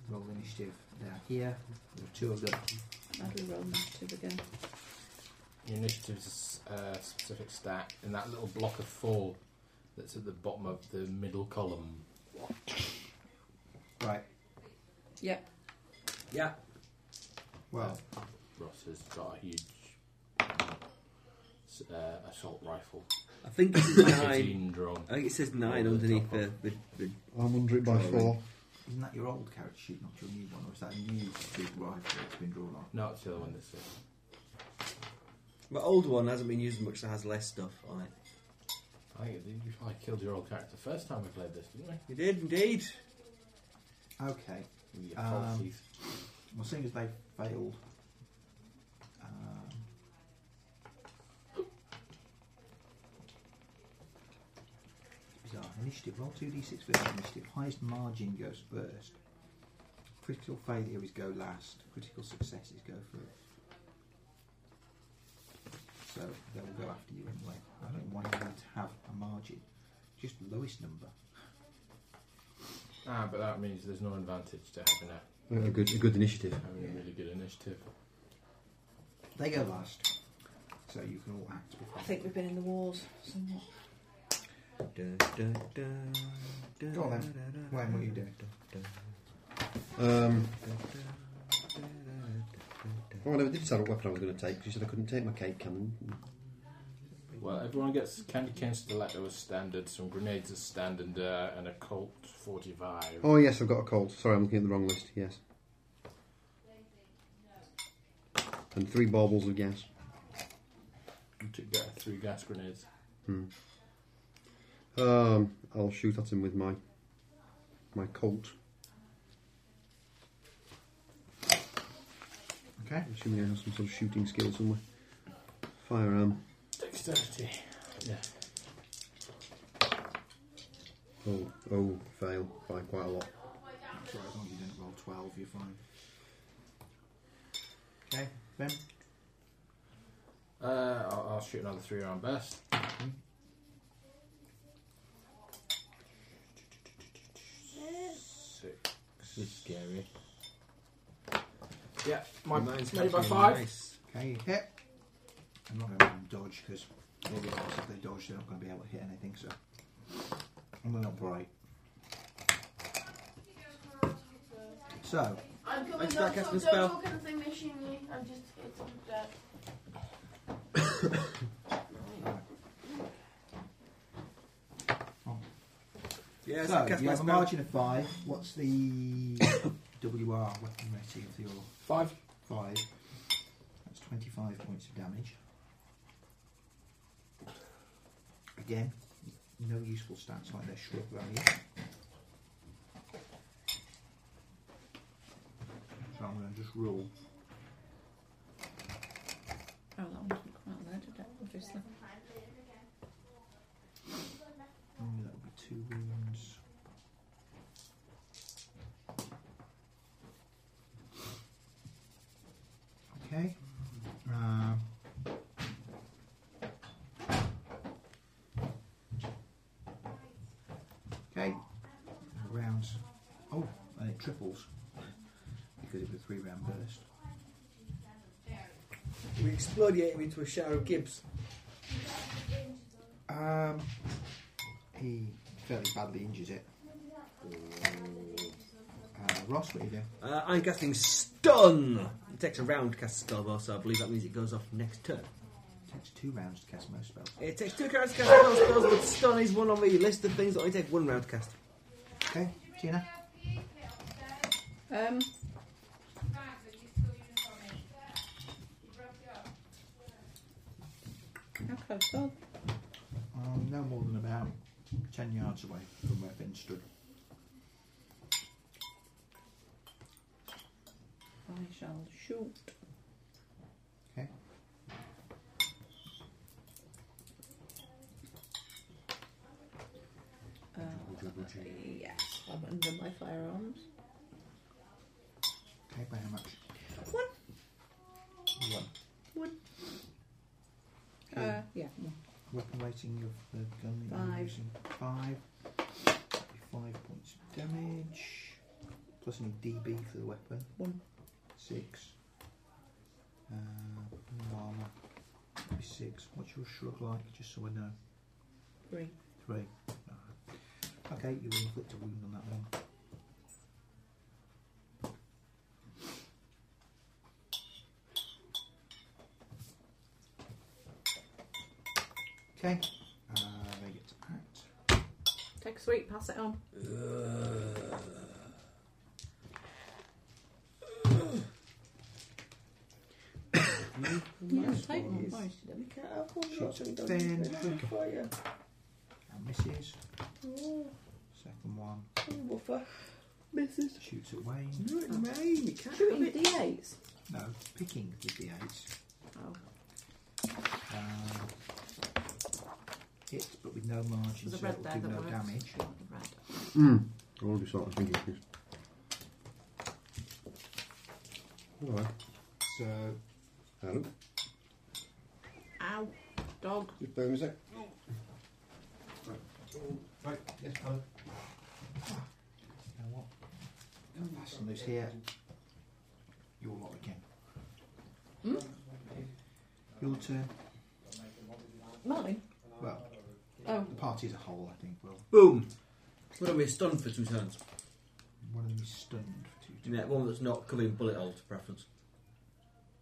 [SPEAKER 7] roll initiative down here. There are two of them.
[SPEAKER 3] How do we roll initiative again?
[SPEAKER 6] Your initiative's uh, specific stat in that little block of four that's at the bottom of the middle column.
[SPEAKER 7] Right.
[SPEAKER 3] Yep.
[SPEAKER 9] Yeah.
[SPEAKER 7] Well,
[SPEAKER 6] Ross has got a huge s- uh, assault rifle.
[SPEAKER 9] I think
[SPEAKER 6] <laughs>
[SPEAKER 9] it says nine.
[SPEAKER 6] 15 drawn.
[SPEAKER 9] I think it says nine underneath the, the, the
[SPEAKER 1] I'm under it by four.
[SPEAKER 7] isn't that your old carrot shooting, not your new one, or is that a new big rifle that's been drawn on?
[SPEAKER 6] No, it's the other one that's it.
[SPEAKER 9] my old one hasn't been used as much, so it has less stuff on it.
[SPEAKER 6] I think you probably killed your old character the first time we played this, didn't
[SPEAKER 9] You did indeed.
[SPEAKER 7] Okay.
[SPEAKER 6] we? Your
[SPEAKER 7] Um,
[SPEAKER 6] falsies.
[SPEAKER 7] Well, seeing as they failed, um, bizarre initiative. Roll two d6 for that initiative. Highest margin goes first. Critical failure is go last. Critical successes go first. So they will go after you anyway. I don't want you to have a margin. Just lowest number.
[SPEAKER 6] Ah, but that means there's no advantage to having a,
[SPEAKER 1] A good, a good initiative.
[SPEAKER 6] having a really good initiative.
[SPEAKER 7] They go last. So you can all act before.
[SPEAKER 3] I think we've been in the wars somewhat.
[SPEAKER 7] Go on then. Wayne, what are you doing?
[SPEAKER 1] Um, oh, I never did decide what weapon I was going to take because you said I couldn't take my cake cannon.
[SPEAKER 6] Well, everyone gets candy canes to the letter as standard, some grenades as standard, uh, and a Colt 45.
[SPEAKER 1] Oh, yes, I've got a cold. Sorry, I'm looking at the wrong list. Yes. And three baubles of gas.
[SPEAKER 6] You took that three gas grenades.
[SPEAKER 1] Um, I'll shoot at him with my my colt.
[SPEAKER 7] Okay.
[SPEAKER 1] Assuming I have some sort of shooting skill somewhere. Firearm.
[SPEAKER 6] Dexterity.
[SPEAKER 1] Oh, oh, fail by quite a lot.
[SPEAKER 7] Sorry, as long as you didn't roll 12, you're fine. Okay, Ben?
[SPEAKER 6] Uh, I'll, I'll shoot another three round burst. six.
[SPEAKER 4] It's scary.
[SPEAKER 6] Yeah, my
[SPEAKER 4] Mine's
[SPEAKER 6] made by
[SPEAKER 4] actually
[SPEAKER 6] five.
[SPEAKER 4] nice.
[SPEAKER 7] Okay, you hit. I'm not going to dodge because all the others, if they dodge, they're not going to be able to hit anything. So I'm going to operate. So
[SPEAKER 5] I'm coming
[SPEAKER 4] Let's start
[SPEAKER 5] up,
[SPEAKER 4] casting
[SPEAKER 5] so don't
[SPEAKER 4] a spell.
[SPEAKER 5] look at the thing machine me. I'm just, it's on dead.
[SPEAKER 4] Yeah, so,
[SPEAKER 7] So,
[SPEAKER 4] I cast
[SPEAKER 7] you
[SPEAKER 4] my
[SPEAKER 7] have a
[SPEAKER 4] spell.
[SPEAKER 7] margin of five. What's the WR weapon rating of your
[SPEAKER 6] Five.
[SPEAKER 7] five? That's 25 points of damage. Again, no useful stats like their short value. So I'm going to just roll.
[SPEAKER 3] Oh, that one didn't come out there, did it? Obviously.
[SPEAKER 7] Normally that would be two wounds. Okay. Um, okay. Rounds. Oh, and it triples because it was a three round burst.
[SPEAKER 4] We explode him into a shower of gibbs.
[SPEAKER 7] Um, he fairly badly injures it. Uh, Ross, what do you do?
[SPEAKER 4] Uh, I'm casting stun. It takes a round to cast a spell, though, so I believe that means it goes off next turn.
[SPEAKER 7] takes two rounds to cast most spells.
[SPEAKER 4] It takes two cards to cast spells, spells, but stun is one on the list of things that only take one round to cast.
[SPEAKER 7] Okay, Tina.
[SPEAKER 3] Um, how close are
[SPEAKER 7] Um, no more than about ten yards away from where Finn stood.
[SPEAKER 3] I shall shoot.
[SPEAKER 7] Okay.
[SPEAKER 3] Uh, yes, I'm under my firearms.
[SPEAKER 7] Okay, by how much?
[SPEAKER 3] One.
[SPEAKER 7] One. Okay.
[SPEAKER 3] Uh, yeah, one.
[SPEAKER 7] Weapon rating of the gun that
[SPEAKER 3] Five.
[SPEAKER 7] you're using. Five. That'd be five points of damage. Plus any DB for the weapon.
[SPEAKER 3] One.
[SPEAKER 7] Six. Uh, no armor. That'd be six. What's your shrug like? Just so I know.
[SPEAKER 3] Three.
[SPEAKER 7] Three. No. Okay, you will inflict a wound on that one. Okay. Uh, they get to act.
[SPEAKER 3] Take a sweep, pass it on.
[SPEAKER 4] Uh,
[SPEAKER 3] You don't take one, why should I?
[SPEAKER 7] Shoots at Finn. And misses. Second one. Misses. Shoots at Wayne.
[SPEAKER 3] Shooting D8s.
[SPEAKER 7] No, picking the d8s.
[SPEAKER 3] Oh,
[SPEAKER 7] Um, hits, but with no margin,
[SPEAKER 3] there's a
[SPEAKER 7] so
[SPEAKER 3] red
[SPEAKER 7] it'll
[SPEAKER 3] there
[SPEAKER 7] do
[SPEAKER 3] that
[SPEAKER 7] no
[SPEAKER 3] works.
[SPEAKER 7] damage.
[SPEAKER 3] Not the red.
[SPEAKER 1] Mm. I already sort of thinking this. Alright.
[SPEAKER 7] So,
[SPEAKER 1] Hello.
[SPEAKER 3] Ow, dog.
[SPEAKER 1] Just bear with me a sec.
[SPEAKER 7] right, yes, colour. You know what? Don't fasten this here. Your lot again. Your turn.
[SPEAKER 3] Mine.
[SPEAKER 7] Well,
[SPEAKER 3] Oh,
[SPEAKER 7] the party as a whole, I think. Well,
[SPEAKER 4] Boom. One of them is stunned for two turns.
[SPEAKER 7] one of them is stunned for two turns.
[SPEAKER 4] Yeah, one that's not covered in bullet holes, preference.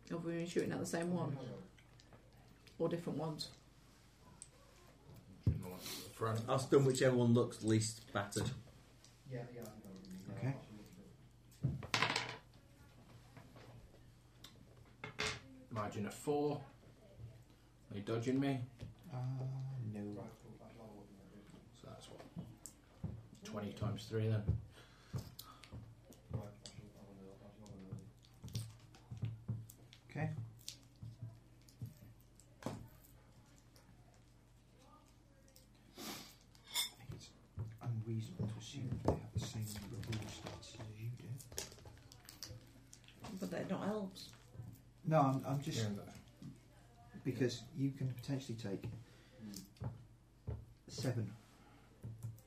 [SPEAKER 3] have we been Oh, shooting at the same one? Or different ones?
[SPEAKER 6] Front.
[SPEAKER 4] I'll stun whichever one looks least battered.
[SPEAKER 7] Okay.
[SPEAKER 6] Margin of four. Are you dodging me?
[SPEAKER 7] Uh, no.
[SPEAKER 6] So that's what. 20 times 3 then.
[SPEAKER 7] Okay. I think it's unreasonable to assume that they have the same number of rule stats as you do.
[SPEAKER 3] But they're not elves.
[SPEAKER 7] No, I'm, I'm just
[SPEAKER 6] Yeah,
[SPEAKER 7] because you can potentially take seven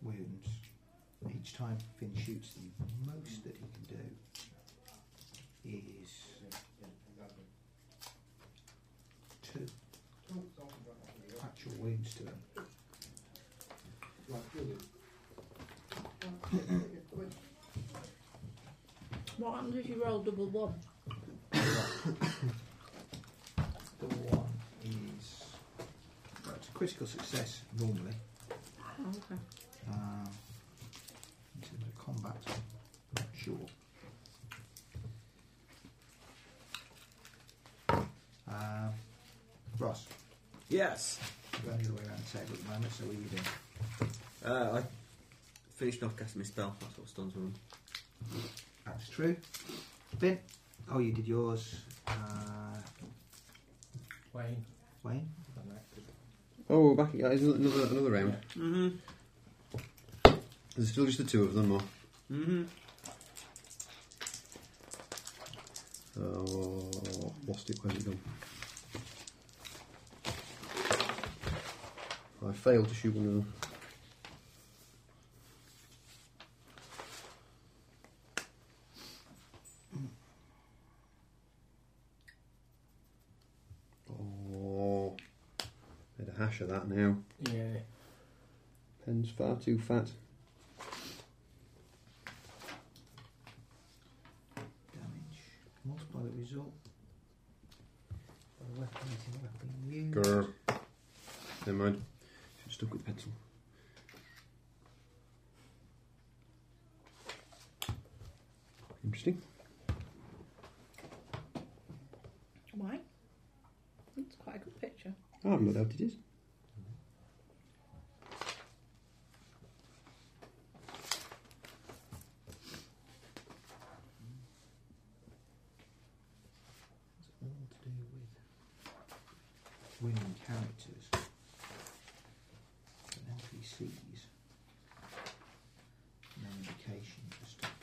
[SPEAKER 7] wounds each. each time Finn shoots, the most that he can do is two actual wounds to him.
[SPEAKER 3] What happens if you roll double one?
[SPEAKER 7] The one is well, it's a critical success normally.
[SPEAKER 3] Oh, okay.
[SPEAKER 7] Um, in terms of combat, I'm not sure. Um, Ross,
[SPEAKER 9] Yes.
[SPEAKER 7] we're going the other way around the table at the moment, so what are you doing?
[SPEAKER 9] Uh, I finished off casting my spell. That's what stuns were on.
[SPEAKER 7] That's true. Finn, oh, you did yours. Uh,
[SPEAKER 6] Wayne.
[SPEAKER 7] Wayne,
[SPEAKER 1] Oh, we're back. Yeah, there's another another round.
[SPEAKER 4] Mm-hmm.
[SPEAKER 9] Mm
[SPEAKER 1] There's still just the two of them, or
[SPEAKER 9] hmm. Mm
[SPEAKER 4] Mm-hmm.
[SPEAKER 9] hmm.
[SPEAKER 1] oh, lost it. Where's it gone? I failed to shoot one of them. Oh, made a hash of that now.
[SPEAKER 6] Yeah.
[SPEAKER 1] Pen's far too fat.
[SPEAKER 7] damage. Multiply the result. by the weapon using the weapon used.
[SPEAKER 1] Grr. Never mind. Should stuck with the pencil. Interesting.
[SPEAKER 3] Why? That's quite a good picture.
[SPEAKER 1] Oh, I've no doubt it is.
[SPEAKER 7] It's all to do with winning characters and NPCs and their indications and stuff.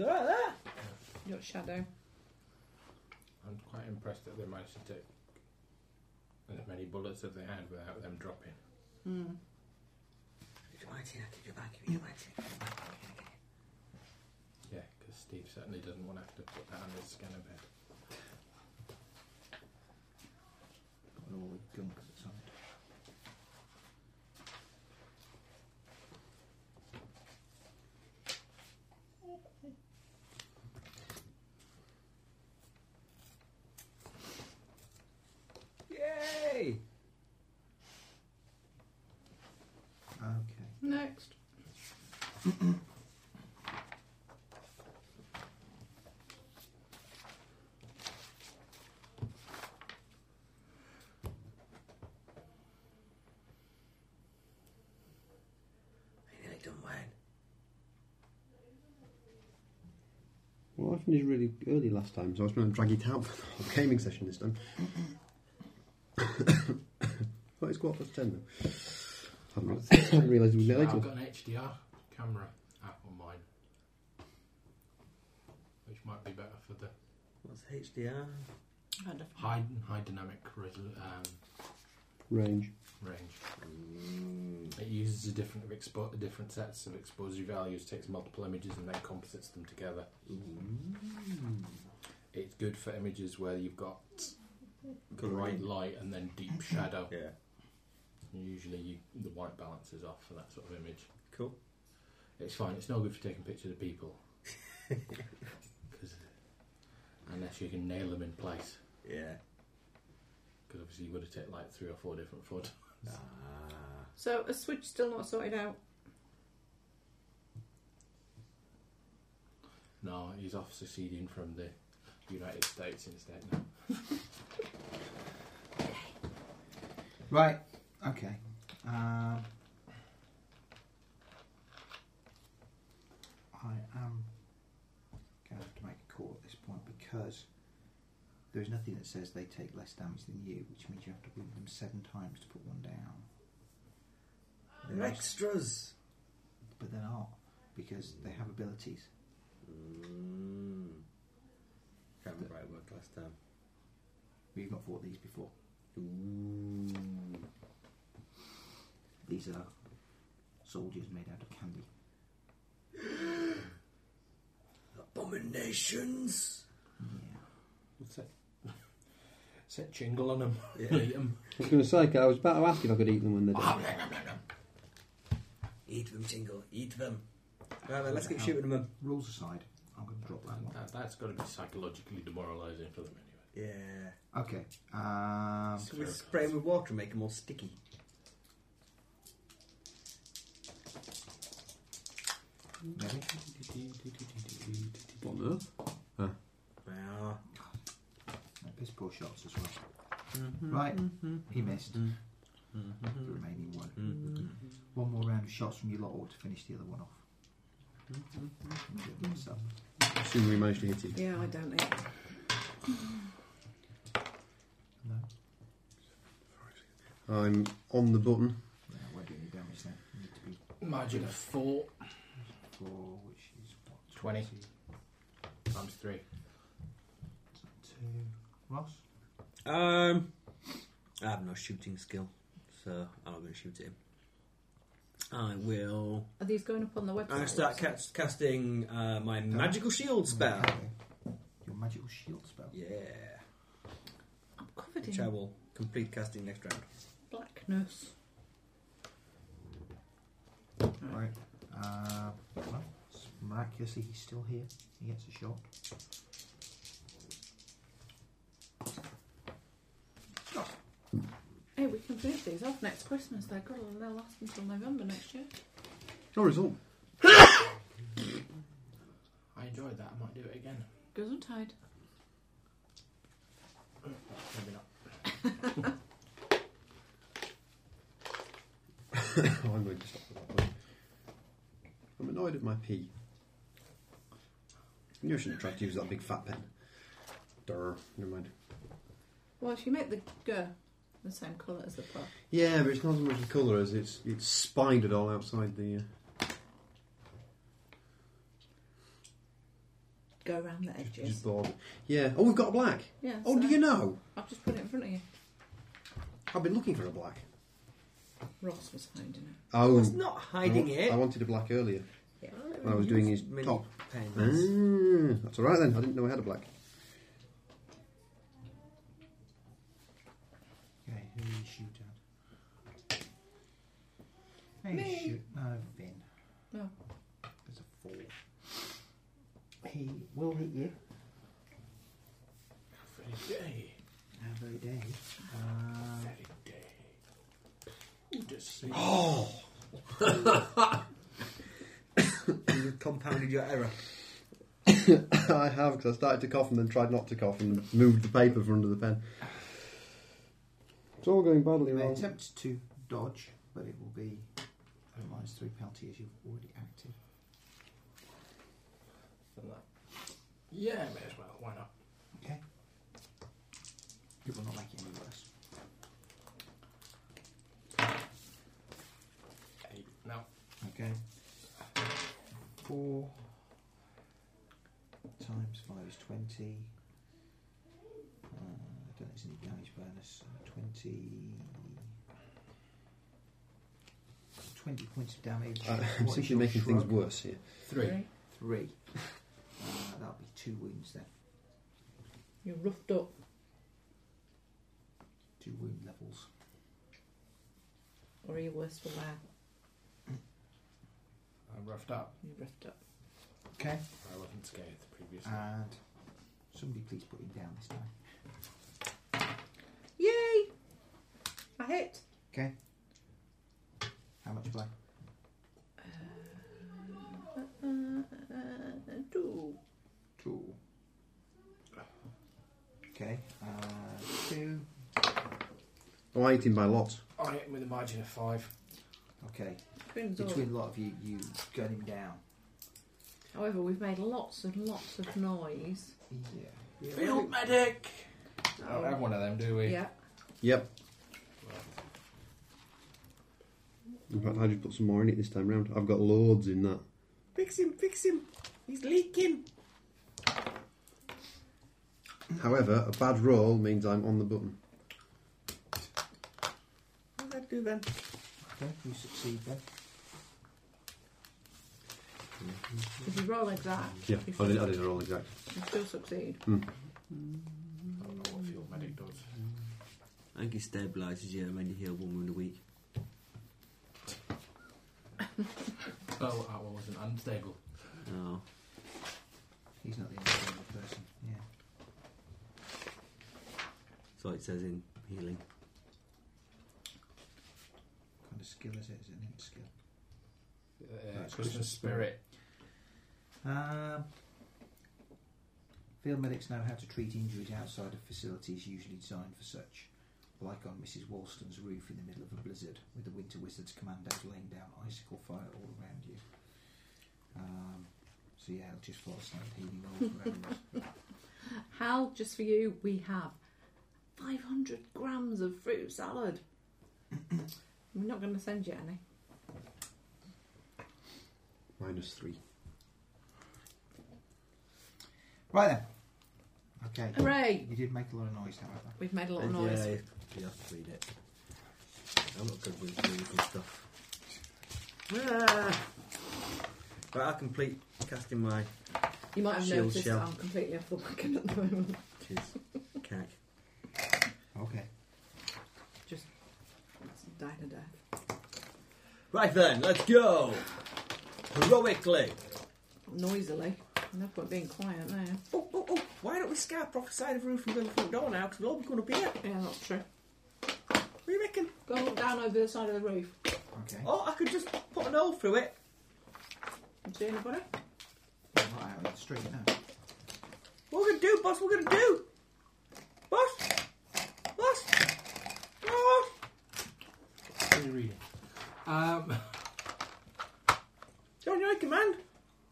[SPEAKER 9] alright there.
[SPEAKER 3] Your shadow.
[SPEAKER 6] I'm quite impressed that they managed to take as many bullets as they had without them dropping.
[SPEAKER 3] Mm.
[SPEAKER 6] Yeah, because Steve certainly doesn't want to have to put that on his scanner bed.
[SPEAKER 7] Got all the gunk that's on it.
[SPEAKER 9] Yay!
[SPEAKER 7] Okay.
[SPEAKER 3] Next.
[SPEAKER 1] Well, I finished really early last time, so I was trying to drag it out for the whole gaming session this time. <coughs> well, it's quarter past ten, though. I haven't re- <coughs> I realised it was
[SPEAKER 6] Now,
[SPEAKER 1] late
[SPEAKER 6] I've
[SPEAKER 1] later.
[SPEAKER 6] got an HDR camera app on mine, which might be better for the
[SPEAKER 9] What's HDR?
[SPEAKER 3] I'd have-
[SPEAKER 6] high high dynamic resol- um,
[SPEAKER 1] Range.
[SPEAKER 6] range.
[SPEAKER 9] Mm.
[SPEAKER 6] It uses a different of expo- different sets of exposure values, takes multiple images and then composites them together. It's good for images where you've got bright light and then deep shadow.
[SPEAKER 9] Yeah.
[SPEAKER 6] Usually, you, the white balance is off for that sort of image.
[SPEAKER 9] Cool.
[SPEAKER 6] It's fine. It's no good for taking pictures of people, <laughs> 'Cause- unless you can nail them in place.
[SPEAKER 9] Yeah.
[SPEAKER 6] Because obviously, you've got to take like three or four different photos. <laughs>
[SPEAKER 9] Ah.
[SPEAKER 3] So a switch still not sorted out.
[SPEAKER 6] No, he's off seceding from the United States instead now.
[SPEAKER 7] Right. Okay. Um, I am going to have to make a call at this point because there is nothing that says they take less damage than you, which means you have to wound them seven times to put one down.
[SPEAKER 9] They're extras.
[SPEAKER 7] But they're not because they have abilities.
[SPEAKER 9] Mm. Can't remember how it worked last time.
[SPEAKER 7] We've not fought these before.
[SPEAKER 9] Ooh.
[SPEAKER 7] These are soldiers made out of candy.
[SPEAKER 9] Abominations.
[SPEAKER 7] Yeah.
[SPEAKER 6] Set, set chingle on them. <laughs>
[SPEAKER 9] Yeah.
[SPEAKER 6] Eat 'em.
[SPEAKER 1] I was going to say, 'cause I was about to ask if I could eat them when they're dead.
[SPEAKER 9] Eat them, Tingle. Eat them. Right, then, let's get shooting them.
[SPEAKER 7] Rules aside, I'm going to drop that one.
[SPEAKER 6] That, that's got to be psychologically demoralising for them anyway.
[SPEAKER 9] Yeah.
[SPEAKER 7] Okay. Um,
[SPEAKER 9] So we spray them with water and make them all sticky.
[SPEAKER 7] maybe.
[SPEAKER 1] What on earth?
[SPEAKER 9] Wow.
[SPEAKER 7] No, piss poor shots as well. Right. He missed. The remaining one. One more round of shots from you lot all to finish the other one off. I'm gonna do it myself.
[SPEAKER 1] Assuming we managed to hit it.
[SPEAKER 3] Yeah, I don't need
[SPEAKER 7] No,
[SPEAKER 1] I'm on the button.
[SPEAKER 7] no, I won't do any damage then. I need to be
[SPEAKER 6] Margin of four
[SPEAKER 7] four, which is what?
[SPEAKER 6] Twenty. times three.
[SPEAKER 7] Two. Ross?
[SPEAKER 9] Um, I have no shooting skill, so I'm not going to shoot at him. I will.
[SPEAKER 3] Are these going up on the website?
[SPEAKER 9] I start cast, casting uh, my magical shield spell.
[SPEAKER 7] Your magical shield spell.
[SPEAKER 9] Yeah,
[SPEAKER 3] I'm covered
[SPEAKER 9] which I
[SPEAKER 3] in
[SPEAKER 9] will complete casting next round.
[SPEAKER 3] blackness.
[SPEAKER 7] Right. Uh, well, it's miraculously he's still here. He gets a shot.
[SPEAKER 3] Hey, we can finish these off next Christmas. They're good. They'll last until November next year.
[SPEAKER 1] No result.
[SPEAKER 6] I enjoyed that. I might do it again.
[SPEAKER 3] Goes untied.
[SPEAKER 6] Maybe not.
[SPEAKER 1] Oh, I'm going to stop at that point. I'm annoyed at my pee. I knew I shouldn't try to use that big fat pen. Durr, never mind.
[SPEAKER 3] Well, if you make the gur the same colour as the plug,
[SPEAKER 1] Yeah, but it's not as much the colour as it's it's spidered all outside the. Uh,
[SPEAKER 3] go around the
[SPEAKER 1] just, just
[SPEAKER 3] edges.
[SPEAKER 1] border. Yeah. Oh, we've got a black.
[SPEAKER 3] Yeah.
[SPEAKER 1] Oh, do
[SPEAKER 3] so
[SPEAKER 1] you know?
[SPEAKER 3] I've just put it in front of you.
[SPEAKER 1] I've been looking for a black.
[SPEAKER 3] Ross was finding it.
[SPEAKER 1] Oh,
[SPEAKER 9] It's not hiding
[SPEAKER 1] I, wa-
[SPEAKER 9] it.
[SPEAKER 1] I wanted a black earlier. when I was
[SPEAKER 9] You
[SPEAKER 1] doing
[SPEAKER 9] used
[SPEAKER 1] his
[SPEAKER 9] mini
[SPEAKER 1] top.
[SPEAKER 9] pens.
[SPEAKER 1] Mm, that's all right then. I didn't know I had a black.
[SPEAKER 7] Okay, who do you shoot at? Hey, Me. shoot. No, Vin.
[SPEAKER 3] No.
[SPEAKER 7] There's a four. He will hit you.
[SPEAKER 6] Very day.
[SPEAKER 7] How very day. Uh,
[SPEAKER 6] Very day. Who does see?
[SPEAKER 9] You've compounded your error.
[SPEAKER 1] <laughs> I have because I started to cough and then tried not to cough and moved the paper from under the pen. It's all going badly
[SPEAKER 7] they
[SPEAKER 1] wrong.
[SPEAKER 7] attempt to dodge, but it will be a minus three penalty as you've already acted.
[SPEAKER 6] Yeah, may as well. Why not?
[SPEAKER 7] Okay? It will not make it any worse.
[SPEAKER 6] Eight. No.
[SPEAKER 7] Okay. Four times five is twenty. Uh, I don't think there's any damage bonus. Uh, Twenty. Twenty points of damage.
[SPEAKER 1] <laughs> I- <laughs> Uh, I'm
[SPEAKER 7] What is
[SPEAKER 1] simply
[SPEAKER 7] your
[SPEAKER 1] making things
[SPEAKER 7] shrug?
[SPEAKER 1] worse here.
[SPEAKER 6] Three.
[SPEAKER 7] Three. Uh, that'll be two wounds then.
[SPEAKER 3] You're roughed up.
[SPEAKER 7] Two wound levels.
[SPEAKER 3] Or are you worse for wear?
[SPEAKER 6] I'm roughed up.
[SPEAKER 3] You're roughed up.
[SPEAKER 7] Okay.
[SPEAKER 6] I wasn't scared the previous time.
[SPEAKER 7] And somebody please put him down this time.
[SPEAKER 3] Yay! I hit.
[SPEAKER 7] Okay. How much black?
[SPEAKER 3] Uh, uh, two.
[SPEAKER 7] Two. Okay. Uh, two.
[SPEAKER 1] Oh, I ate him by lots.
[SPEAKER 6] I hit him with a margin of five.
[SPEAKER 7] Okay.
[SPEAKER 3] Grim's all.
[SPEAKER 7] Between a lot of you, you gun him down.
[SPEAKER 3] However, we've made lots and lots of noise.
[SPEAKER 7] Yeah.
[SPEAKER 6] Field medic! I don't have one of them, do we?
[SPEAKER 3] Yeah.
[SPEAKER 1] Yep. In fact, I just put some more in it this time round. I've got loads in that.
[SPEAKER 9] Fix him, fix him. He's leaking.
[SPEAKER 1] However, a bad roll means I'm on the button.
[SPEAKER 9] What does that do then?
[SPEAKER 7] Okay, you succeed then.
[SPEAKER 3] If you roll exact,
[SPEAKER 10] Yeah, I didn't, I didn't roll
[SPEAKER 1] <laughs>
[SPEAKER 10] exact.
[SPEAKER 3] you still succeed.
[SPEAKER 6] I don't know what field medic does.
[SPEAKER 9] I think it stabilises you and then you heal one wound a week.
[SPEAKER 6] Oh, I wasn't unstable.
[SPEAKER 9] Oh.
[SPEAKER 7] He's not the only person. Yeah.
[SPEAKER 9] So it says in healing.
[SPEAKER 7] What kind of skill is it? Is it an imp skill?
[SPEAKER 6] Uh,
[SPEAKER 7] That's
[SPEAKER 6] Christmas
[SPEAKER 7] Christmas
[SPEAKER 6] spirit.
[SPEAKER 7] Um, field medics know how to treat injuries outside of facilities usually designed for such, like on Mrs. Walston's roof in the middle of a blizzard, with the Winter Wizard's commandos laying down icicle fire all around you. Um, so yeah, it'll just floor slight healing all around. us.
[SPEAKER 3] Hal, just for you, we have 500 grams of
[SPEAKER 4] <clears throat>
[SPEAKER 3] fruit salad. We're not going to send you any.
[SPEAKER 10] Minus three.
[SPEAKER 7] Right then. Okay.
[SPEAKER 3] Hooray!
[SPEAKER 7] You did make a lot of noise, however.
[SPEAKER 3] We've made a lot of
[SPEAKER 4] Uh,
[SPEAKER 3] noise.
[SPEAKER 9] Yeah, you have to read it. I'm not good with reading stuff. Ah. Right, I'll complete casting my
[SPEAKER 3] You might have
[SPEAKER 9] Shield
[SPEAKER 3] noticed
[SPEAKER 9] shell.
[SPEAKER 3] that I'm completely off the wagon <laughs> at the moment.
[SPEAKER 4] <laughs>
[SPEAKER 9] cheers. cack.
[SPEAKER 7] Okay.
[SPEAKER 3] Just died to death.
[SPEAKER 9] Right then, let's go! Heroically!
[SPEAKER 3] Noisily. No point being quiet there.
[SPEAKER 4] Oh, oh, oh, why don't we scout the side of the roof and go to the front door now? Because we'll all be coming up here.
[SPEAKER 3] Yeah, that's true.
[SPEAKER 4] What do you reckon?
[SPEAKER 3] Go down over the side of the roof.
[SPEAKER 7] Okay.
[SPEAKER 4] Oh, I could just put an hole through it.
[SPEAKER 3] You see anybody?
[SPEAKER 7] I'm not out on the street now.
[SPEAKER 4] What we're going to do, boss? What we're going to do? Boss? Boss? Oh.
[SPEAKER 6] What are you reading? Um,
[SPEAKER 4] John, you're in command.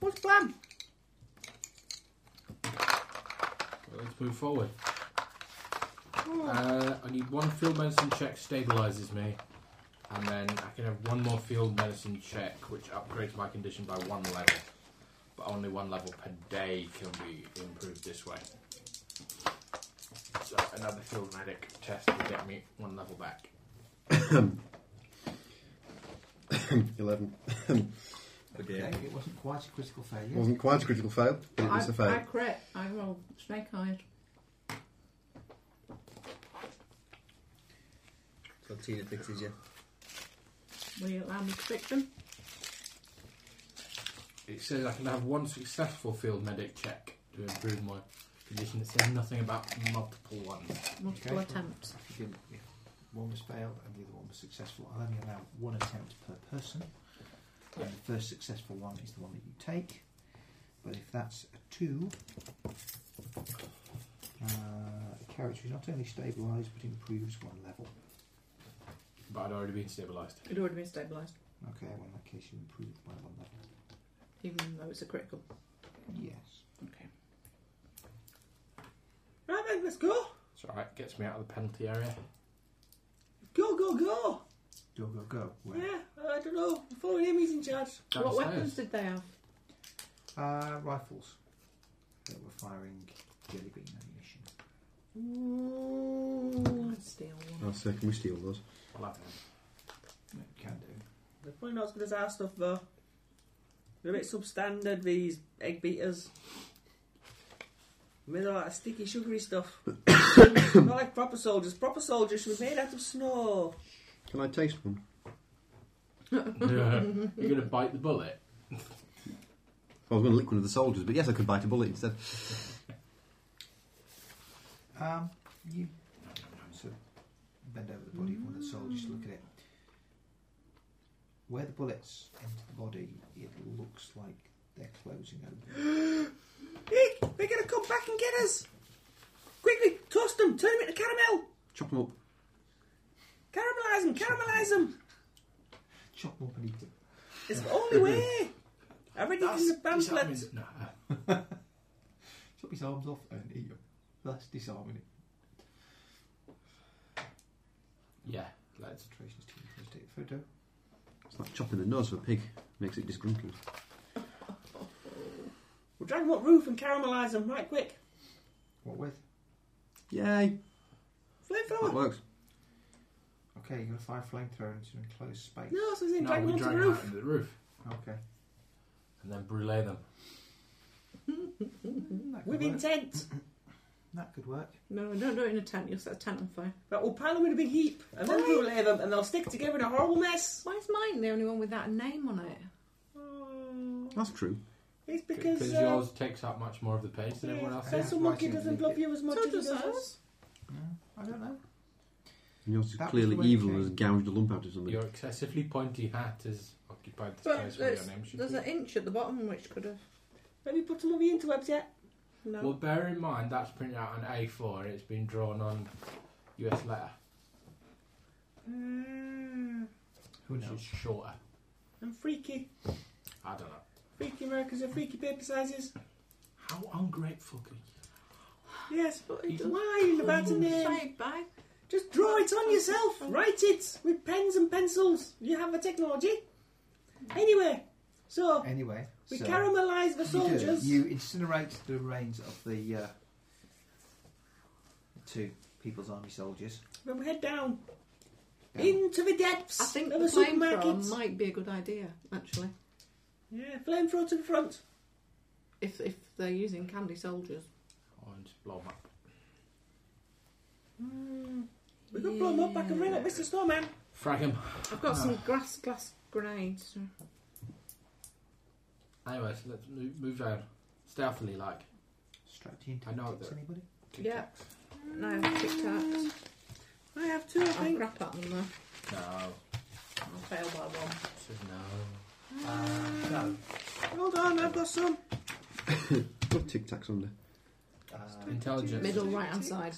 [SPEAKER 4] What's the plan?
[SPEAKER 6] let's move forward. Uh, I need one field medicine check stabilizes me, and then I can have one more field medicine check which upgrades my condition by one level. But only one level per day can be improved this way. So another field medic test will get me one level back.
[SPEAKER 1] 11.
[SPEAKER 7] Okay. It wasn't quite a critical failure.
[SPEAKER 1] Wasn't quite a critical fail, but it was
[SPEAKER 3] I,
[SPEAKER 1] a fail.
[SPEAKER 3] I crit. I roll snake eyed.
[SPEAKER 9] So Tina fixes you.
[SPEAKER 3] Will you allow me to pick them?
[SPEAKER 6] It says I can have one successful field medic check to improve my condition. It says nothing about multiple ones.
[SPEAKER 3] Multiple
[SPEAKER 7] Okay.
[SPEAKER 3] attempts.
[SPEAKER 7] If you didn't, if one was failed and the other one was successful, I'll only allow one attempt per person. And the first successful one is the one that you take. But if that's a two, uh, the character is not only stabilised but improves one level.
[SPEAKER 6] But I'd already been stabilised.
[SPEAKER 3] It'd already been stabilised,
[SPEAKER 7] Okay, well in that case you improve by one level.
[SPEAKER 3] even though it's a critical.
[SPEAKER 7] Yes.
[SPEAKER 3] Okay.
[SPEAKER 4] Right then, let's go.
[SPEAKER 6] It's alright, gets me out of the penalty area.
[SPEAKER 4] Go, go, go.
[SPEAKER 7] Go go go. Where?
[SPEAKER 4] Yeah, I don't know. I'm following him, Oh, he's in charge.
[SPEAKER 3] What
[SPEAKER 6] Downstairs.
[SPEAKER 3] weapons did they have?
[SPEAKER 7] Uh, rifles that were firing jelly bean ammunition.
[SPEAKER 4] Mm,
[SPEAKER 3] I'd steal
[SPEAKER 1] I'll
[SPEAKER 6] Oh.
[SPEAKER 3] one.
[SPEAKER 1] say, can we steal those?
[SPEAKER 6] I'll have them.
[SPEAKER 7] No, you can do.
[SPEAKER 4] they're probably not as good as our stuff, though. They're a bit substandard, these egg beaters. Made of like sticky, sugary stuff. <coughs> not like proper soldiers. Proper soldiers should be made out of snow.
[SPEAKER 1] Can I taste one?
[SPEAKER 6] <laughs> You're going to bite the bullet?
[SPEAKER 1] I was going to lick one of the soldiers, but yes, I could bite a bullet instead.
[SPEAKER 7] Um, you so bend over the body of one of the soldiers to look at it. Where the bullets enter the body, it looks like they're closing over.
[SPEAKER 4] Nick, they're going to come back and get us. Quickly, toast them. Turn them into caramel.
[SPEAKER 1] Chop them up.
[SPEAKER 4] Caramelise them. Caramelise them.
[SPEAKER 7] Chop them up and eat them.
[SPEAKER 4] It's the
[SPEAKER 6] <laughs>
[SPEAKER 4] only way. I read it in the pamphlet.
[SPEAKER 6] Disarming- No.
[SPEAKER 7] Chop his arms off and eat them. That's disarming it.
[SPEAKER 6] Yeah, let's.
[SPEAKER 7] Concentration's team first take a photo.
[SPEAKER 1] It's like chopping the nose of a pig. Makes it disgruntled.
[SPEAKER 4] We'll drag them up roof and caramelise them right quick.
[SPEAKER 7] What with?
[SPEAKER 1] Yay! That
[SPEAKER 4] Flamethrower.
[SPEAKER 1] works.
[SPEAKER 7] Okay, you're going to fire flamethrower into an enclosed space.
[SPEAKER 4] No, so he's
[SPEAKER 6] no,
[SPEAKER 4] dragging
[SPEAKER 6] we
[SPEAKER 4] onto
[SPEAKER 6] drag
[SPEAKER 4] the
[SPEAKER 6] them out
[SPEAKER 4] roof.
[SPEAKER 6] into the roof
[SPEAKER 7] Okay.
[SPEAKER 6] and then brulee them.
[SPEAKER 7] That could
[SPEAKER 4] With
[SPEAKER 7] work.
[SPEAKER 4] intent.
[SPEAKER 7] That could work.
[SPEAKER 3] <laughs> No, no, not in a tent. You'll set a tent on fire.
[SPEAKER 4] But we'll pile them in a big heap and then we'll lay them and they'll stick together in a horrible mess.
[SPEAKER 3] Why is mine the only one without a name on it?
[SPEAKER 4] Oh,
[SPEAKER 1] That's true.
[SPEAKER 4] it's because.
[SPEAKER 6] Because
[SPEAKER 4] Uh,
[SPEAKER 6] yours takes up much more of the pace than everyone
[SPEAKER 4] yeah,
[SPEAKER 6] else's.
[SPEAKER 4] Sensible Monkey
[SPEAKER 7] Right,
[SPEAKER 4] doesn't love you as much
[SPEAKER 3] So
[SPEAKER 4] as
[SPEAKER 3] does
[SPEAKER 4] he does
[SPEAKER 3] ours.
[SPEAKER 4] us.
[SPEAKER 7] No, I don't know.
[SPEAKER 1] And yours is
[SPEAKER 7] That was
[SPEAKER 1] clearly
[SPEAKER 7] the way it
[SPEAKER 1] evil
[SPEAKER 7] came.
[SPEAKER 1] and has gouged a lump out of somebody.
[SPEAKER 6] Your excessively pointy hat has occupied the
[SPEAKER 3] But
[SPEAKER 6] space where your
[SPEAKER 3] there's-
[SPEAKER 6] name should
[SPEAKER 3] There's
[SPEAKER 6] be.
[SPEAKER 3] an inch at the bottom which could have.
[SPEAKER 4] Have you put them on the interwebs yet? No.
[SPEAKER 6] Well, bear in mind that's printed out on A4 and it's been drawn on US letter,
[SPEAKER 4] Mm,
[SPEAKER 7] Who
[SPEAKER 6] which
[SPEAKER 7] knows?
[SPEAKER 6] is shorter.
[SPEAKER 4] I'm freaky.
[SPEAKER 6] I don't know.
[SPEAKER 4] Freaky Americans are freaky paper sizes.
[SPEAKER 6] How ungrateful could you
[SPEAKER 4] Yes, but
[SPEAKER 6] He's-
[SPEAKER 4] why are you about a name?
[SPEAKER 3] Say it back.
[SPEAKER 4] Just draw it on yourself. Write it with pens and pencils. You have the technology. Anyway, so
[SPEAKER 7] Anyway,
[SPEAKER 4] Oh, we
[SPEAKER 7] so
[SPEAKER 4] caramelise the
[SPEAKER 7] you do.
[SPEAKER 4] soldiers.
[SPEAKER 7] You, incinerate the remains of the uh, two People's Army soldiers.
[SPEAKER 4] Then we head down
[SPEAKER 7] Down.
[SPEAKER 4] into the depths
[SPEAKER 3] I think
[SPEAKER 4] of
[SPEAKER 3] the
[SPEAKER 4] the supermarket.
[SPEAKER 3] flamethrower might be a good idea, actually.
[SPEAKER 4] Yeah, flamethrower to the front.
[SPEAKER 3] If if they're using candy soldiers.
[SPEAKER 6] and just blow 'em Oh, up?
[SPEAKER 4] We could blow them up. I can ring up Mr. Snowman.
[SPEAKER 6] Frag 'em.
[SPEAKER 3] I've got some grass glass grenades.
[SPEAKER 6] Anyway, so let's move, move down. Stealthily, like.
[SPEAKER 7] Strapped you into
[SPEAKER 6] I know
[SPEAKER 7] ticks,
[SPEAKER 6] that-
[SPEAKER 7] anybody?
[SPEAKER 6] Tic
[SPEAKER 3] Yeah.
[SPEAKER 6] Tacs.
[SPEAKER 3] No, tic tacs.
[SPEAKER 4] I have two, I
[SPEAKER 3] I'll
[SPEAKER 4] think.
[SPEAKER 3] crap at them though.
[SPEAKER 6] No.
[SPEAKER 3] I'll fail by one.
[SPEAKER 6] Said no. Uh, no.
[SPEAKER 4] Hold on, I've got some.
[SPEAKER 1] Put Tic Tacs under.
[SPEAKER 7] Uh,
[SPEAKER 6] Intelligence.
[SPEAKER 3] Middle right hand side.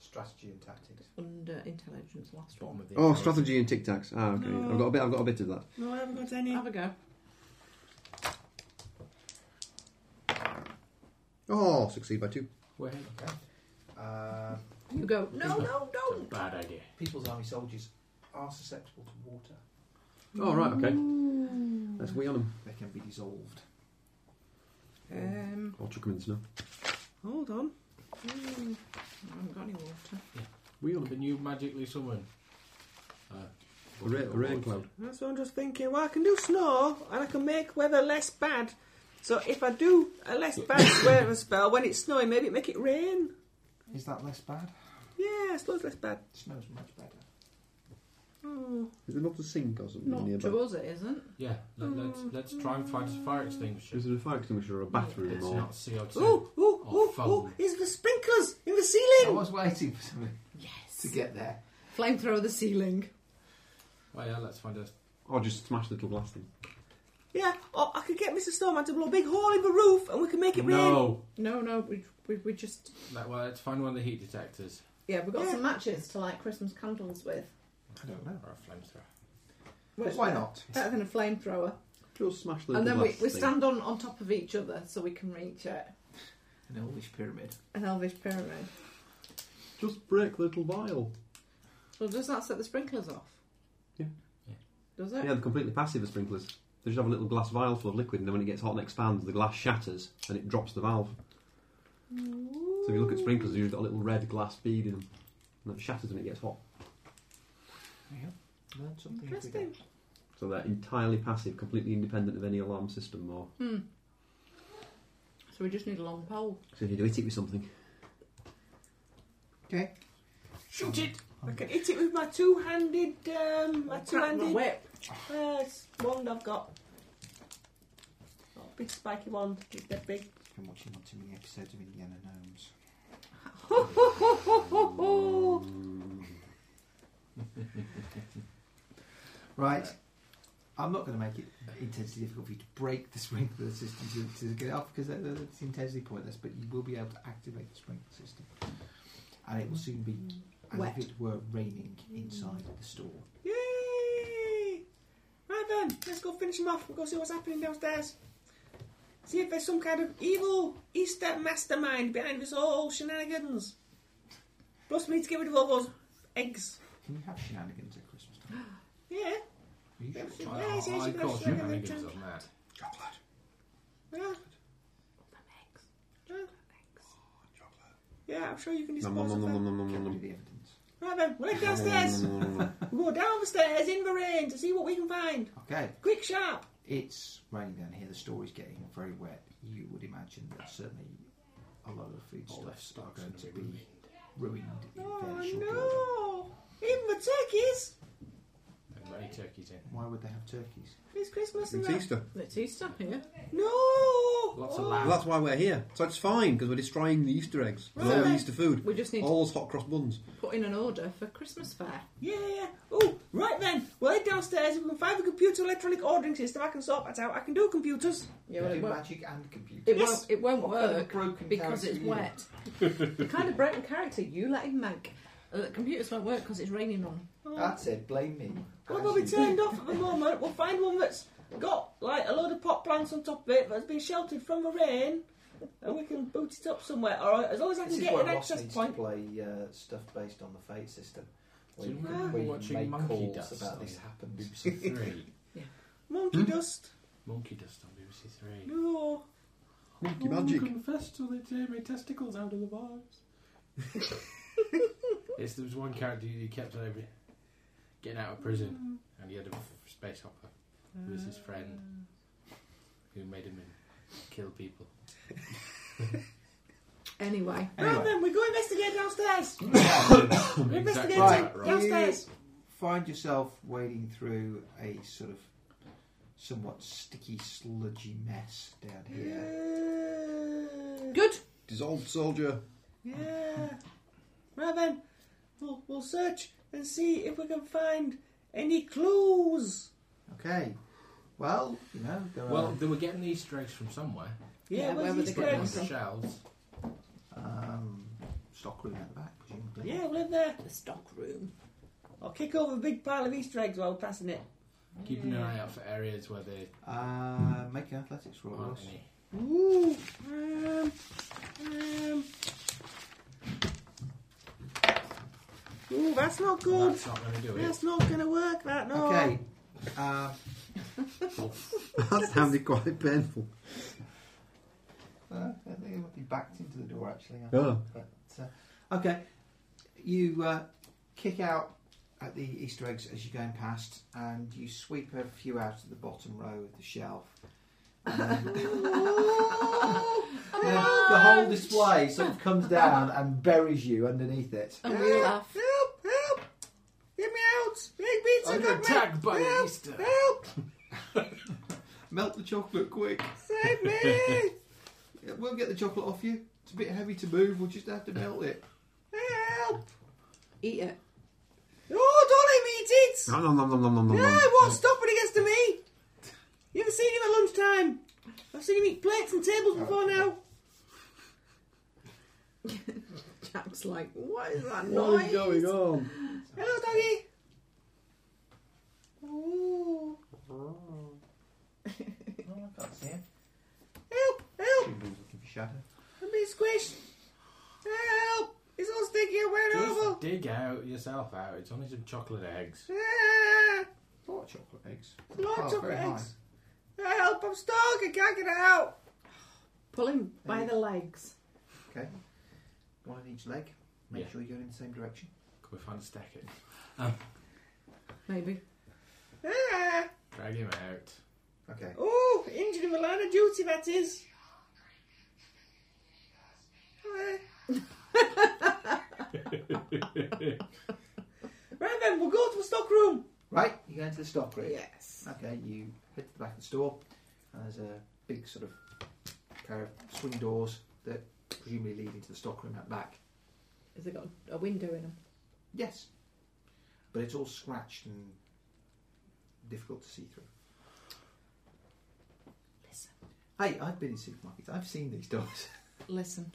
[SPEAKER 7] strategy and tactics.
[SPEAKER 3] Under intelligence, last
[SPEAKER 6] Bottom
[SPEAKER 3] one.
[SPEAKER 6] of the
[SPEAKER 1] Oh,
[SPEAKER 6] intelligence.
[SPEAKER 1] strategy and Tic Tacs. Ah, okay.
[SPEAKER 4] No.
[SPEAKER 1] I've got a bit. I've got a bit of that.
[SPEAKER 4] No, I haven't got any.
[SPEAKER 3] Have a go.
[SPEAKER 1] Oh, succeed by two.
[SPEAKER 6] Wait.
[SPEAKER 7] Okay. Uh,
[SPEAKER 3] You go. No, no,
[SPEAKER 6] It's a
[SPEAKER 3] don't.
[SPEAKER 6] bad idea.
[SPEAKER 7] People's Army soldiers are susceptible to water.
[SPEAKER 1] Oh right, okay. Let's wee on them
[SPEAKER 7] They can be dissolved.
[SPEAKER 3] Um,
[SPEAKER 1] or chuck them in the snow.
[SPEAKER 4] Hold on.
[SPEAKER 3] mm, I haven't got any water.
[SPEAKER 1] Wee on them.
[SPEAKER 6] Can you magically summon? Uh,
[SPEAKER 1] A, ra- a rain cloud.
[SPEAKER 4] That's what I'm just thinking. Well, I can do snow, and I can make weather less bad. So if I do a less
[SPEAKER 6] <coughs>
[SPEAKER 4] bad weather spell when it's snowing, maybe it make it rain.
[SPEAKER 7] Is that less bad?
[SPEAKER 4] Yeah, snow's less bad.
[SPEAKER 7] Snow's much better.
[SPEAKER 4] Oh.
[SPEAKER 1] Is there not a sink or something
[SPEAKER 3] Not
[SPEAKER 1] nearby?
[SPEAKER 3] to us, it isn't.
[SPEAKER 6] Yeah, let, let's let's try and find a fire extinguisher.
[SPEAKER 1] Is there a fire extinguisher or a bathroom
[SPEAKER 6] It's
[SPEAKER 1] or?
[SPEAKER 6] not CO2.
[SPEAKER 4] Ooh, ooh,
[SPEAKER 6] Or
[SPEAKER 4] ooh, ooh!
[SPEAKER 6] foam.
[SPEAKER 4] It's the sprinklers in the
[SPEAKER 7] I
[SPEAKER 4] ceiling.
[SPEAKER 7] was waiting for something
[SPEAKER 3] Yes.
[SPEAKER 7] to get there.
[SPEAKER 3] Flamethrower the ceiling.
[SPEAKER 6] Well, Oh, yeah, let's find a.
[SPEAKER 1] Or just smash the little glass thing.
[SPEAKER 4] Yeah, or I could get Mr. Snowman to blow a big hole in the roof, and we can make it rain.
[SPEAKER 6] No!
[SPEAKER 3] No, no, we, we, we just.
[SPEAKER 6] Let, well, let's find one of the heat detectors
[SPEAKER 3] Yeah, we've got
[SPEAKER 4] Yeah.
[SPEAKER 3] some matches to light Christmas candles with.
[SPEAKER 7] I don't know.
[SPEAKER 6] or a flamethrower.
[SPEAKER 3] Which
[SPEAKER 7] Why not?
[SPEAKER 3] Better than a flamethrower.
[SPEAKER 1] Just smash the
[SPEAKER 3] And
[SPEAKER 1] little
[SPEAKER 3] then we,
[SPEAKER 1] glass
[SPEAKER 3] we
[SPEAKER 1] thing.
[SPEAKER 3] stand on, on top of each other so we can reach it.
[SPEAKER 7] An elvish pyramid.
[SPEAKER 3] An elvish pyramid.
[SPEAKER 1] Just break the little vial.
[SPEAKER 3] Well, does that set the sprinklers off?
[SPEAKER 1] Yeah.
[SPEAKER 6] Yeah.
[SPEAKER 3] Does
[SPEAKER 1] Yeah,
[SPEAKER 3] it?
[SPEAKER 1] they're completely passive the sprinklers. They just have a little glass vial full of liquid, and then when it gets hot and expands, the glass shatters and it drops the valve. So if you look at sprinklers, you've got a little red glass bead in them, and that shatters when it gets hot.
[SPEAKER 7] Learn something every day.
[SPEAKER 3] Interesting.
[SPEAKER 1] So they're entirely passive, completely independent of any alarm system. Or
[SPEAKER 3] Hmm. So we just need a long pole.
[SPEAKER 1] so if you do hit it with something,
[SPEAKER 7] Okay.
[SPEAKER 4] Shoot it! I can hit it with my two-handed, um, my
[SPEAKER 3] Crack my
[SPEAKER 4] two-handed
[SPEAKER 3] whip.
[SPEAKER 4] uh, wand I've got. Oh, big spiky wand. It's that big.
[SPEAKER 7] Been watching one too many episodes of Indiana Gnomes. Right. I'm not going to make it intensely difficult for you to break <laughs> the sprinkler system to, to get it off because that, that's intensely pointless, but you will be able to activate the sprinkler system. And it will soon be as
[SPEAKER 3] Wet.
[SPEAKER 7] if it were raining inside the store.
[SPEAKER 4] Yay! Right then, let's go finish him off. We'll go see what's happening downstairs. See if there's some kind of evil Easter mastermind behind this whole shenanigans. Plus, we need to get rid of all those eggs.
[SPEAKER 7] Can you have shenanigans at Christmas time?
[SPEAKER 4] Yeah.
[SPEAKER 7] Are you sure?
[SPEAKER 4] Yeah,
[SPEAKER 6] I,
[SPEAKER 4] yeah, yeah,
[SPEAKER 6] I, I
[SPEAKER 4] yeah,
[SPEAKER 6] call
[SPEAKER 4] yeah,
[SPEAKER 6] shenanigans
[SPEAKER 4] yeah,
[SPEAKER 6] on that.
[SPEAKER 7] Chocolate.
[SPEAKER 4] yeah. Yeah, I'm sure you can
[SPEAKER 1] nom
[SPEAKER 4] dispose
[SPEAKER 1] nom nom
[SPEAKER 4] of that.
[SPEAKER 1] nom nom nom
[SPEAKER 7] Get
[SPEAKER 1] nom
[SPEAKER 7] rid
[SPEAKER 1] nom.
[SPEAKER 7] of the evidence.
[SPEAKER 4] Right then, we'll head downstairs. we'll go down the stairs in the rain to see what we can find.
[SPEAKER 7] Okay,
[SPEAKER 4] Quick, sharp.
[SPEAKER 7] it's raining down here. The store is getting very wet. You would imagine that certainly a lot of the foodstuffs are going to be ruined in very short order.
[SPEAKER 4] Oh no! Even the turkeys.
[SPEAKER 6] And many turkeys in.
[SPEAKER 7] Why would they have turkeys?
[SPEAKER 4] It's Christmas and
[SPEAKER 10] It's
[SPEAKER 4] that.
[SPEAKER 10] Easter.
[SPEAKER 3] It's Easter here.
[SPEAKER 4] No.
[SPEAKER 6] Lots of
[SPEAKER 4] Oh.
[SPEAKER 10] Well,
[SPEAKER 6] lamb.
[SPEAKER 10] that's why we're here. So it's fine because we're destroying the Easter eggs and all
[SPEAKER 3] Right.
[SPEAKER 10] the Easter food.
[SPEAKER 3] We just need
[SPEAKER 1] Oh.
[SPEAKER 10] All those hot cross buns.
[SPEAKER 3] to put in an order for Christmas fare.
[SPEAKER 4] Yeah, yeah. Oh, right then. We'll head downstairs. If we can find the computer electronic ordering system, I can sort that out. I can do computers.
[SPEAKER 3] Yeah,
[SPEAKER 7] They
[SPEAKER 3] well,
[SPEAKER 7] do
[SPEAKER 3] it won't,
[SPEAKER 7] magic and computer.
[SPEAKER 3] it won't, it won't
[SPEAKER 7] What kind of
[SPEAKER 3] work
[SPEAKER 7] broken
[SPEAKER 3] because
[SPEAKER 7] character
[SPEAKER 3] it's
[SPEAKER 7] are you?
[SPEAKER 3] wet. the kind of broken character you let him make. Uh, the computers won't work because it's raining on 'em.
[SPEAKER 7] That's it. Blame me.
[SPEAKER 4] Well, they'll be
[SPEAKER 7] As you-
[SPEAKER 4] turned off at the moment. We'll find one that's got like a load of pot plants on top of it that's been sheltered from the rain, and we can boot it up somewhere. Or as long as I
[SPEAKER 7] This
[SPEAKER 4] can
[SPEAKER 7] is
[SPEAKER 4] get
[SPEAKER 7] where
[SPEAKER 4] an
[SPEAKER 7] Ross
[SPEAKER 4] access
[SPEAKER 7] needs
[SPEAKER 4] point.
[SPEAKER 7] to play uh, stuff based on the fate system.
[SPEAKER 6] Do you
[SPEAKER 7] you
[SPEAKER 6] remember
[SPEAKER 7] where you
[SPEAKER 6] watching
[SPEAKER 7] make
[SPEAKER 6] Monkey
[SPEAKER 7] calls
[SPEAKER 6] Dust
[SPEAKER 7] about
[SPEAKER 6] on
[SPEAKER 7] this
[SPEAKER 6] the
[SPEAKER 7] happens.
[SPEAKER 6] BBC Three.
[SPEAKER 4] Monkey
[SPEAKER 7] Hmm?
[SPEAKER 4] dust. Oh.
[SPEAKER 6] Monkey dust on BBC Three.
[SPEAKER 4] No.
[SPEAKER 10] Monkey magic.
[SPEAKER 6] confess till they tear my testicles out of the bars. <laughs> it's, there was one character who kept on every, getting out of prison, and he had a f- space hopper who was his friend, who made him kill people.
[SPEAKER 10] <coughs>
[SPEAKER 3] Anyway,
[SPEAKER 4] Right
[SPEAKER 7] Anyway, Hmm.
[SPEAKER 4] then, we go investigate downstairs.
[SPEAKER 6] Exactly
[SPEAKER 4] Investigate
[SPEAKER 7] Right.
[SPEAKER 6] that,
[SPEAKER 4] it
[SPEAKER 6] Ross.
[SPEAKER 4] downstairs.
[SPEAKER 7] find yourself wading through a sort of somewhat sticky, sludgy mess down here.
[SPEAKER 3] good.
[SPEAKER 10] Dissolved soldier.
[SPEAKER 4] Yeah. Right then, we'll, we'll search and see if we can find any clues.
[SPEAKER 7] Okay. Well, you know there are.
[SPEAKER 6] Well, they were getting the Easter eggs from somewhere.
[SPEAKER 4] Yeah,
[SPEAKER 3] Yeah,
[SPEAKER 4] where's
[SPEAKER 3] where were
[SPEAKER 4] these
[SPEAKER 3] they getting
[SPEAKER 6] On
[SPEAKER 4] clues?
[SPEAKER 6] the shelves.
[SPEAKER 7] um, stockroom at the back, presumably.
[SPEAKER 4] Yeah, we're in there.
[SPEAKER 3] The stock room.
[SPEAKER 4] I'll kick over a big pile of Easter eggs while we're passing it.
[SPEAKER 6] Keeping an eye out for areas where they
[SPEAKER 7] Uh, make an athletics roll.
[SPEAKER 6] aren't
[SPEAKER 7] Ross.
[SPEAKER 6] any.
[SPEAKER 4] Ooh, um, um. Ooh, that's not good.
[SPEAKER 6] That's not going to do it.
[SPEAKER 4] That's not going to work, that, no.
[SPEAKER 7] Okay. Uh,
[SPEAKER 10] <laughs> That sounded quite painful.
[SPEAKER 7] Uh, I think it would be backed into the door actually. I
[SPEAKER 10] Oh.
[SPEAKER 7] think. But, uh, okay, you uh, kick out at the Easter eggs as you're going past, and you sweep a few out of the bottom row of the shelf. And then-
[SPEAKER 4] <laughs> Oh,
[SPEAKER 7] the whole display sort of comes down and buries you underneath it.
[SPEAKER 3] And we laugh.
[SPEAKER 4] Help, help. Get me out. Big pizza
[SPEAKER 6] Under
[SPEAKER 4] got me.
[SPEAKER 6] attack by
[SPEAKER 4] help,
[SPEAKER 6] Easter.
[SPEAKER 4] Help,
[SPEAKER 7] Melt the chocolate quick.
[SPEAKER 4] save <laughs> me.
[SPEAKER 7] Yeah, We'll get the chocolate off you. It's a bit heavy to move. We'll just have to melt it.
[SPEAKER 4] help.
[SPEAKER 3] Eat it.
[SPEAKER 4] Oh, don't let me eat it.
[SPEAKER 10] Nom nom nom nom nom nom.
[SPEAKER 4] No,
[SPEAKER 10] nom.
[SPEAKER 4] I won't stop when he gets to me. You haven't seen him at lunchtime. I've seen him eat plates and tables before now.
[SPEAKER 3] Jack's like, what is that
[SPEAKER 10] What
[SPEAKER 3] noise?
[SPEAKER 10] is going on?
[SPEAKER 4] Hello, doggy. Ooh.
[SPEAKER 7] <laughs> Oh, I can't see him.
[SPEAKER 4] Help, help.
[SPEAKER 7] looking for shadow.
[SPEAKER 4] I'm being squished. Help. It's all sticky and wearing
[SPEAKER 6] Just
[SPEAKER 4] awful.
[SPEAKER 6] dig out yourself out. It's only some chocolate eggs.
[SPEAKER 4] Ah.
[SPEAKER 7] A lot of chocolate eggs.
[SPEAKER 4] A lot of
[SPEAKER 7] Oh,
[SPEAKER 4] chocolate
[SPEAKER 7] very high.
[SPEAKER 4] eggs. Help, I'm stuck, I can't get out.
[SPEAKER 3] Pull him by the legs.
[SPEAKER 7] Okay. One on each leg. Make
[SPEAKER 6] Yeah.
[SPEAKER 7] sure you're going in the same direction.
[SPEAKER 6] Can we find a stack it?
[SPEAKER 3] Maybe.
[SPEAKER 4] Ah.
[SPEAKER 6] Drag him out.
[SPEAKER 7] Okay.
[SPEAKER 4] Oh, injured in the line of duty, that
[SPEAKER 7] <laughs>
[SPEAKER 4] is. Ah. right then, we'll go to the stockroom.
[SPEAKER 7] Right, you go into the stock room.
[SPEAKER 3] Yes.
[SPEAKER 7] Okay, you head to the back of the store, and there's a big sort of pair of swing doors that presumably lead into the stock room out back.
[SPEAKER 3] Has it got a window in them?
[SPEAKER 7] Yes. But it's all scratched and difficult to see through.
[SPEAKER 3] Listen.
[SPEAKER 7] Hey, I've been in supermarkets. I've seen these doors.
[SPEAKER 3] Listen.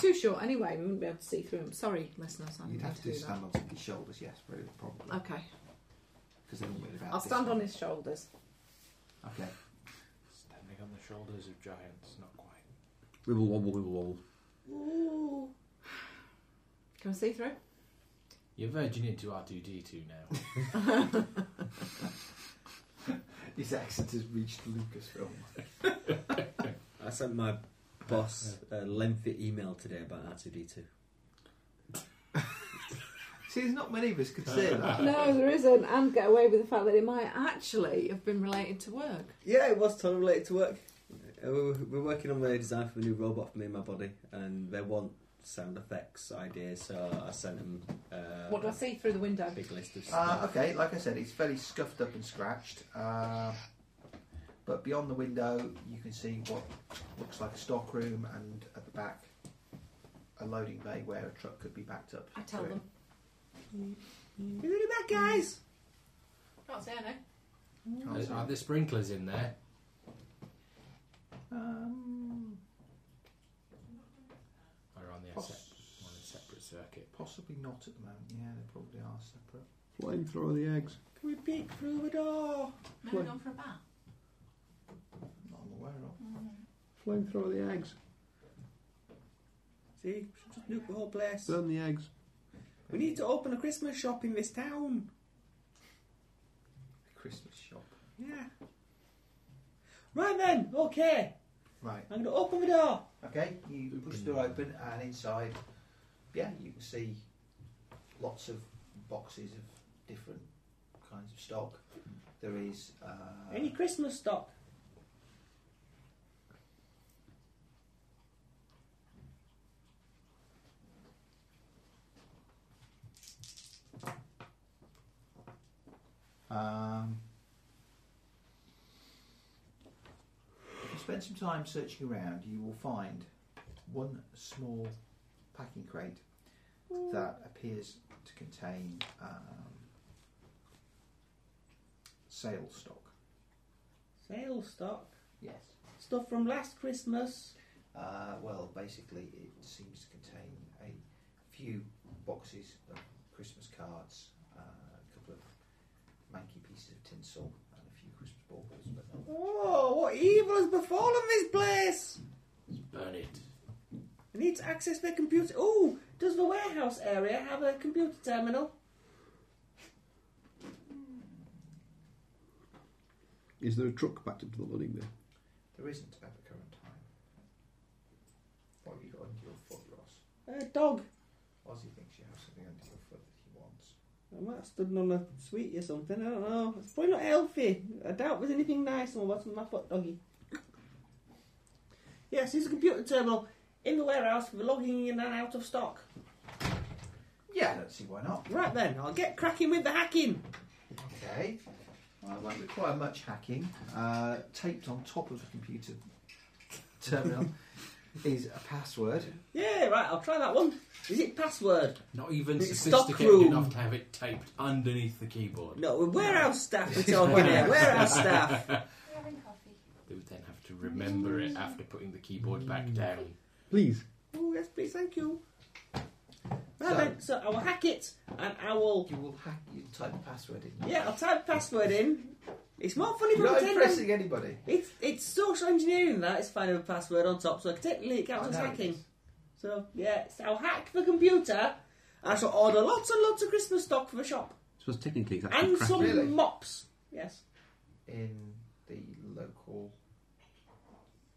[SPEAKER 3] Too short anyway, we wouldn't be able to see through them. Sorry, listeners, I
[SPEAKER 7] You'd
[SPEAKER 3] didn't mean
[SPEAKER 7] have
[SPEAKER 3] to
[SPEAKER 7] to
[SPEAKER 3] do
[SPEAKER 7] stand on somebody's shoulders, yes, really, probably.
[SPEAKER 3] that. Okay.
[SPEAKER 7] Because they're all made about
[SPEAKER 3] I'll
[SPEAKER 7] this
[SPEAKER 3] stand on
[SPEAKER 7] one.
[SPEAKER 3] his shoulders.
[SPEAKER 7] Okay.
[SPEAKER 6] Standing on the shoulders of giants, not quite.
[SPEAKER 10] Wibble wobble wibble wobble.
[SPEAKER 3] Ooh. Can I see through?
[SPEAKER 6] You're verging into R2D2 now.
[SPEAKER 7] His accent has reached
[SPEAKER 3] <laughs>
[SPEAKER 7] Lucasfilm.
[SPEAKER 9] I sent my boss a lengthy email today about R2D2.
[SPEAKER 7] See, there's not many of us could say that.
[SPEAKER 3] No, there isn't, and get away with the fact that it might actually have been related to work.
[SPEAKER 4] Yeah, it was totally related to work. Uh, we were- We're working on the design for a new robot for me and my body, and they want sound effects ideas, so I sent them uh,
[SPEAKER 3] What do I see through the window?
[SPEAKER 4] a big list of
[SPEAKER 7] Uh,
[SPEAKER 4] stuff.
[SPEAKER 7] okay, like I said, it's fairly scuffed up and scratched. Uh, but beyond the window, you can see what looks like a stockroom, and at the back, a loading bay where a truck could be backed up.
[SPEAKER 13] I tell
[SPEAKER 7] to it.
[SPEAKER 13] them.
[SPEAKER 4] You're really bad guys!
[SPEAKER 13] Can't say I
[SPEAKER 7] Can't see.
[SPEAKER 6] Are there sprinklers in there?
[SPEAKER 7] Um,
[SPEAKER 6] Or on
[SPEAKER 7] Oh.
[SPEAKER 6] the asset? On a separate circuit.
[SPEAKER 7] possibly not at the moment. Yeah, they probably are separate.
[SPEAKER 1] Flamethrower the eggs.
[SPEAKER 4] Can we peek through the door?
[SPEAKER 1] Never
[SPEAKER 13] gone for a bath.
[SPEAKER 7] Not I'm aware of.
[SPEAKER 1] Flamethrower the eggs.
[SPEAKER 4] See, just nuke the whole place.
[SPEAKER 1] Burn the eggs.
[SPEAKER 4] We need to open a Christmas shop in this town.
[SPEAKER 7] Christmas shop.
[SPEAKER 4] Yeah. Right then, okay.
[SPEAKER 7] Right.
[SPEAKER 4] I'm gonna open the door.
[SPEAKER 7] Okay. You push the door open, and inside, yeah, you can see lots of boxes of different kinds of stock. There is. Uh,
[SPEAKER 4] Any Christmas stock?
[SPEAKER 7] Um, if you spend some time searching around, you will find one small packing crate that appears to contain um, sale stock.
[SPEAKER 4] Sale stock.
[SPEAKER 7] Yes.
[SPEAKER 4] Stuff from last Christmas.
[SPEAKER 7] Uh, well, basically, it seems to contain a few boxes of Christmas cards, uh, a couple of manky pieces of tinsel, and a few Christmas baubles, but not
[SPEAKER 4] Oh, what evil has befallen this place?
[SPEAKER 6] Burn it.
[SPEAKER 4] I need to access their computer. Oh, does the warehouse area have a computer terminal?
[SPEAKER 1] Is there a truck backed up to the loading bay?
[SPEAKER 7] There isn't at the current time. What have you got under your foot, Ross?
[SPEAKER 4] A dog.
[SPEAKER 7] Ozzy thinks you have something under your foot that he wants.
[SPEAKER 4] I might have stood on a sweetie or something. I don't know. It's probably not healthy. I doubt there's anything nice on the bottom of my foot doggy. Yes, here's a computer terminal in the warehouse for logging in and out of stock.
[SPEAKER 7] Yeah, I don't see why not.
[SPEAKER 4] Right then, I'll get cracking with the hacking.
[SPEAKER 7] Okay. Well, it won't require much hacking. Uh, taped on top of the computer terminal is a password.
[SPEAKER 4] Yeah, right, I'll try that one. Is it password?
[SPEAKER 6] Not even
[SPEAKER 4] It's
[SPEAKER 6] sophisticated
[SPEAKER 4] stockroom.
[SPEAKER 6] enough to have it taped underneath the keyboard.
[SPEAKER 4] No, we're warehouse staff <laughs> we're talking here. Warehouse staff.
[SPEAKER 13] We're having coffee.
[SPEAKER 6] They would then have to remember it after putting the keyboard back down.
[SPEAKER 1] Please.
[SPEAKER 4] Oh, yes, please, thank you. Right
[SPEAKER 7] So-
[SPEAKER 4] then, so I will hack it and I will.
[SPEAKER 7] You will hack. You type the password in.
[SPEAKER 4] Yeah, I'll type password in. It's more funny
[SPEAKER 7] You're
[SPEAKER 4] than
[SPEAKER 7] not
[SPEAKER 4] pretending.
[SPEAKER 7] impressing anybody.
[SPEAKER 4] It's it's social engineering that it's finding a password on top, so technically it counts as
[SPEAKER 7] I know it
[SPEAKER 4] hacking.
[SPEAKER 7] is.
[SPEAKER 4] So yeah, so I'll hack the computer. I shall order lots and lots of Christmas stock for the shop
[SPEAKER 1] I suppose technically it's actually
[SPEAKER 4] and
[SPEAKER 1] cracking.
[SPEAKER 4] some
[SPEAKER 7] Really?
[SPEAKER 4] mops. Yes,
[SPEAKER 7] In the local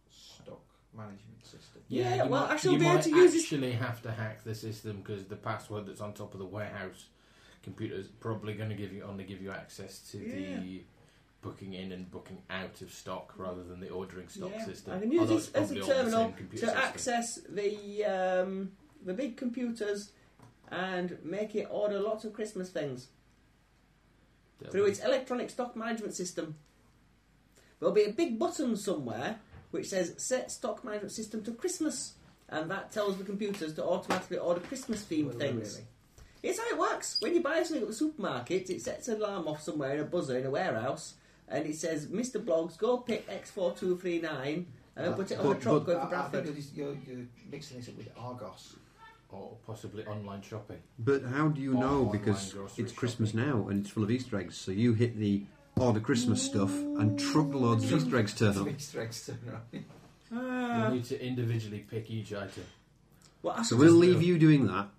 [SPEAKER 7] stock management system.
[SPEAKER 4] Yeah,
[SPEAKER 6] you
[SPEAKER 4] well,
[SPEAKER 6] might-
[SPEAKER 4] I shall
[SPEAKER 6] you
[SPEAKER 4] be able
[SPEAKER 6] might
[SPEAKER 4] to use this-
[SPEAKER 6] actually have to hack the system because the password that's on top of the warehouse computer is probably going to give you only give you access to the booking in and booking out of stock rather than the ordering stock
[SPEAKER 4] yeah.
[SPEAKER 6] system.
[SPEAKER 4] I can use
[SPEAKER 6] Although
[SPEAKER 4] this
[SPEAKER 6] it's
[SPEAKER 4] as a
[SPEAKER 6] probably all the same
[SPEAKER 4] terminal to
[SPEAKER 6] computer system.
[SPEAKER 4] access the um, the big computers and make it order lots of Christmas things.
[SPEAKER 6] There'll
[SPEAKER 4] through
[SPEAKER 6] be-
[SPEAKER 4] its electronic stock management system. There'll be a big button somewhere which says set stock management system to Christmas, and that tells the computers to automatically order Christmas themed
[SPEAKER 7] Well,
[SPEAKER 4] things.
[SPEAKER 7] really.
[SPEAKER 4] It's how it works. When you buy something at the supermarket, it sets an alarm off somewhere in a buzzer in a warehouse, and it says, Mr. Blogs, go pick X4239 and then uh, put it on a
[SPEAKER 1] But- but-
[SPEAKER 4] truck going for
[SPEAKER 7] I- I think
[SPEAKER 4] Bradford.
[SPEAKER 7] it is- you're, you're mixing this up with Argos.
[SPEAKER 6] or possibly online shopping.
[SPEAKER 1] But how do you
[SPEAKER 6] Or
[SPEAKER 1] know?
[SPEAKER 6] Oh, online
[SPEAKER 1] Because
[SPEAKER 6] grocery
[SPEAKER 1] it's Christmas
[SPEAKER 6] shopping.
[SPEAKER 1] now and it's full of Easter eggs. So you hit the order Christmas stuff and truckloads of Easter eggs turn up.
[SPEAKER 7] Mixed eggs <laughs> turn around.
[SPEAKER 4] Ah.
[SPEAKER 6] you need to individually pick each item.
[SPEAKER 4] Well, I
[SPEAKER 1] So
[SPEAKER 4] should
[SPEAKER 1] we'll
[SPEAKER 4] just-
[SPEAKER 1] leave you doing that.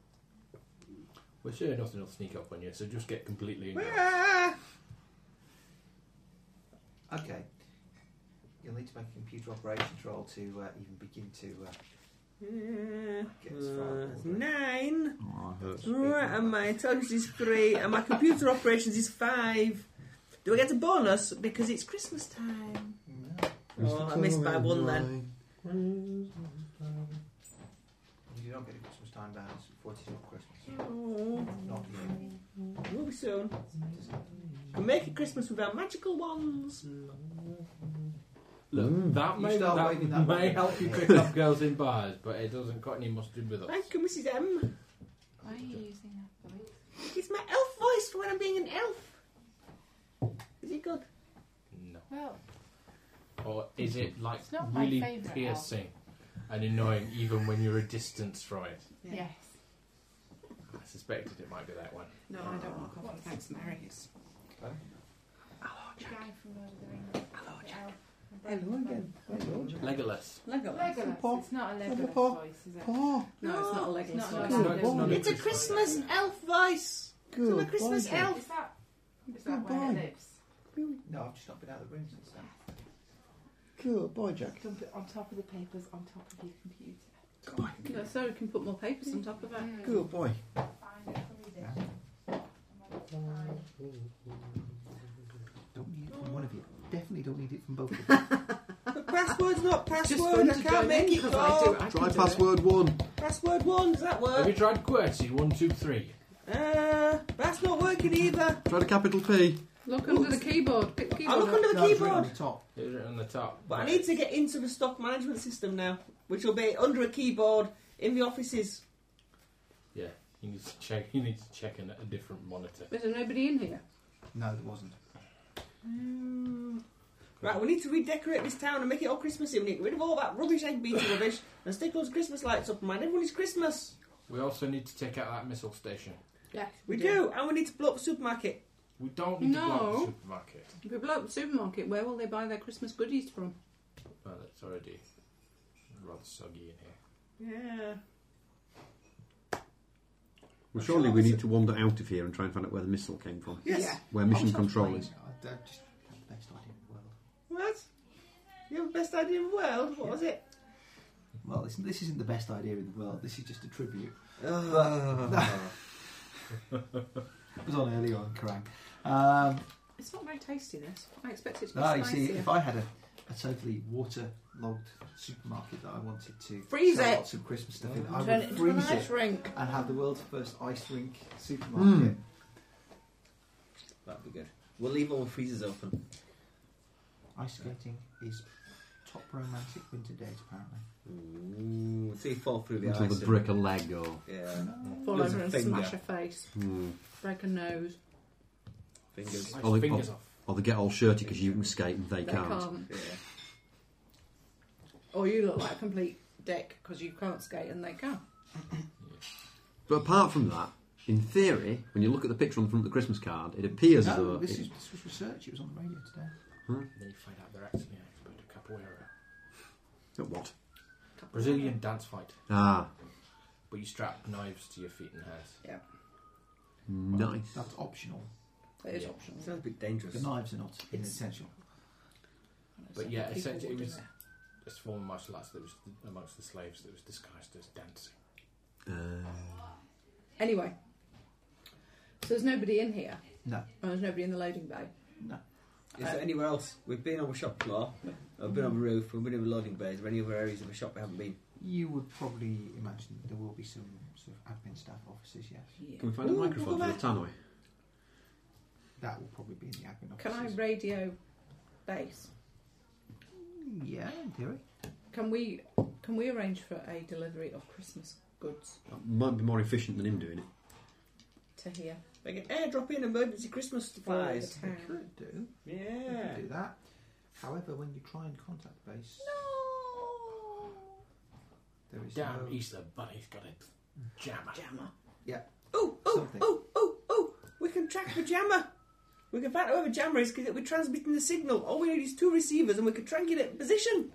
[SPEAKER 6] Well, sure, nothing will sneak up on you, so just get completely. engulfed.
[SPEAKER 4] Ah.
[SPEAKER 7] Okay. You'll need to make a computer operations roll to uh, even begin to. Uh,
[SPEAKER 4] Yeah.
[SPEAKER 7] Gets fried,
[SPEAKER 4] Uh,
[SPEAKER 7] doesn't it?
[SPEAKER 4] nine.
[SPEAKER 1] Oh,
[SPEAKER 10] hurts.
[SPEAKER 4] Right, and my intelligence is three, and my computer operations is five. Do I get a bonus because it's Christmas time? Oh, I missed by one then.
[SPEAKER 7] You don't get a Christmas time bonus. 40 not Christmas.
[SPEAKER 4] Oh,
[SPEAKER 7] Not you.
[SPEAKER 4] will be soon. Can make it Christmas with our magical wands.
[SPEAKER 6] Look, that
[SPEAKER 7] Mm. You
[SPEAKER 6] may,
[SPEAKER 7] start
[SPEAKER 6] that
[SPEAKER 7] waving that
[SPEAKER 6] may
[SPEAKER 7] one.
[SPEAKER 6] help you
[SPEAKER 7] <laughs>
[SPEAKER 6] pick up girls in bars, but it doesn't got any mustard with us.
[SPEAKER 4] Thank you, Mrs. M.
[SPEAKER 5] Why are you using that voice?
[SPEAKER 4] It's my elf voice for when I'm being an elf. Is it good?
[SPEAKER 6] No.
[SPEAKER 5] Well,
[SPEAKER 6] Or is it like
[SPEAKER 5] It's not my
[SPEAKER 6] really
[SPEAKER 5] favourite
[SPEAKER 6] piercing and annoying even when you're a distance from it?
[SPEAKER 3] Yeah.
[SPEAKER 5] yes.
[SPEAKER 6] I suspected it might be that one.
[SPEAKER 3] No, I don't want coffee. Thanks, Mary's.
[SPEAKER 5] The guy from Lord of the Rings. Hello, Jack.
[SPEAKER 7] Hello again. Hello.
[SPEAKER 6] Legolas.
[SPEAKER 3] Legolas.
[SPEAKER 5] Legolas. It's not a Legolas
[SPEAKER 7] Paul.
[SPEAKER 5] voice, is it?
[SPEAKER 7] Oh,
[SPEAKER 3] No, it's not a Legolas.
[SPEAKER 5] It's not
[SPEAKER 3] voice.
[SPEAKER 5] a Legolas.
[SPEAKER 6] It's not
[SPEAKER 4] It's a Christmas elf voice.
[SPEAKER 7] good.
[SPEAKER 4] a Christmas
[SPEAKER 7] boy.
[SPEAKER 4] elf.
[SPEAKER 5] Is that, is that where it lives?
[SPEAKER 7] No, I've just not been out of the room since then. Good boy, Jack.
[SPEAKER 5] Dump it on top of the papers, on top of your computer.
[SPEAKER 3] No, Sarah can put more papers on top of it.
[SPEAKER 7] Good boy.
[SPEAKER 5] Find it for me then.
[SPEAKER 7] Don't need it from one of you. Definitely don't need it from both of you.
[SPEAKER 4] The password's not password.
[SPEAKER 3] fun
[SPEAKER 4] I
[SPEAKER 3] to
[SPEAKER 4] can't
[SPEAKER 3] join
[SPEAKER 4] make
[SPEAKER 3] in
[SPEAKER 4] it
[SPEAKER 3] 'cause I do-
[SPEAKER 4] go.
[SPEAKER 3] I can
[SPEAKER 1] Try
[SPEAKER 3] do it.
[SPEAKER 1] password one.
[SPEAKER 4] Password one. Does that
[SPEAKER 6] Have you
[SPEAKER 4] work?
[SPEAKER 6] tried QWERTY? One, two, three.
[SPEAKER 4] Uh, that's not working either.
[SPEAKER 1] Try the capital P.
[SPEAKER 3] Look under the keyboard. Pick the
[SPEAKER 4] I
[SPEAKER 3] keyboard.
[SPEAKER 4] look
[SPEAKER 3] up.
[SPEAKER 4] under the
[SPEAKER 7] No, it's right on
[SPEAKER 4] keyboard.
[SPEAKER 7] the top.
[SPEAKER 6] It was written on the top.
[SPEAKER 4] But I need to get into the stock management system now, which will be under a keyboard in the offices.
[SPEAKER 6] Yeah, you need to check. You need to check in at a different monitor.
[SPEAKER 3] Is there nobody in here?
[SPEAKER 7] No, there wasn't.
[SPEAKER 4] Right, we need to redecorate this town and make it all Christmassy. We need to get rid of all that rubbish, egg beater rubbish, and stick those Christmas lights up, man. Everyone is Christmas.
[SPEAKER 6] We also need to take out that missile station.
[SPEAKER 3] Yes,
[SPEAKER 4] We do, and we need to blow up the supermarket.
[SPEAKER 6] We don't need to block the
[SPEAKER 3] No.
[SPEAKER 6] supermarket.
[SPEAKER 3] If you blow up the supermarket, where will they buy their Christmas goodies from?
[SPEAKER 6] Well, it's already rather soggy in here.
[SPEAKER 4] Yeah.
[SPEAKER 1] Well, surely we need to wander out of here and try and find out where the missile came from.
[SPEAKER 4] Yes.
[SPEAKER 3] Yeah.
[SPEAKER 1] Where mission
[SPEAKER 7] I'm so
[SPEAKER 1] control
[SPEAKER 7] sorry.
[SPEAKER 1] is.
[SPEAKER 7] I, I just have the best idea in the world.
[SPEAKER 4] What? You have the best idea in the world? What was it?
[SPEAKER 7] Well, it's, this isn't the best idea in the world. This is just a tribute. <laughs> It was on earlier on Kerrang. Um,
[SPEAKER 3] It's not very tasty, this. I expect it to be
[SPEAKER 7] ah, you
[SPEAKER 3] spicier.
[SPEAKER 7] see, if I had a, a totally water-logged supermarket that I wanted to
[SPEAKER 4] Freeze
[SPEAKER 7] sell
[SPEAKER 4] it.
[SPEAKER 7] lots of Christmas stuff in,
[SPEAKER 3] Turn
[SPEAKER 7] I would
[SPEAKER 3] it into an
[SPEAKER 7] freeze
[SPEAKER 3] ice
[SPEAKER 7] it
[SPEAKER 3] rink.
[SPEAKER 7] and have the world's first ice rink supermarket.
[SPEAKER 9] That'd be good.
[SPEAKER 2] We'll leave all the freezers open.
[SPEAKER 7] Ice skating is top romantic winter days, apparently.
[SPEAKER 9] Ooh, until you fall through the
[SPEAKER 1] Until
[SPEAKER 9] ice.
[SPEAKER 1] the brick a Lego.
[SPEAKER 9] Yeah,
[SPEAKER 3] Fall
[SPEAKER 9] Lose
[SPEAKER 3] over
[SPEAKER 9] a
[SPEAKER 3] and
[SPEAKER 9] finger.
[SPEAKER 3] smash a face.
[SPEAKER 1] Hmm.
[SPEAKER 3] Break a nose.
[SPEAKER 9] fingers.
[SPEAKER 6] Slice
[SPEAKER 1] Oh, they-
[SPEAKER 6] fingers off.
[SPEAKER 1] Or they get all shirty because you can skate and they,
[SPEAKER 3] They
[SPEAKER 1] can't.
[SPEAKER 3] can't.
[SPEAKER 9] Yeah.
[SPEAKER 3] Or you look like a complete dick because you can't skate and they can.
[SPEAKER 1] But apart from that, in theory, when you look at the picture on the front of the Christmas card, it appears as
[SPEAKER 7] No,
[SPEAKER 1] though
[SPEAKER 7] this,
[SPEAKER 1] it-
[SPEAKER 7] is, this was research. It was on the radio today.
[SPEAKER 6] Then you find out they're actually an expert at capoeira,
[SPEAKER 1] what?
[SPEAKER 6] Brazilian dance fight.
[SPEAKER 1] Ah,
[SPEAKER 6] But you strap knives to your feet and hands.
[SPEAKER 1] nice.
[SPEAKER 7] That's optional.
[SPEAKER 3] It is
[SPEAKER 6] Yeah.
[SPEAKER 3] optional.
[SPEAKER 9] Sounds a bit dangerous.
[SPEAKER 7] The knives are not essential.
[SPEAKER 6] But yeah,
[SPEAKER 3] People
[SPEAKER 6] essentially it
[SPEAKER 3] would do
[SPEAKER 6] was-
[SPEAKER 3] that.
[SPEAKER 6] This form of martial arts that was amongst the slaves that was disguised as dancing.
[SPEAKER 1] Uh,
[SPEAKER 3] Anyway, so there's nobody in here.
[SPEAKER 7] No.
[SPEAKER 3] Oh, there's nobody in the loading bay.
[SPEAKER 9] Is there anywhere else? We've been on the shop floor, we've been on the roof, we've been in the loading bays. Are there any other areas of the shop we haven't been?
[SPEAKER 7] You would probably imagine that there will be some sort of admin staff offices, yes.
[SPEAKER 1] can we find a microphone for the tannoy?
[SPEAKER 7] That will probably be in the admin
[SPEAKER 3] Can I
[SPEAKER 7] offices.
[SPEAKER 3] radio base?
[SPEAKER 7] I? Yeah, in theory.
[SPEAKER 3] Can we can we arrange for a delivery of Christmas goods
[SPEAKER 1] That might be more efficient than him doing it.
[SPEAKER 3] to here?
[SPEAKER 4] They can airdrop in emergency Christmas supplies.
[SPEAKER 3] For the
[SPEAKER 7] You
[SPEAKER 3] town?
[SPEAKER 7] could do. You
[SPEAKER 4] Yeah.
[SPEAKER 7] could do that. However, when you try and contact the base, there is
[SPEAKER 6] Damn
[SPEAKER 7] no
[SPEAKER 6] Easter Bunny's got a jammer.
[SPEAKER 3] Jammer.
[SPEAKER 4] Oh, oh,
[SPEAKER 7] Something.
[SPEAKER 4] oh, oh, oh! We can track the jammer. We can find out where the jammer is because we're transmitting the signal. All we need is two receivers, and we can triangulate the position.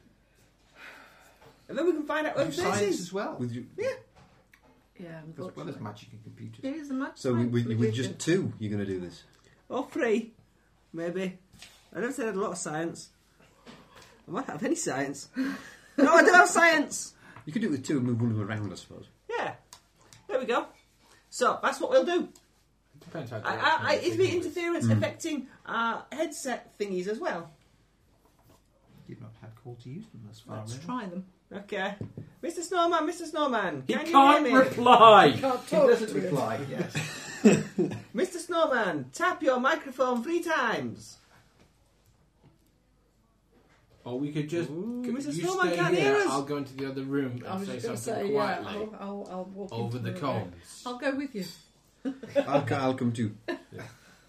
[SPEAKER 4] And then we can find out where
[SPEAKER 7] You
[SPEAKER 4] the
[SPEAKER 7] science
[SPEAKER 4] place is.
[SPEAKER 7] as well,
[SPEAKER 1] With you,
[SPEAKER 3] Yeah,
[SPEAKER 7] as well as
[SPEAKER 3] unfortunately.
[SPEAKER 7] magic and computers.
[SPEAKER 3] It is a much.
[SPEAKER 1] so we, we, with just two, you're going to do this.
[SPEAKER 4] Or three, Oh, maybe. I never said I had a lot of science. I might have any science. <laughs> no, I don't have science.
[SPEAKER 1] You could do it with two and move one of them around, I suppose.
[SPEAKER 4] Yeah. There we go. So that's what we'll do.
[SPEAKER 6] Depends how
[SPEAKER 4] I,
[SPEAKER 6] direct
[SPEAKER 4] I, I,
[SPEAKER 6] the
[SPEAKER 4] is the
[SPEAKER 6] signal
[SPEAKER 4] interference affecting our headset thingies as well?
[SPEAKER 7] You've not had call to use them thus far.
[SPEAKER 4] Let's
[SPEAKER 7] Oh, really.
[SPEAKER 4] try them. Okay. Mr. Snowman, Mr. Snowman,
[SPEAKER 6] He
[SPEAKER 4] can you
[SPEAKER 6] can't
[SPEAKER 4] hear me?
[SPEAKER 6] reply.
[SPEAKER 3] Can't
[SPEAKER 7] He
[SPEAKER 3] talk
[SPEAKER 7] doesn't
[SPEAKER 3] to him.
[SPEAKER 7] reply. Yes.
[SPEAKER 4] Mr. Snowman, tap your microphone three times.
[SPEAKER 6] Or we could just.
[SPEAKER 4] Ooh,
[SPEAKER 6] c-
[SPEAKER 4] Mr.
[SPEAKER 6] you
[SPEAKER 4] Snowman
[SPEAKER 6] stay
[SPEAKER 4] can't
[SPEAKER 6] here,
[SPEAKER 4] hear us.
[SPEAKER 6] I'll go into the other room
[SPEAKER 3] I
[SPEAKER 6] and
[SPEAKER 3] was
[SPEAKER 6] say
[SPEAKER 3] just going
[SPEAKER 6] something
[SPEAKER 3] to say, yeah,
[SPEAKER 6] quietly
[SPEAKER 3] I'll, I'll, I'll walk
[SPEAKER 6] over
[SPEAKER 3] into
[SPEAKER 6] the
[SPEAKER 3] room.
[SPEAKER 6] comms.
[SPEAKER 3] I'll go with you.
[SPEAKER 10] I'll, I'll come too.
[SPEAKER 4] Hello,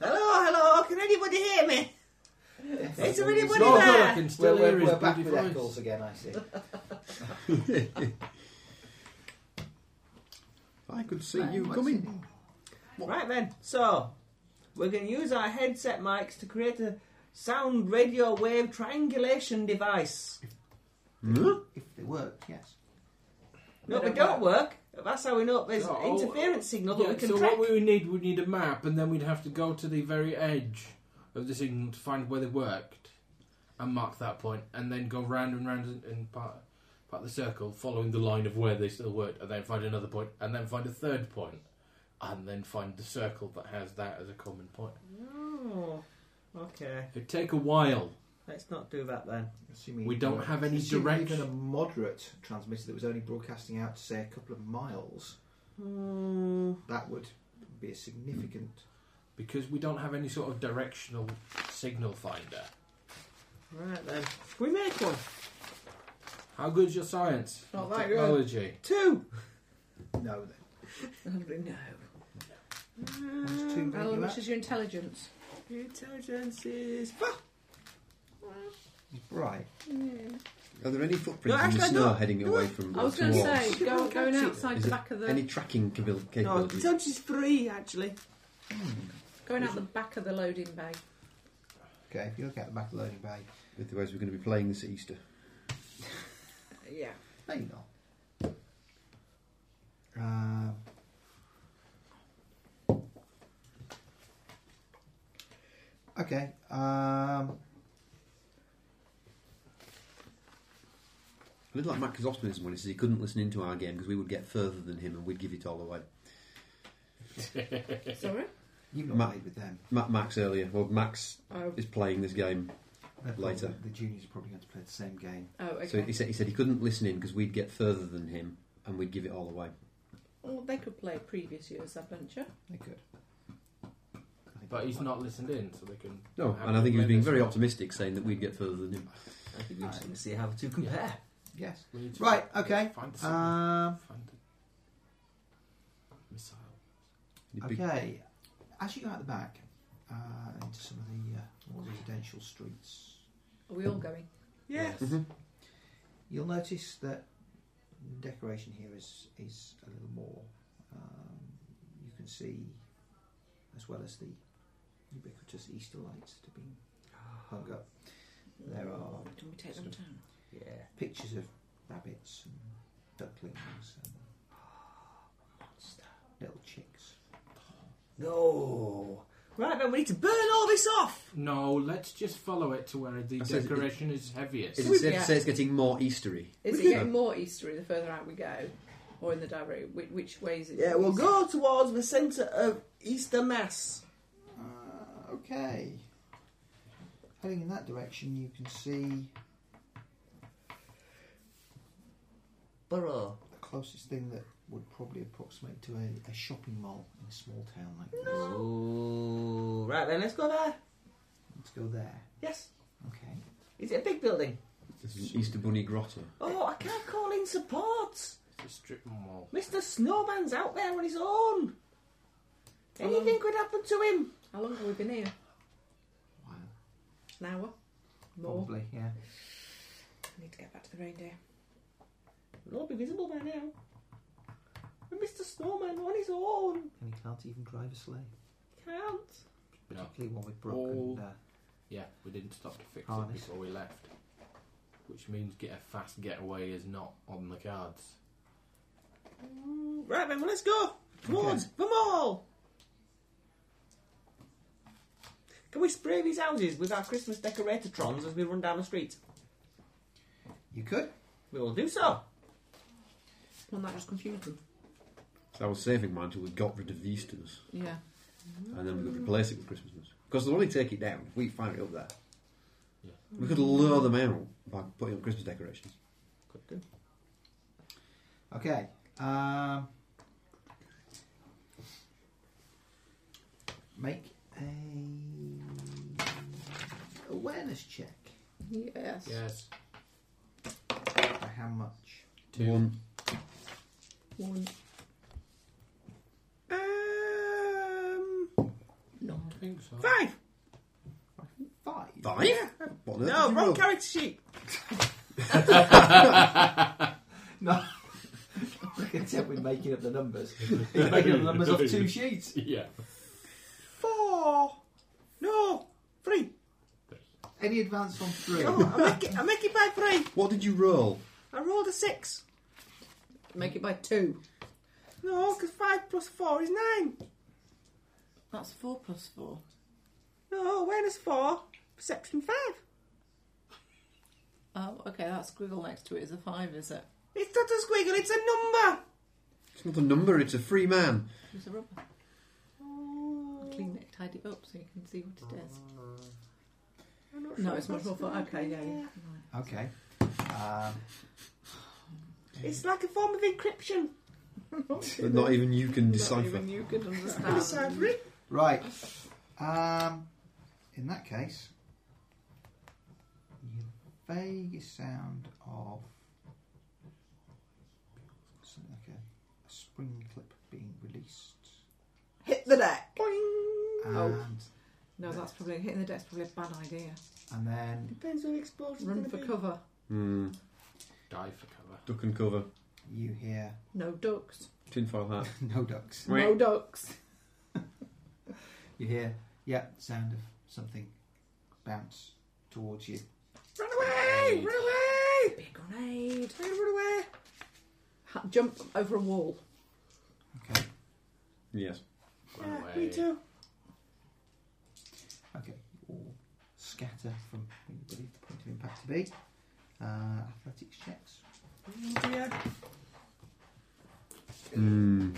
[SPEAKER 4] hello, can anybody hear me? Is there anybody
[SPEAKER 6] No, no, I
[SPEAKER 4] there?
[SPEAKER 6] can still
[SPEAKER 7] We're,
[SPEAKER 6] hear
[SPEAKER 7] we're,
[SPEAKER 6] his
[SPEAKER 7] we're back
[SPEAKER 6] bloody
[SPEAKER 7] with
[SPEAKER 6] voice.
[SPEAKER 7] echoes again, I see.
[SPEAKER 10] I could see you coming.
[SPEAKER 4] Right then, so we're going to use our headset mics to create a sound radio wave triangulation device.
[SPEAKER 10] Huh?
[SPEAKER 7] If they work, yes.
[SPEAKER 4] No, it don't work. That's how we know there's
[SPEAKER 6] No,
[SPEAKER 4] an interference signal that
[SPEAKER 6] Yeah,
[SPEAKER 4] we can
[SPEAKER 6] so
[SPEAKER 4] track.
[SPEAKER 6] what we would need, we'd need a map, and then we'd have to go to the very edge of the signal to find where they worked, and mark that point, and then go round and round and- and part, part of the circle, following the line of where they still worked, and then find another point, and then find a third point, and then find the circle that has that as a common point.
[SPEAKER 4] Oh, okay.
[SPEAKER 6] It'd take a while.
[SPEAKER 4] Let's not do that then.
[SPEAKER 7] Assuming
[SPEAKER 6] We
[SPEAKER 7] you
[SPEAKER 6] don't
[SPEAKER 7] were-
[SPEAKER 6] have any
[SPEAKER 7] assuming
[SPEAKER 6] direct-
[SPEAKER 7] You've done a moderate transmitter that was only broadcasting out, say, a couple of miles.
[SPEAKER 4] Hmm.
[SPEAKER 7] That would be a significant.
[SPEAKER 6] Because we don't have any sort of directional signal finder.
[SPEAKER 4] right then. Can we make one?
[SPEAKER 6] How good's your science?
[SPEAKER 3] Not
[SPEAKER 6] Your
[SPEAKER 3] that good.
[SPEAKER 6] technology.
[SPEAKER 4] Two.
[SPEAKER 7] No, then.
[SPEAKER 3] No.
[SPEAKER 7] That's too
[SPEAKER 3] How
[SPEAKER 7] regular.
[SPEAKER 3] much is your intelligence?
[SPEAKER 4] Intelligence is. Fuck.
[SPEAKER 7] He's bright.
[SPEAKER 10] Are there any footprints
[SPEAKER 4] No,
[SPEAKER 10] in the
[SPEAKER 4] actually, I
[SPEAKER 10] snow
[SPEAKER 4] don't-
[SPEAKER 10] heading away from
[SPEAKER 3] I was
[SPEAKER 10] us
[SPEAKER 3] going to
[SPEAKER 10] towards?
[SPEAKER 3] say, go, going
[SPEAKER 4] Is
[SPEAKER 3] outside
[SPEAKER 10] it
[SPEAKER 3] the back of the
[SPEAKER 10] Any tracking cabil-
[SPEAKER 4] No,
[SPEAKER 10] capabilities?
[SPEAKER 4] intelligence is three actually.
[SPEAKER 3] going out the back of the loading bay.
[SPEAKER 7] Okay, if you look at the back of the loading bay,
[SPEAKER 10] Otherwise, we're going to be playing this Easter.
[SPEAKER 3] Yeah.
[SPEAKER 7] no, you're not. Um, okay. Um,
[SPEAKER 10] A little like Matt Kazosmanism when he says he couldn't listen into our game because we would get further than him and we'd give it all away.
[SPEAKER 3] Sorry?
[SPEAKER 7] you've not
[SPEAKER 10] Ma-
[SPEAKER 7] played with them.
[SPEAKER 10] Matt Max earlier, well, Max
[SPEAKER 3] Oh,
[SPEAKER 10] is playing this game,
[SPEAKER 7] They're
[SPEAKER 10] Later.
[SPEAKER 7] probably- The juniors are probably going to play the same game.
[SPEAKER 3] oh okay.
[SPEAKER 10] so he said he said he couldn't listen in because we'd get further than him and we'd give it all away.
[SPEAKER 3] well, they could play previous year's adventure.
[SPEAKER 7] They could. I think
[SPEAKER 6] But
[SPEAKER 7] they
[SPEAKER 6] he's
[SPEAKER 7] might.
[SPEAKER 6] not listened in, so they can.
[SPEAKER 10] No,
[SPEAKER 6] have
[SPEAKER 10] and I think he was
[SPEAKER 6] it
[SPEAKER 10] being
[SPEAKER 6] later.
[SPEAKER 10] very optimistic, saying that we'd get further than him.
[SPEAKER 9] I think we just need to see how the two compare.
[SPEAKER 7] Yes.
[SPEAKER 6] We need to
[SPEAKER 7] Right. Okay.
[SPEAKER 6] Find the signal.
[SPEAKER 7] Um,
[SPEAKER 6] Find the missile.
[SPEAKER 10] He'd be-
[SPEAKER 7] okay. As you go out the back uh, into some of the uh, more residential streets,
[SPEAKER 3] Are we all going?
[SPEAKER 4] Yeah.
[SPEAKER 7] you'll notice that decoration here is is a little more. Um, you can see, as well as the ubiquitous Easter lights that have been hung up, there are
[SPEAKER 3] Can we take them
[SPEAKER 7] Sort of-
[SPEAKER 3] down?
[SPEAKER 9] Yeah.
[SPEAKER 7] pictures of rabbits and ducklings and little chicks.
[SPEAKER 9] No.
[SPEAKER 4] Right then, we need to burn all this off.
[SPEAKER 6] No, let's just follow it to where the
[SPEAKER 10] I said it-
[SPEAKER 6] decoration is heaviest.
[SPEAKER 10] Is it safe
[SPEAKER 3] Yeah.
[SPEAKER 10] to say it's getting more Eastery?
[SPEAKER 3] Is
[SPEAKER 10] We could-
[SPEAKER 3] it getting more Eastery the further out we go? Or in the direct? Which, which way is it?
[SPEAKER 4] Yeah, we'll go towards the centre of Easter Mass.
[SPEAKER 7] Uh, okay. Heading in that direction, you can see
[SPEAKER 9] Burrow.
[SPEAKER 7] the closest thing that would probably approximate to a, a shopping mall in a small town like this.
[SPEAKER 9] Ooh.
[SPEAKER 4] Right then, let's go there.
[SPEAKER 7] Let's go there.
[SPEAKER 4] Yes.
[SPEAKER 7] Okay.
[SPEAKER 4] Is it a big building?
[SPEAKER 10] This is an Easter Bunny grotto.
[SPEAKER 4] Oh, I can't call in support.
[SPEAKER 6] It's a strip mall.
[SPEAKER 4] Mr. Snowman's out there on his own. Anything could happen to him.
[SPEAKER 3] How long have we been here?
[SPEAKER 7] Wow.
[SPEAKER 3] An hour? More?
[SPEAKER 7] Probably, yeah.
[SPEAKER 3] I need to get back to the reindeer.
[SPEAKER 4] It'll all be visible by now. And Mr. Snowman on his own.
[SPEAKER 7] And you can't even drive a sleigh,
[SPEAKER 4] Can't.
[SPEAKER 6] No.
[SPEAKER 7] particularly one with broken.
[SPEAKER 6] Oh.
[SPEAKER 7] Uh,
[SPEAKER 6] Yeah, we didn't stop to fix it
[SPEAKER 7] Harness.
[SPEAKER 6] before we left. Which means get a fast getaway is not on the cards.
[SPEAKER 4] Mm, Right then, well, let's go. Towards the mall. Can we spray these houses with our Christmas decoratortrons as we run down the street?
[SPEAKER 7] you could.
[SPEAKER 4] We will do so.
[SPEAKER 3] Well, that just confused them.
[SPEAKER 1] I was saving mine till we got rid of the Easterns,
[SPEAKER 3] Yeah.
[SPEAKER 1] and then we could replace it with Christmas. Because they'll only take it down if we fire it up there.
[SPEAKER 6] Yeah.
[SPEAKER 1] We could lure them out by putting up Christmas decorations.
[SPEAKER 4] Could do.
[SPEAKER 7] Okay. Um, make a awareness check.
[SPEAKER 3] Yes.
[SPEAKER 6] Yes.
[SPEAKER 7] By how much?
[SPEAKER 6] Two.
[SPEAKER 1] One,
[SPEAKER 3] One.
[SPEAKER 4] Um,
[SPEAKER 6] No. I think so.
[SPEAKER 4] five.
[SPEAKER 7] Five.
[SPEAKER 1] five? What on earth did
[SPEAKER 4] No,
[SPEAKER 1] you
[SPEAKER 4] wrong
[SPEAKER 1] roll?
[SPEAKER 4] character sheet.
[SPEAKER 7] No. I <laughs> can tell we're making up the numbers. We're making up the numbers off two sheets.
[SPEAKER 6] Yeah.
[SPEAKER 4] Four. No, three.
[SPEAKER 7] Any advance on three?
[SPEAKER 4] Oh, I make it. I make it by three.
[SPEAKER 1] What did you roll?
[SPEAKER 4] I rolled a six.
[SPEAKER 3] Make it by two.
[SPEAKER 4] No, because five plus four is nine.
[SPEAKER 3] That's four plus four.
[SPEAKER 4] No, awareness four, perception five.
[SPEAKER 3] Oh, okay. That squiggle next to it is a five, is it?
[SPEAKER 4] It's not a squiggle. It's a number.
[SPEAKER 1] It's not a number, it's a free man.
[SPEAKER 3] It's a rubber. Clean it, tidy it up so you can see what it is.
[SPEAKER 4] I'm not
[SPEAKER 3] No,
[SPEAKER 4] sure
[SPEAKER 3] it's much more
[SPEAKER 4] what's
[SPEAKER 3] fun.
[SPEAKER 4] going
[SPEAKER 3] Okay,
[SPEAKER 4] on
[SPEAKER 3] yeah, yeah.
[SPEAKER 4] there.
[SPEAKER 7] Okay. Um,
[SPEAKER 4] It's like a form of encryption.
[SPEAKER 1] But not even you can
[SPEAKER 3] Not
[SPEAKER 1] decipher.
[SPEAKER 3] even you could understand.
[SPEAKER 4] Deciphering.
[SPEAKER 7] right. Um, in that case, you vague sound of something like a, a spring clip being released.
[SPEAKER 3] Hit the deck.
[SPEAKER 7] And,
[SPEAKER 3] Oh. No, that's probably hitting the deck's probably a bad idea.
[SPEAKER 7] and then,
[SPEAKER 4] Depends on explosion.
[SPEAKER 3] Run for cover.
[SPEAKER 1] Hmm.
[SPEAKER 6] Die for cover.
[SPEAKER 1] Duck and cover.
[SPEAKER 7] you hear <laughs>
[SPEAKER 3] No ducks.
[SPEAKER 1] Tinfoil hat.
[SPEAKER 7] no ducks.
[SPEAKER 3] No ducks.
[SPEAKER 7] You hear, yeah, sound of something bounce towards you.
[SPEAKER 4] Run away! Run away!
[SPEAKER 3] Big grenade.
[SPEAKER 4] Run away!
[SPEAKER 3] Ha- Jump over a wall.
[SPEAKER 7] Okay.
[SPEAKER 1] Yes.
[SPEAKER 6] Run
[SPEAKER 4] Yeah,
[SPEAKER 6] away.
[SPEAKER 4] me too.
[SPEAKER 7] Okay. All scatter from where you believe the point of impact to be. Uh, athletics checks.
[SPEAKER 4] Oh dear.
[SPEAKER 1] Hmm.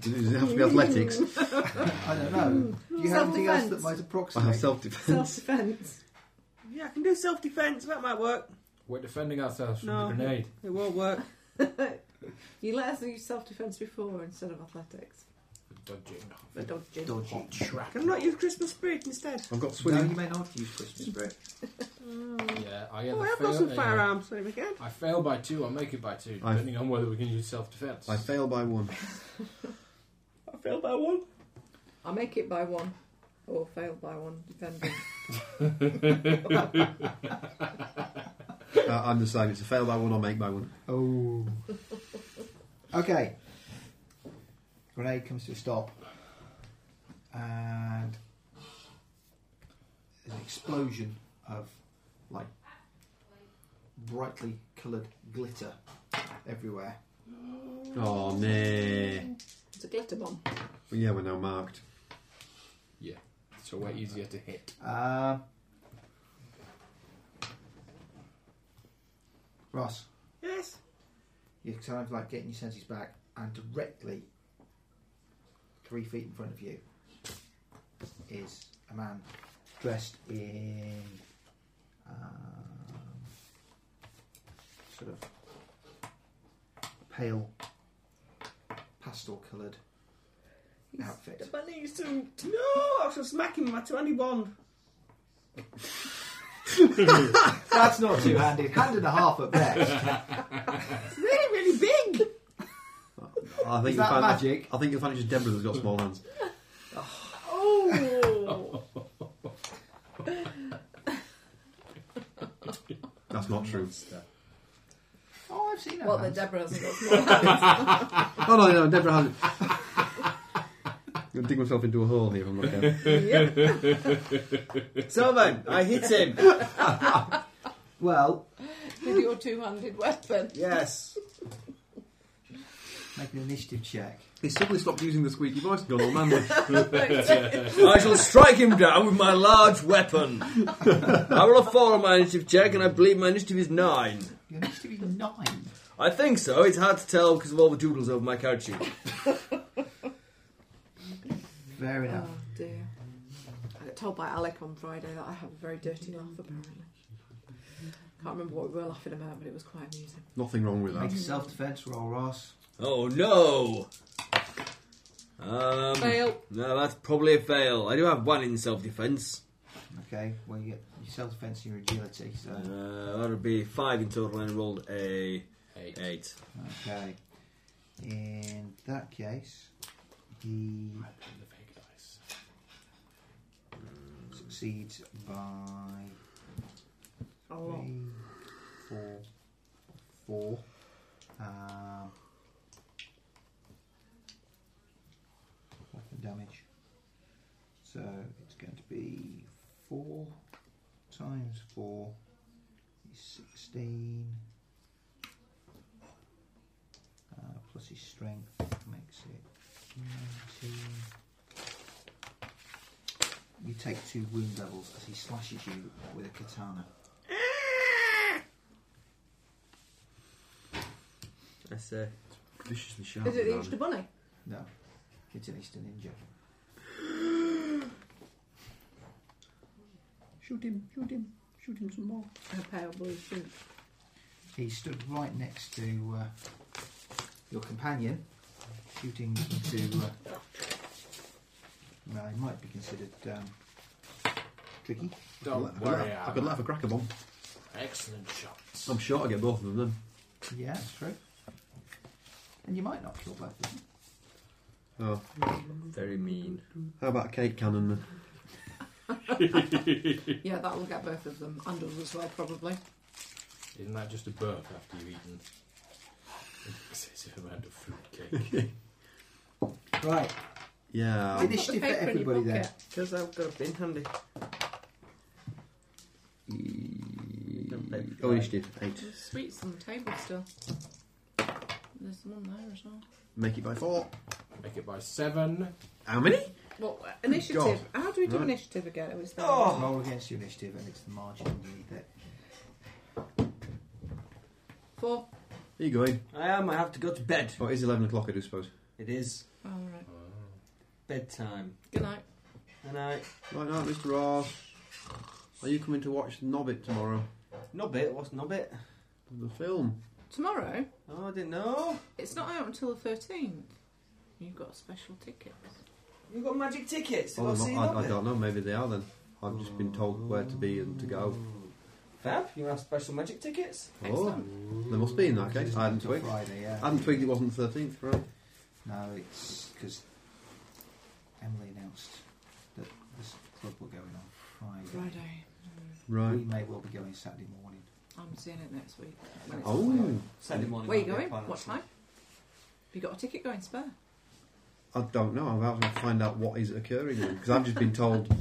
[SPEAKER 1] Does it have to be athletics?
[SPEAKER 7] I don't know. Do you have anything else that
[SPEAKER 3] Self-defense.
[SPEAKER 7] might
[SPEAKER 1] I have
[SPEAKER 7] approximate?
[SPEAKER 1] self defence.
[SPEAKER 3] Self defence.
[SPEAKER 4] Yeah, I can do self defence. That might work.
[SPEAKER 6] We're defending ourselves from
[SPEAKER 4] No.
[SPEAKER 6] the grenade.
[SPEAKER 4] It won't work.
[SPEAKER 3] You let us use self defence before instead of athletics.
[SPEAKER 6] For dodging.
[SPEAKER 3] For dodging.
[SPEAKER 7] Dodgy.
[SPEAKER 6] Trap.
[SPEAKER 4] Can I not use Christmas spirit instead?
[SPEAKER 1] I've got
[SPEAKER 7] No,
[SPEAKER 1] swimming.
[SPEAKER 7] you may not use Christmas spirit.
[SPEAKER 6] Yeah, I either
[SPEAKER 4] Oh, I've
[SPEAKER 6] fail,
[SPEAKER 4] got some
[SPEAKER 6] yeah.
[SPEAKER 4] firearms. There we go.
[SPEAKER 6] I fail by two, I make it by two,
[SPEAKER 1] I-
[SPEAKER 6] depending on whether we can use self defense.
[SPEAKER 1] I fail by one.
[SPEAKER 4] I failed by one.
[SPEAKER 3] I make it by one or fail by one, depending.
[SPEAKER 1] Uh, I, I'm the same. It's a fail by one or make by one.
[SPEAKER 7] Oh. okay. Grenade comes to a stop. And an explosion of like brightly coloured glitter everywhere.
[SPEAKER 1] Oh, nay.
[SPEAKER 3] it's a glitter bomb.
[SPEAKER 1] But yeah, we're now marked.
[SPEAKER 6] So we're easier to hit.
[SPEAKER 7] Uh, Ross,
[SPEAKER 4] Yes.
[SPEAKER 7] you're kind of like getting your senses back, and directly three feet in front of you is a man dressed in um, sort of pale, pastel coloured outfit.
[SPEAKER 4] My knee suit. No, I shall smack him with my 21.
[SPEAKER 7] That's not too handy. Hand and a half at best.
[SPEAKER 4] It's really, really big.
[SPEAKER 1] I think
[SPEAKER 7] Is
[SPEAKER 1] you'll
[SPEAKER 7] that
[SPEAKER 1] find
[SPEAKER 7] magic?
[SPEAKER 1] I think you'll find it's just Deborah that's got small hands.
[SPEAKER 3] Oh!
[SPEAKER 1] That's not true.
[SPEAKER 7] Oh, I've seen that.
[SPEAKER 3] well, the
[SPEAKER 7] hand.
[SPEAKER 3] Deborah hasn't got
[SPEAKER 1] <laughs>
[SPEAKER 3] small hands.
[SPEAKER 1] Oh, no, no, Deborah hasn't. I'm going to dig myself into a hole here if I'm not
[SPEAKER 3] <laughs>
[SPEAKER 1] careful.
[SPEAKER 3] Yep.
[SPEAKER 4] So then, I hit him.
[SPEAKER 7] Well,
[SPEAKER 3] With your two handed weapon.
[SPEAKER 4] Yes.
[SPEAKER 7] make an initiative check.
[SPEAKER 1] He's suddenly stopped using the squeaky voice and gone all manly.
[SPEAKER 9] I shall strike him down with my large weapon. I roll a four on my initiative check, and I believe my initiative is nine.
[SPEAKER 7] Your initiative is nine.
[SPEAKER 9] I think so. It's hard to tell because of all the doodles over my character sheet.
[SPEAKER 7] Fair enough.
[SPEAKER 3] Oh dear. I got told by Alec on Friday that I have a very dirty laugh, apparently. Can't remember what we were laughing about, but it was quite amusing.
[SPEAKER 1] Nothing wrong with
[SPEAKER 7] Make a
[SPEAKER 1] that.
[SPEAKER 7] self defence roll, Ross.
[SPEAKER 4] Oh no! Um,
[SPEAKER 3] Fail.
[SPEAKER 4] No, that's probably a fail. I do have one in self defence.
[SPEAKER 7] Okay, well, you get your self defence and your agility, so.
[SPEAKER 4] Uh, that'll be five in total, and I rolled a
[SPEAKER 6] Eight.
[SPEAKER 4] eight.
[SPEAKER 7] Okay. In that case, he
[SPEAKER 6] The fake dice.
[SPEAKER 7] succeeds by
[SPEAKER 3] A lot.
[SPEAKER 7] three, four, four. Um, weapon damage. So it's going to be four times four is sixteen. Uh, plus his strength makes it nineteen. You take two wound levels as he slashes you with a katana.
[SPEAKER 4] That's uh,
[SPEAKER 1] Viciously sharp.
[SPEAKER 3] Is it the
[SPEAKER 1] that.
[SPEAKER 3] Easter Bunny?
[SPEAKER 7] No, it's an Easter ninja.
[SPEAKER 1] Shoot him, shoot him, shoot him some more.
[SPEAKER 3] A pale blue suit.
[SPEAKER 7] He stood right next to uh, your companion, shooting into. Uh, well, it might be considered um, tricky.
[SPEAKER 6] Don't
[SPEAKER 1] I could,
[SPEAKER 6] worry,
[SPEAKER 1] let, I could let
[SPEAKER 6] Alan.
[SPEAKER 1] have a cracker bomb.
[SPEAKER 6] Excellent shots.
[SPEAKER 1] I'm sure I get both of them then.
[SPEAKER 7] Yeah, that's true. And you might not kill both of them.
[SPEAKER 1] Oh,
[SPEAKER 4] very mean.
[SPEAKER 1] how about a cake cannon then?
[SPEAKER 3] Yeah, that'll get both of them. And us as well, probably.
[SPEAKER 6] Isn't that just a burp after you've eaten an excessive amount
[SPEAKER 1] <laughs>
[SPEAKER 6] of fruitcake?
[SPEAKER 7] Right,
[SPEAKER 1] Yeah.
[SPEAKER 7] initiative
[SPEAKER 3] Put the
[SPEAKER 7] for
[SPEAKER 3] paper in your
[SPEAKER 7] everybody then.
[SPEAKER 3] pocket.
[SPEAKER 4] Because I've got a bin handy.
[SPEAKER 1] E- Oh, initiative. Eight.
[SPEAKER 14] There's sweets on the table still. There's one there as well.
[SPEAKER 1] Make it by four.
[SPEAKER 6] Make it by seven.
[SPEAKER 1] How many?
[SPEAKER 3] Well, uh, initiative.
[SPEAKER 1] God.
[SPEAKER 3] How do we do
[SPEAKER 1] Right.
[SPEAKER 3] initiative again? It was there.
[SPEAKER 7] Roll against your initiative, and it's the margin you need there.
[SPEAKER 3] Four.
[SPEAKER 1] There you go. Ian.
[SPEAKER 4] I am. I have to go to bed.
[SPEAKER 1] Oh, it is 11 o'clock, I do suppose.
[SPEAKER 4] It is
[SPEAKER 14] Oh, all right.
[SPEAKER 4] bedtime,
[SPEAKER 14] Good night.
[SPEAKER 4] and I
[SPEAKER 1] Right now, Mr. Ross. Are you coming to watch Nobbit tomorrow?
[SPEAKER 4] nobbit. What's nobbit?
[SPEAKER 1] The film.
[SPEAKER 14] Tomorrow?
[SPEAKER 4] Oh, I didn't know.
[SPEAKER 14] It's not out until the 13th. You've got special tickets.
[SPEAKER 3] Oh.
[SPEAKER 4] You've got magic tickets. to
[SPEAKER 1] Oh,
[SPEAKER 4] go
[SPEAKER 1] no,
[SPEAKER 4] see
[SPEAKER 1] I, I
[SPEAKER 4] nobbit.
[SPEAKER 1] don't know. Maybe they are then. I've just been told where to be and to go.
[SPEAKER 4] Fab, you have special magic tickets.
[SPEAKER 1] Oh, there must be in that case. I hadn't
[SPEAKER 7] Until
[SPEAKER 1] twigged. I
[SPEAKER 7] Friday, yeah.
[SPEAKER 1] hadn't twigged it wasn't the 13th, right?
[SPEAKER 7] No, it's because Emily announced that this club were going on Friday.
[SPEAKER 3] Friday.
[SPEAKER 7] We
[SPEAKER 1] Right.
[SPEAKER 7] may well be going Saturday morning.
[SPEAKER 3] I'm seeing it next week. when it's-
[SPEAKER 1] Oh,
[SPEAKER 4] Saturday morning.
[SPEAKER 3] Where are you
[SPEAKER 4] I'll be
[SPEAKER 3] going?
[SPEAKER 4] planning
[SPEAKER 3] What
[SPEAKER 4] to-
[SPEAKER 3] time? Have you got a ticket going spare?
[SPEAKER 1] I don't know. I'm about to find out what is occurring because I've just been told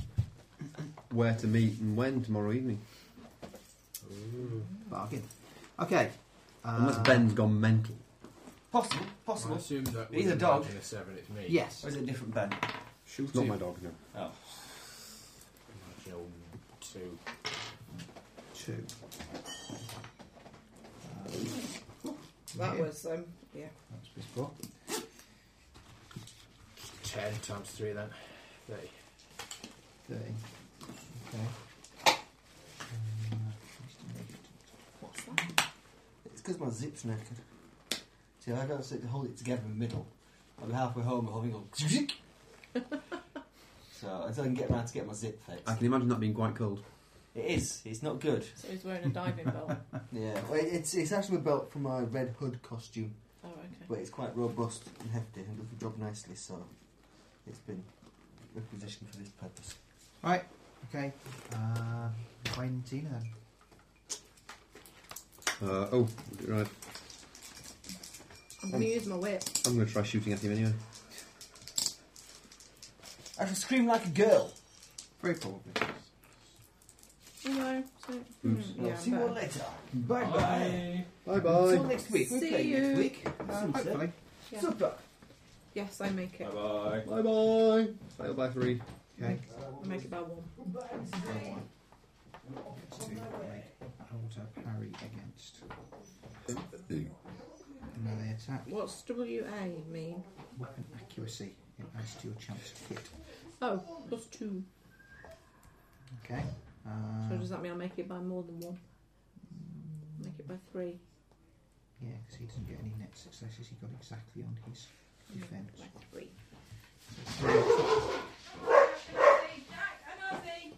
[SPEAKER 1] where to meet and when tomorrow evening.
[SPEAKER 7] Bargain. Okay.
[SPEAKER 1] Unless
[SPEAKER 7] uh,
[SPEAKER 1] Ben's gone mental.
[SPEAKER 4] Possible,
[SPEAKER 6] I
[SPEAKER 4] possible.
[SPEAKER 6] assume that
[SPEAKER 4] He's
[SPEAKER 6] with
[SPEAKER 4] a dog.
[SPEAKER 6] imagine seven, it's me.
[SPEAKER 7] Yes. Uh,
[SPEAKER 4] Or is it a different Ben?
[SPEAKER 1] It's not my dog, no.
[SPEAKER 4] Oh.
[SPEAKER 6] Imagine two.
[SPEAKER 7] Two. Uh,
[SPEAKER 3] That
[SPEAKER 7] yeah,
[SPEAKER 3] was, um, yeah.
[SPEAKER 7] That's before.
[SPEAKER 6] Ten times three then. Thirty.
[SPEAKER 7] Thirty. Okay. Um, just to make it-
[SPEAKER 3] What's that?
[SPEAKER 4] It's because my zip's knackered. See, I don't sit to hold it together in the middle. I'm halfway home, I'm having a So until I can get around to get my zip fixed.
[SPEAKER 1] I can imagine that being quite cold.
[SPEAKER 4] It is. It's not good.
[SPEAKER 14] So he's wearing a diving belt.
[SPEAKER 4] Yeah. Well, it's it's actually a belt from my red hood costume,
[SPEAKER 14] Oh, okay.
[SPEAKER 4] but it's quite robust and hefty and does the job nicely. So it's been requisitioned for this purpose.
[SPEAKER 7] Right. Okay. Uh, Valentina then.
[SPEAKER 1] Uh, oh, right.
[SPEAKER 3] <laughs> I'm going to use my whip.
[SPEAKER 1] I'm going to try shooting at him anyway.
[SPEAKER 4] I shall scream like a girl.
[SPEAKER 7] Very probably.
[SPEAKER 14] Hello. So,
[SPEAKER 1] Oops.
[SPEAKER 14] hmm,
[SPEAKER 4] Well,
[SPEAKER 14] yeah,
[SPEAKER 4] see
[SPEAKER 14] I'm
[SPEAKER 4] you all
[SPEAKER 14] back.
[SPEAKER 4] later.
[SPEAKER 7] Bye
[SPEAKER 1] Bye
[SPEAKER 4] Until
[SPEAKER 1] bye.
[SPEAKER 4] next week. We're
[SPEAKER 3] See
[SPEAKER 4] playing
[SPEAKER 3] you.
[SPEAKER 4] next week.
[SPEAKER 7] Uh, hopefully.
[SPEAKER 3] Yeah.
[SPEAKER 4] Super.
[SPEAKER 3] Yes, I make it.
[SPEAKER 4] bye.
[SPEAKER 1] Bye bye. Fail by three.
[SPEAKER 7] Okay.
[SPEAKER 3] I make it by one.
[SPEAKER 7] to make Alder parry against. And now they attack
[SPEAKER 3] What's WA mean?
[SPEAKER 7] weapon accuracy. It adds to your chance to hit.
[SPEAKER 3] Oh, plus two.
[SPEAKER 7] Okay.
[SPEAKER 3] So
[SPEAKER 7] Uh,
[SPEAKER 3] does that mean I make it by more than one? Make it by three.
[SPEAKER 7] yeah, because he doesn't get any net successes. He got exactly on his defence.
[SPEAKER 3] By three.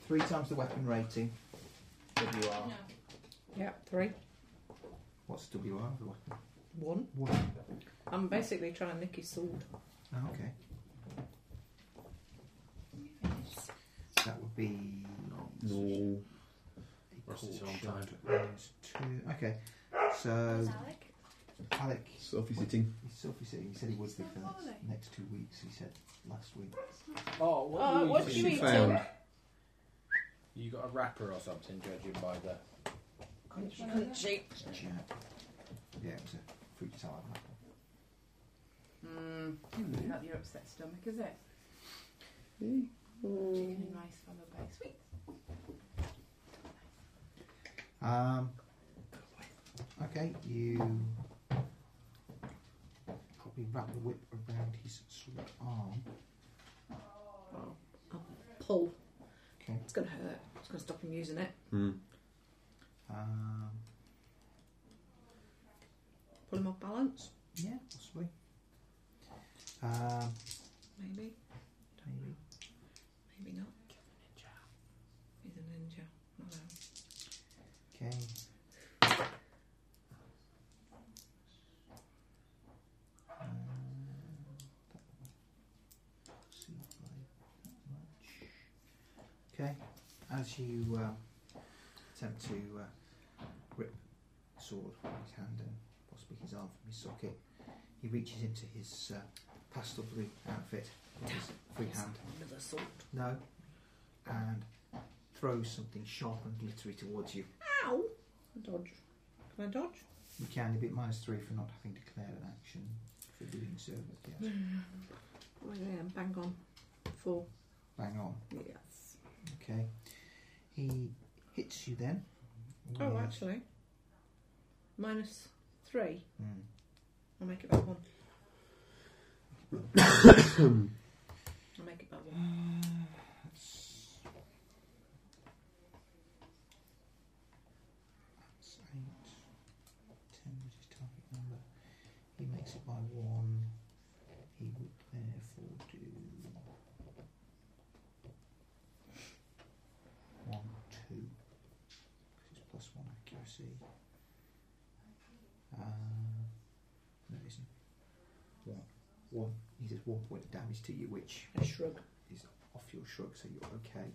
[SPEAKER 7] Three times the weapon rating. WR.
[SPEAKER 3] Yep, three.
[SPEAKER 7] What's WR of the weapon?
[SPEAKER 3] One.
[SPEAKER 7] One.
[SPEAKER 3] I'm basically trying to nick his sword.
[SPEAKER 7] Oh, okay. That would be
[SPEAKER 10] No.
[SPEAKER 7] a
[SPEAKER 6] Rest is
[SPEAKER 7] caught
[SPEAKER 6] on
[SPEAKER 7] shot.
[SPEAKER 6] time.
[SPEAKER 7] Minus two. Okay. So Alec,
[SPEAKER 10] Sophie sitting.
[SPEAKER 7] he's Sophie said he said he would be for the next two weeks. He said last week.
[SPEAKER 6] Oh, what,
[SPEAKER 3] Uh,
[SPEAKER 6] do
[SPEAKER 3] what
[SPEAKER 6] you
[SPEAKER 3] do you
[SPEAKER 6] eat?
[SPEAKER 3] eat?
[SPEAKER 10] Found.
[SPEAKER 6] You got a wrapper or something, judging by the.
[SPEAKER 3] Cheap.
[SPEAKER 7] Jab. Yeah, it was a fruit salad. that one.
[SPEAKER 11] Mm, not your upset stomach, is it? Chicken and rice followed by sweet.
[SPEAKER 7] Um, okay, you probably wrap the whip around his sort of arm.
[SPEAKER 3] Pull.
[SPEAKER 7] Okay.
[SPEAKER 3] It's going to hurt. It's going to stop him using it.
[SPEAKER 10] Mm.
[SPEAKER 7] Um,
[SPEAKER 3] Pull him off balance,
[SPEAKER 7] yeah, possibly. Um,
[SPEAKER 3] maybe.
[SPEAKER 7] maybe.
[SPEAKER 3] Maybe not. He's a ninja. Not out.
[SPEAKER 7] Okay. Um, that one. See if I- that much. Okay, as you uh, attempt to uh, rip the sword from his hand and possibly his arm from his socket, he reaches into his uh, pastel blue outfit with his free hand.
[SPEAKER 3] Another sword.
[SPEAKER 7] No. And throws something sharp and glittery towards you.
[SPEAKER 3] Ow! Dodge. Can I dodge?
[SPEAKER 7] You can, you'd be at minus three for not having declared an action for doing so, but yes.
[SPEAKER 3] Right there, bang on. Four.
[SPEAKER 7] Bang on.
[SPEAKER 3] Yes.
[SPEAKER 7] Okay. He hits you then.
[SPEAKER 3] Oh,
[SPEAKER 7] with-
[SPEAKER 3] actually. Minus three.
[SPEAKER 7] Mm.
[SPEAKER 3] I'll make it by one. I'll make it by one.
[SPEAKER 7] That's, that's eight. Ten was his target number. He makes it by one. He would therefore do one, two. Because it's plus one accuracy. Uh, no, it isn't. One. One. He does one point of damage to you, which
[SPEAKER 3] A shrug.
[SPEAKER 7] off your shrug, so you're okay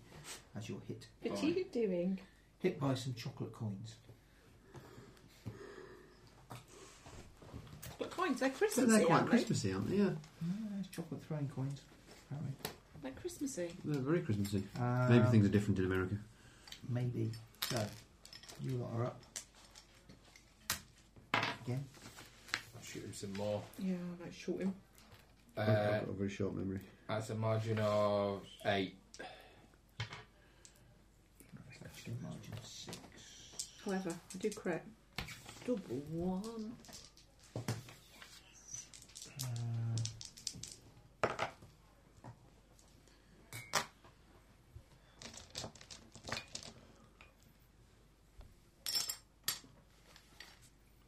[SPEAKER 7] as you're hit
[SPEAKER 3] What
[SPEAKER 7] by,
[SPEAKER 3] are you doing?
[SPEAKER 7] hit by some chocolate coins.
[SPEAKER 3] Got coins. They're
[SPEAKER 10] But
[SPEAKER 3] Christmassy,
[SPEAKER 10] they're quite
[SPEAKER 3] aren't they?
[SPEAKER 10] Christmassy, aren't they? Yeah.
[SPEAKER 7] No, there's Ah, chocolate throwing coins. Apparently.
[SPEAKER 3] They're Christmassy.
[SPEAKER 10] They're very Christmassy.
[SPEAKER 7] Um,
[SPEAKER 10] Maybe things are different in America.
[SPEAKER 7] Maybe. So, you lot are up. Again.
[SPEAKER 6] Shoot him some more.
[SPEAKER 3] Yeah, I might shoot him.
[SPEAKER 10] I've got-
[SPEAKER 6] Uh,
[SPEAKER 10] I've got a very short memory.
[SPEAKER 6] that's a margin of eight.
[SPEAKER 7] It's actually margin six.
[SPEAKER 3] However, I do crit. Double one.
[SPEAKER 7] Uh,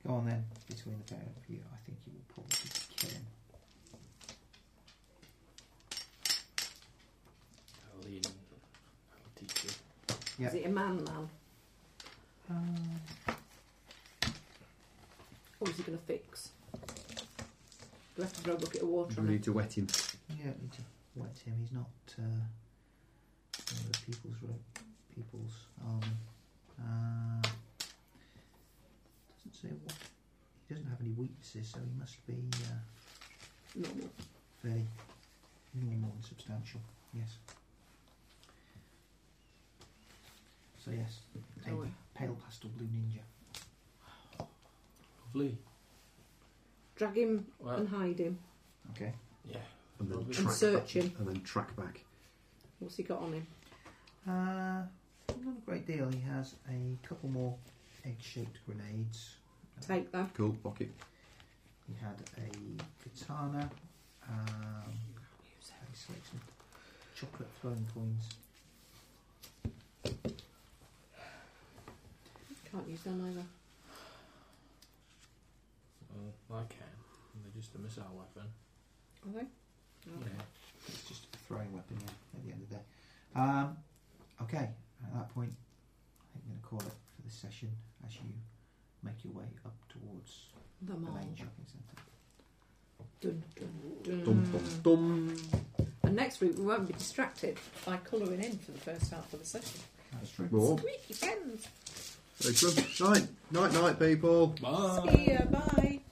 [SPEAKER 7] Go on then, between the pair of you, I think you will probably kill him.
[SPEAKER 6] I'll lean. I'll teach you.
[SPEAKER 7] Yeah.
[SPEAKER 3] Is it a man, man?
[SPEAKER 7] Um,
[SPEAKER 3] Or is he going to fix? Do I have to throw a bucket of water
[SPEAKER 10] We
[SPEAKER 3] on him?
[SPEAKER 10] need to wet him.
[SPEAKER 7] you don't need to wet him. He's not uh, one of the people's ro- people's army. Uh, doesn't say what. He doesn't have any weaknesses, so he must be uh,
[SPEAKER 3] Normal.
[SPEAKER 7] fairly normal and substantial. Yes. So yes,
[SPEAKER 3] Oh,
[SPEAKER 7] pale,
[SPEAKER 3] well.
[SPEAKER 7] pale pastel blue ninja.
[SPEAKER 6] Lovely.
[SPEAKER 3] Drag him
[SPEAKER 6] Well,
[SPEAKER 3] and hide him
[SPEAKER 7] Okay.
[SPEAKER 6] yeah.
[SPEAKER 10] And then
[SPEAKER 6] And
[SPEAKER 10] track
[SPEAKER 3] search
[SPEAKER 10] back.
[SPEAKER 3] him.
[SPEAKER 10] And then track back.
[SPEAKER 3] What's he got on him?
[SPEAKER 7] Uh, not a great deal. He has a couple more egg-shaped grenades.
[SPEAKER 3] Take that.
[SPEAKER 10] Cool, pocket.
[SPEAKER 7] He had a katana. Um,
[SPEAKER 3] Use
[SPEAKER 7] selection. Chocolate throwing coins.
[SPEAKER 3] Can't use them either.
[SPEAKER 6] Well, Mm, I can. They're just a missile weapon.
[SPEAKER 3] Are they?
[SPEAKER 6] Yeah.
[SPEAKER 7] It's just a throwing weapon, yeah, at the end of the day. Um, okay, at that point, I think I'm going to call it for this session as you make your way up towards
[SPEAKER 3] The
[SPEAKER 7] the
[SPEAKER 3] mall.
[SPEAKER 7] main shopping centre.
[SPEAKER 3] Dun, dun, dun.
[SPEAKER 1] Dum, dum,
[SPEAKER 3] Mm.
[SPEAKER 1] dum.
[SPEAKER 3] And next week we won't be distracted by colouring in for the first half of the session.
[SPEAKER 7] That's true.
[SPEAKER 1] Well,
[SPEAKER 3] Squeaky pens.
[SPEAKER 1] very good. Night, night, night, people.
[SPEAKER 3] See ya. Bye.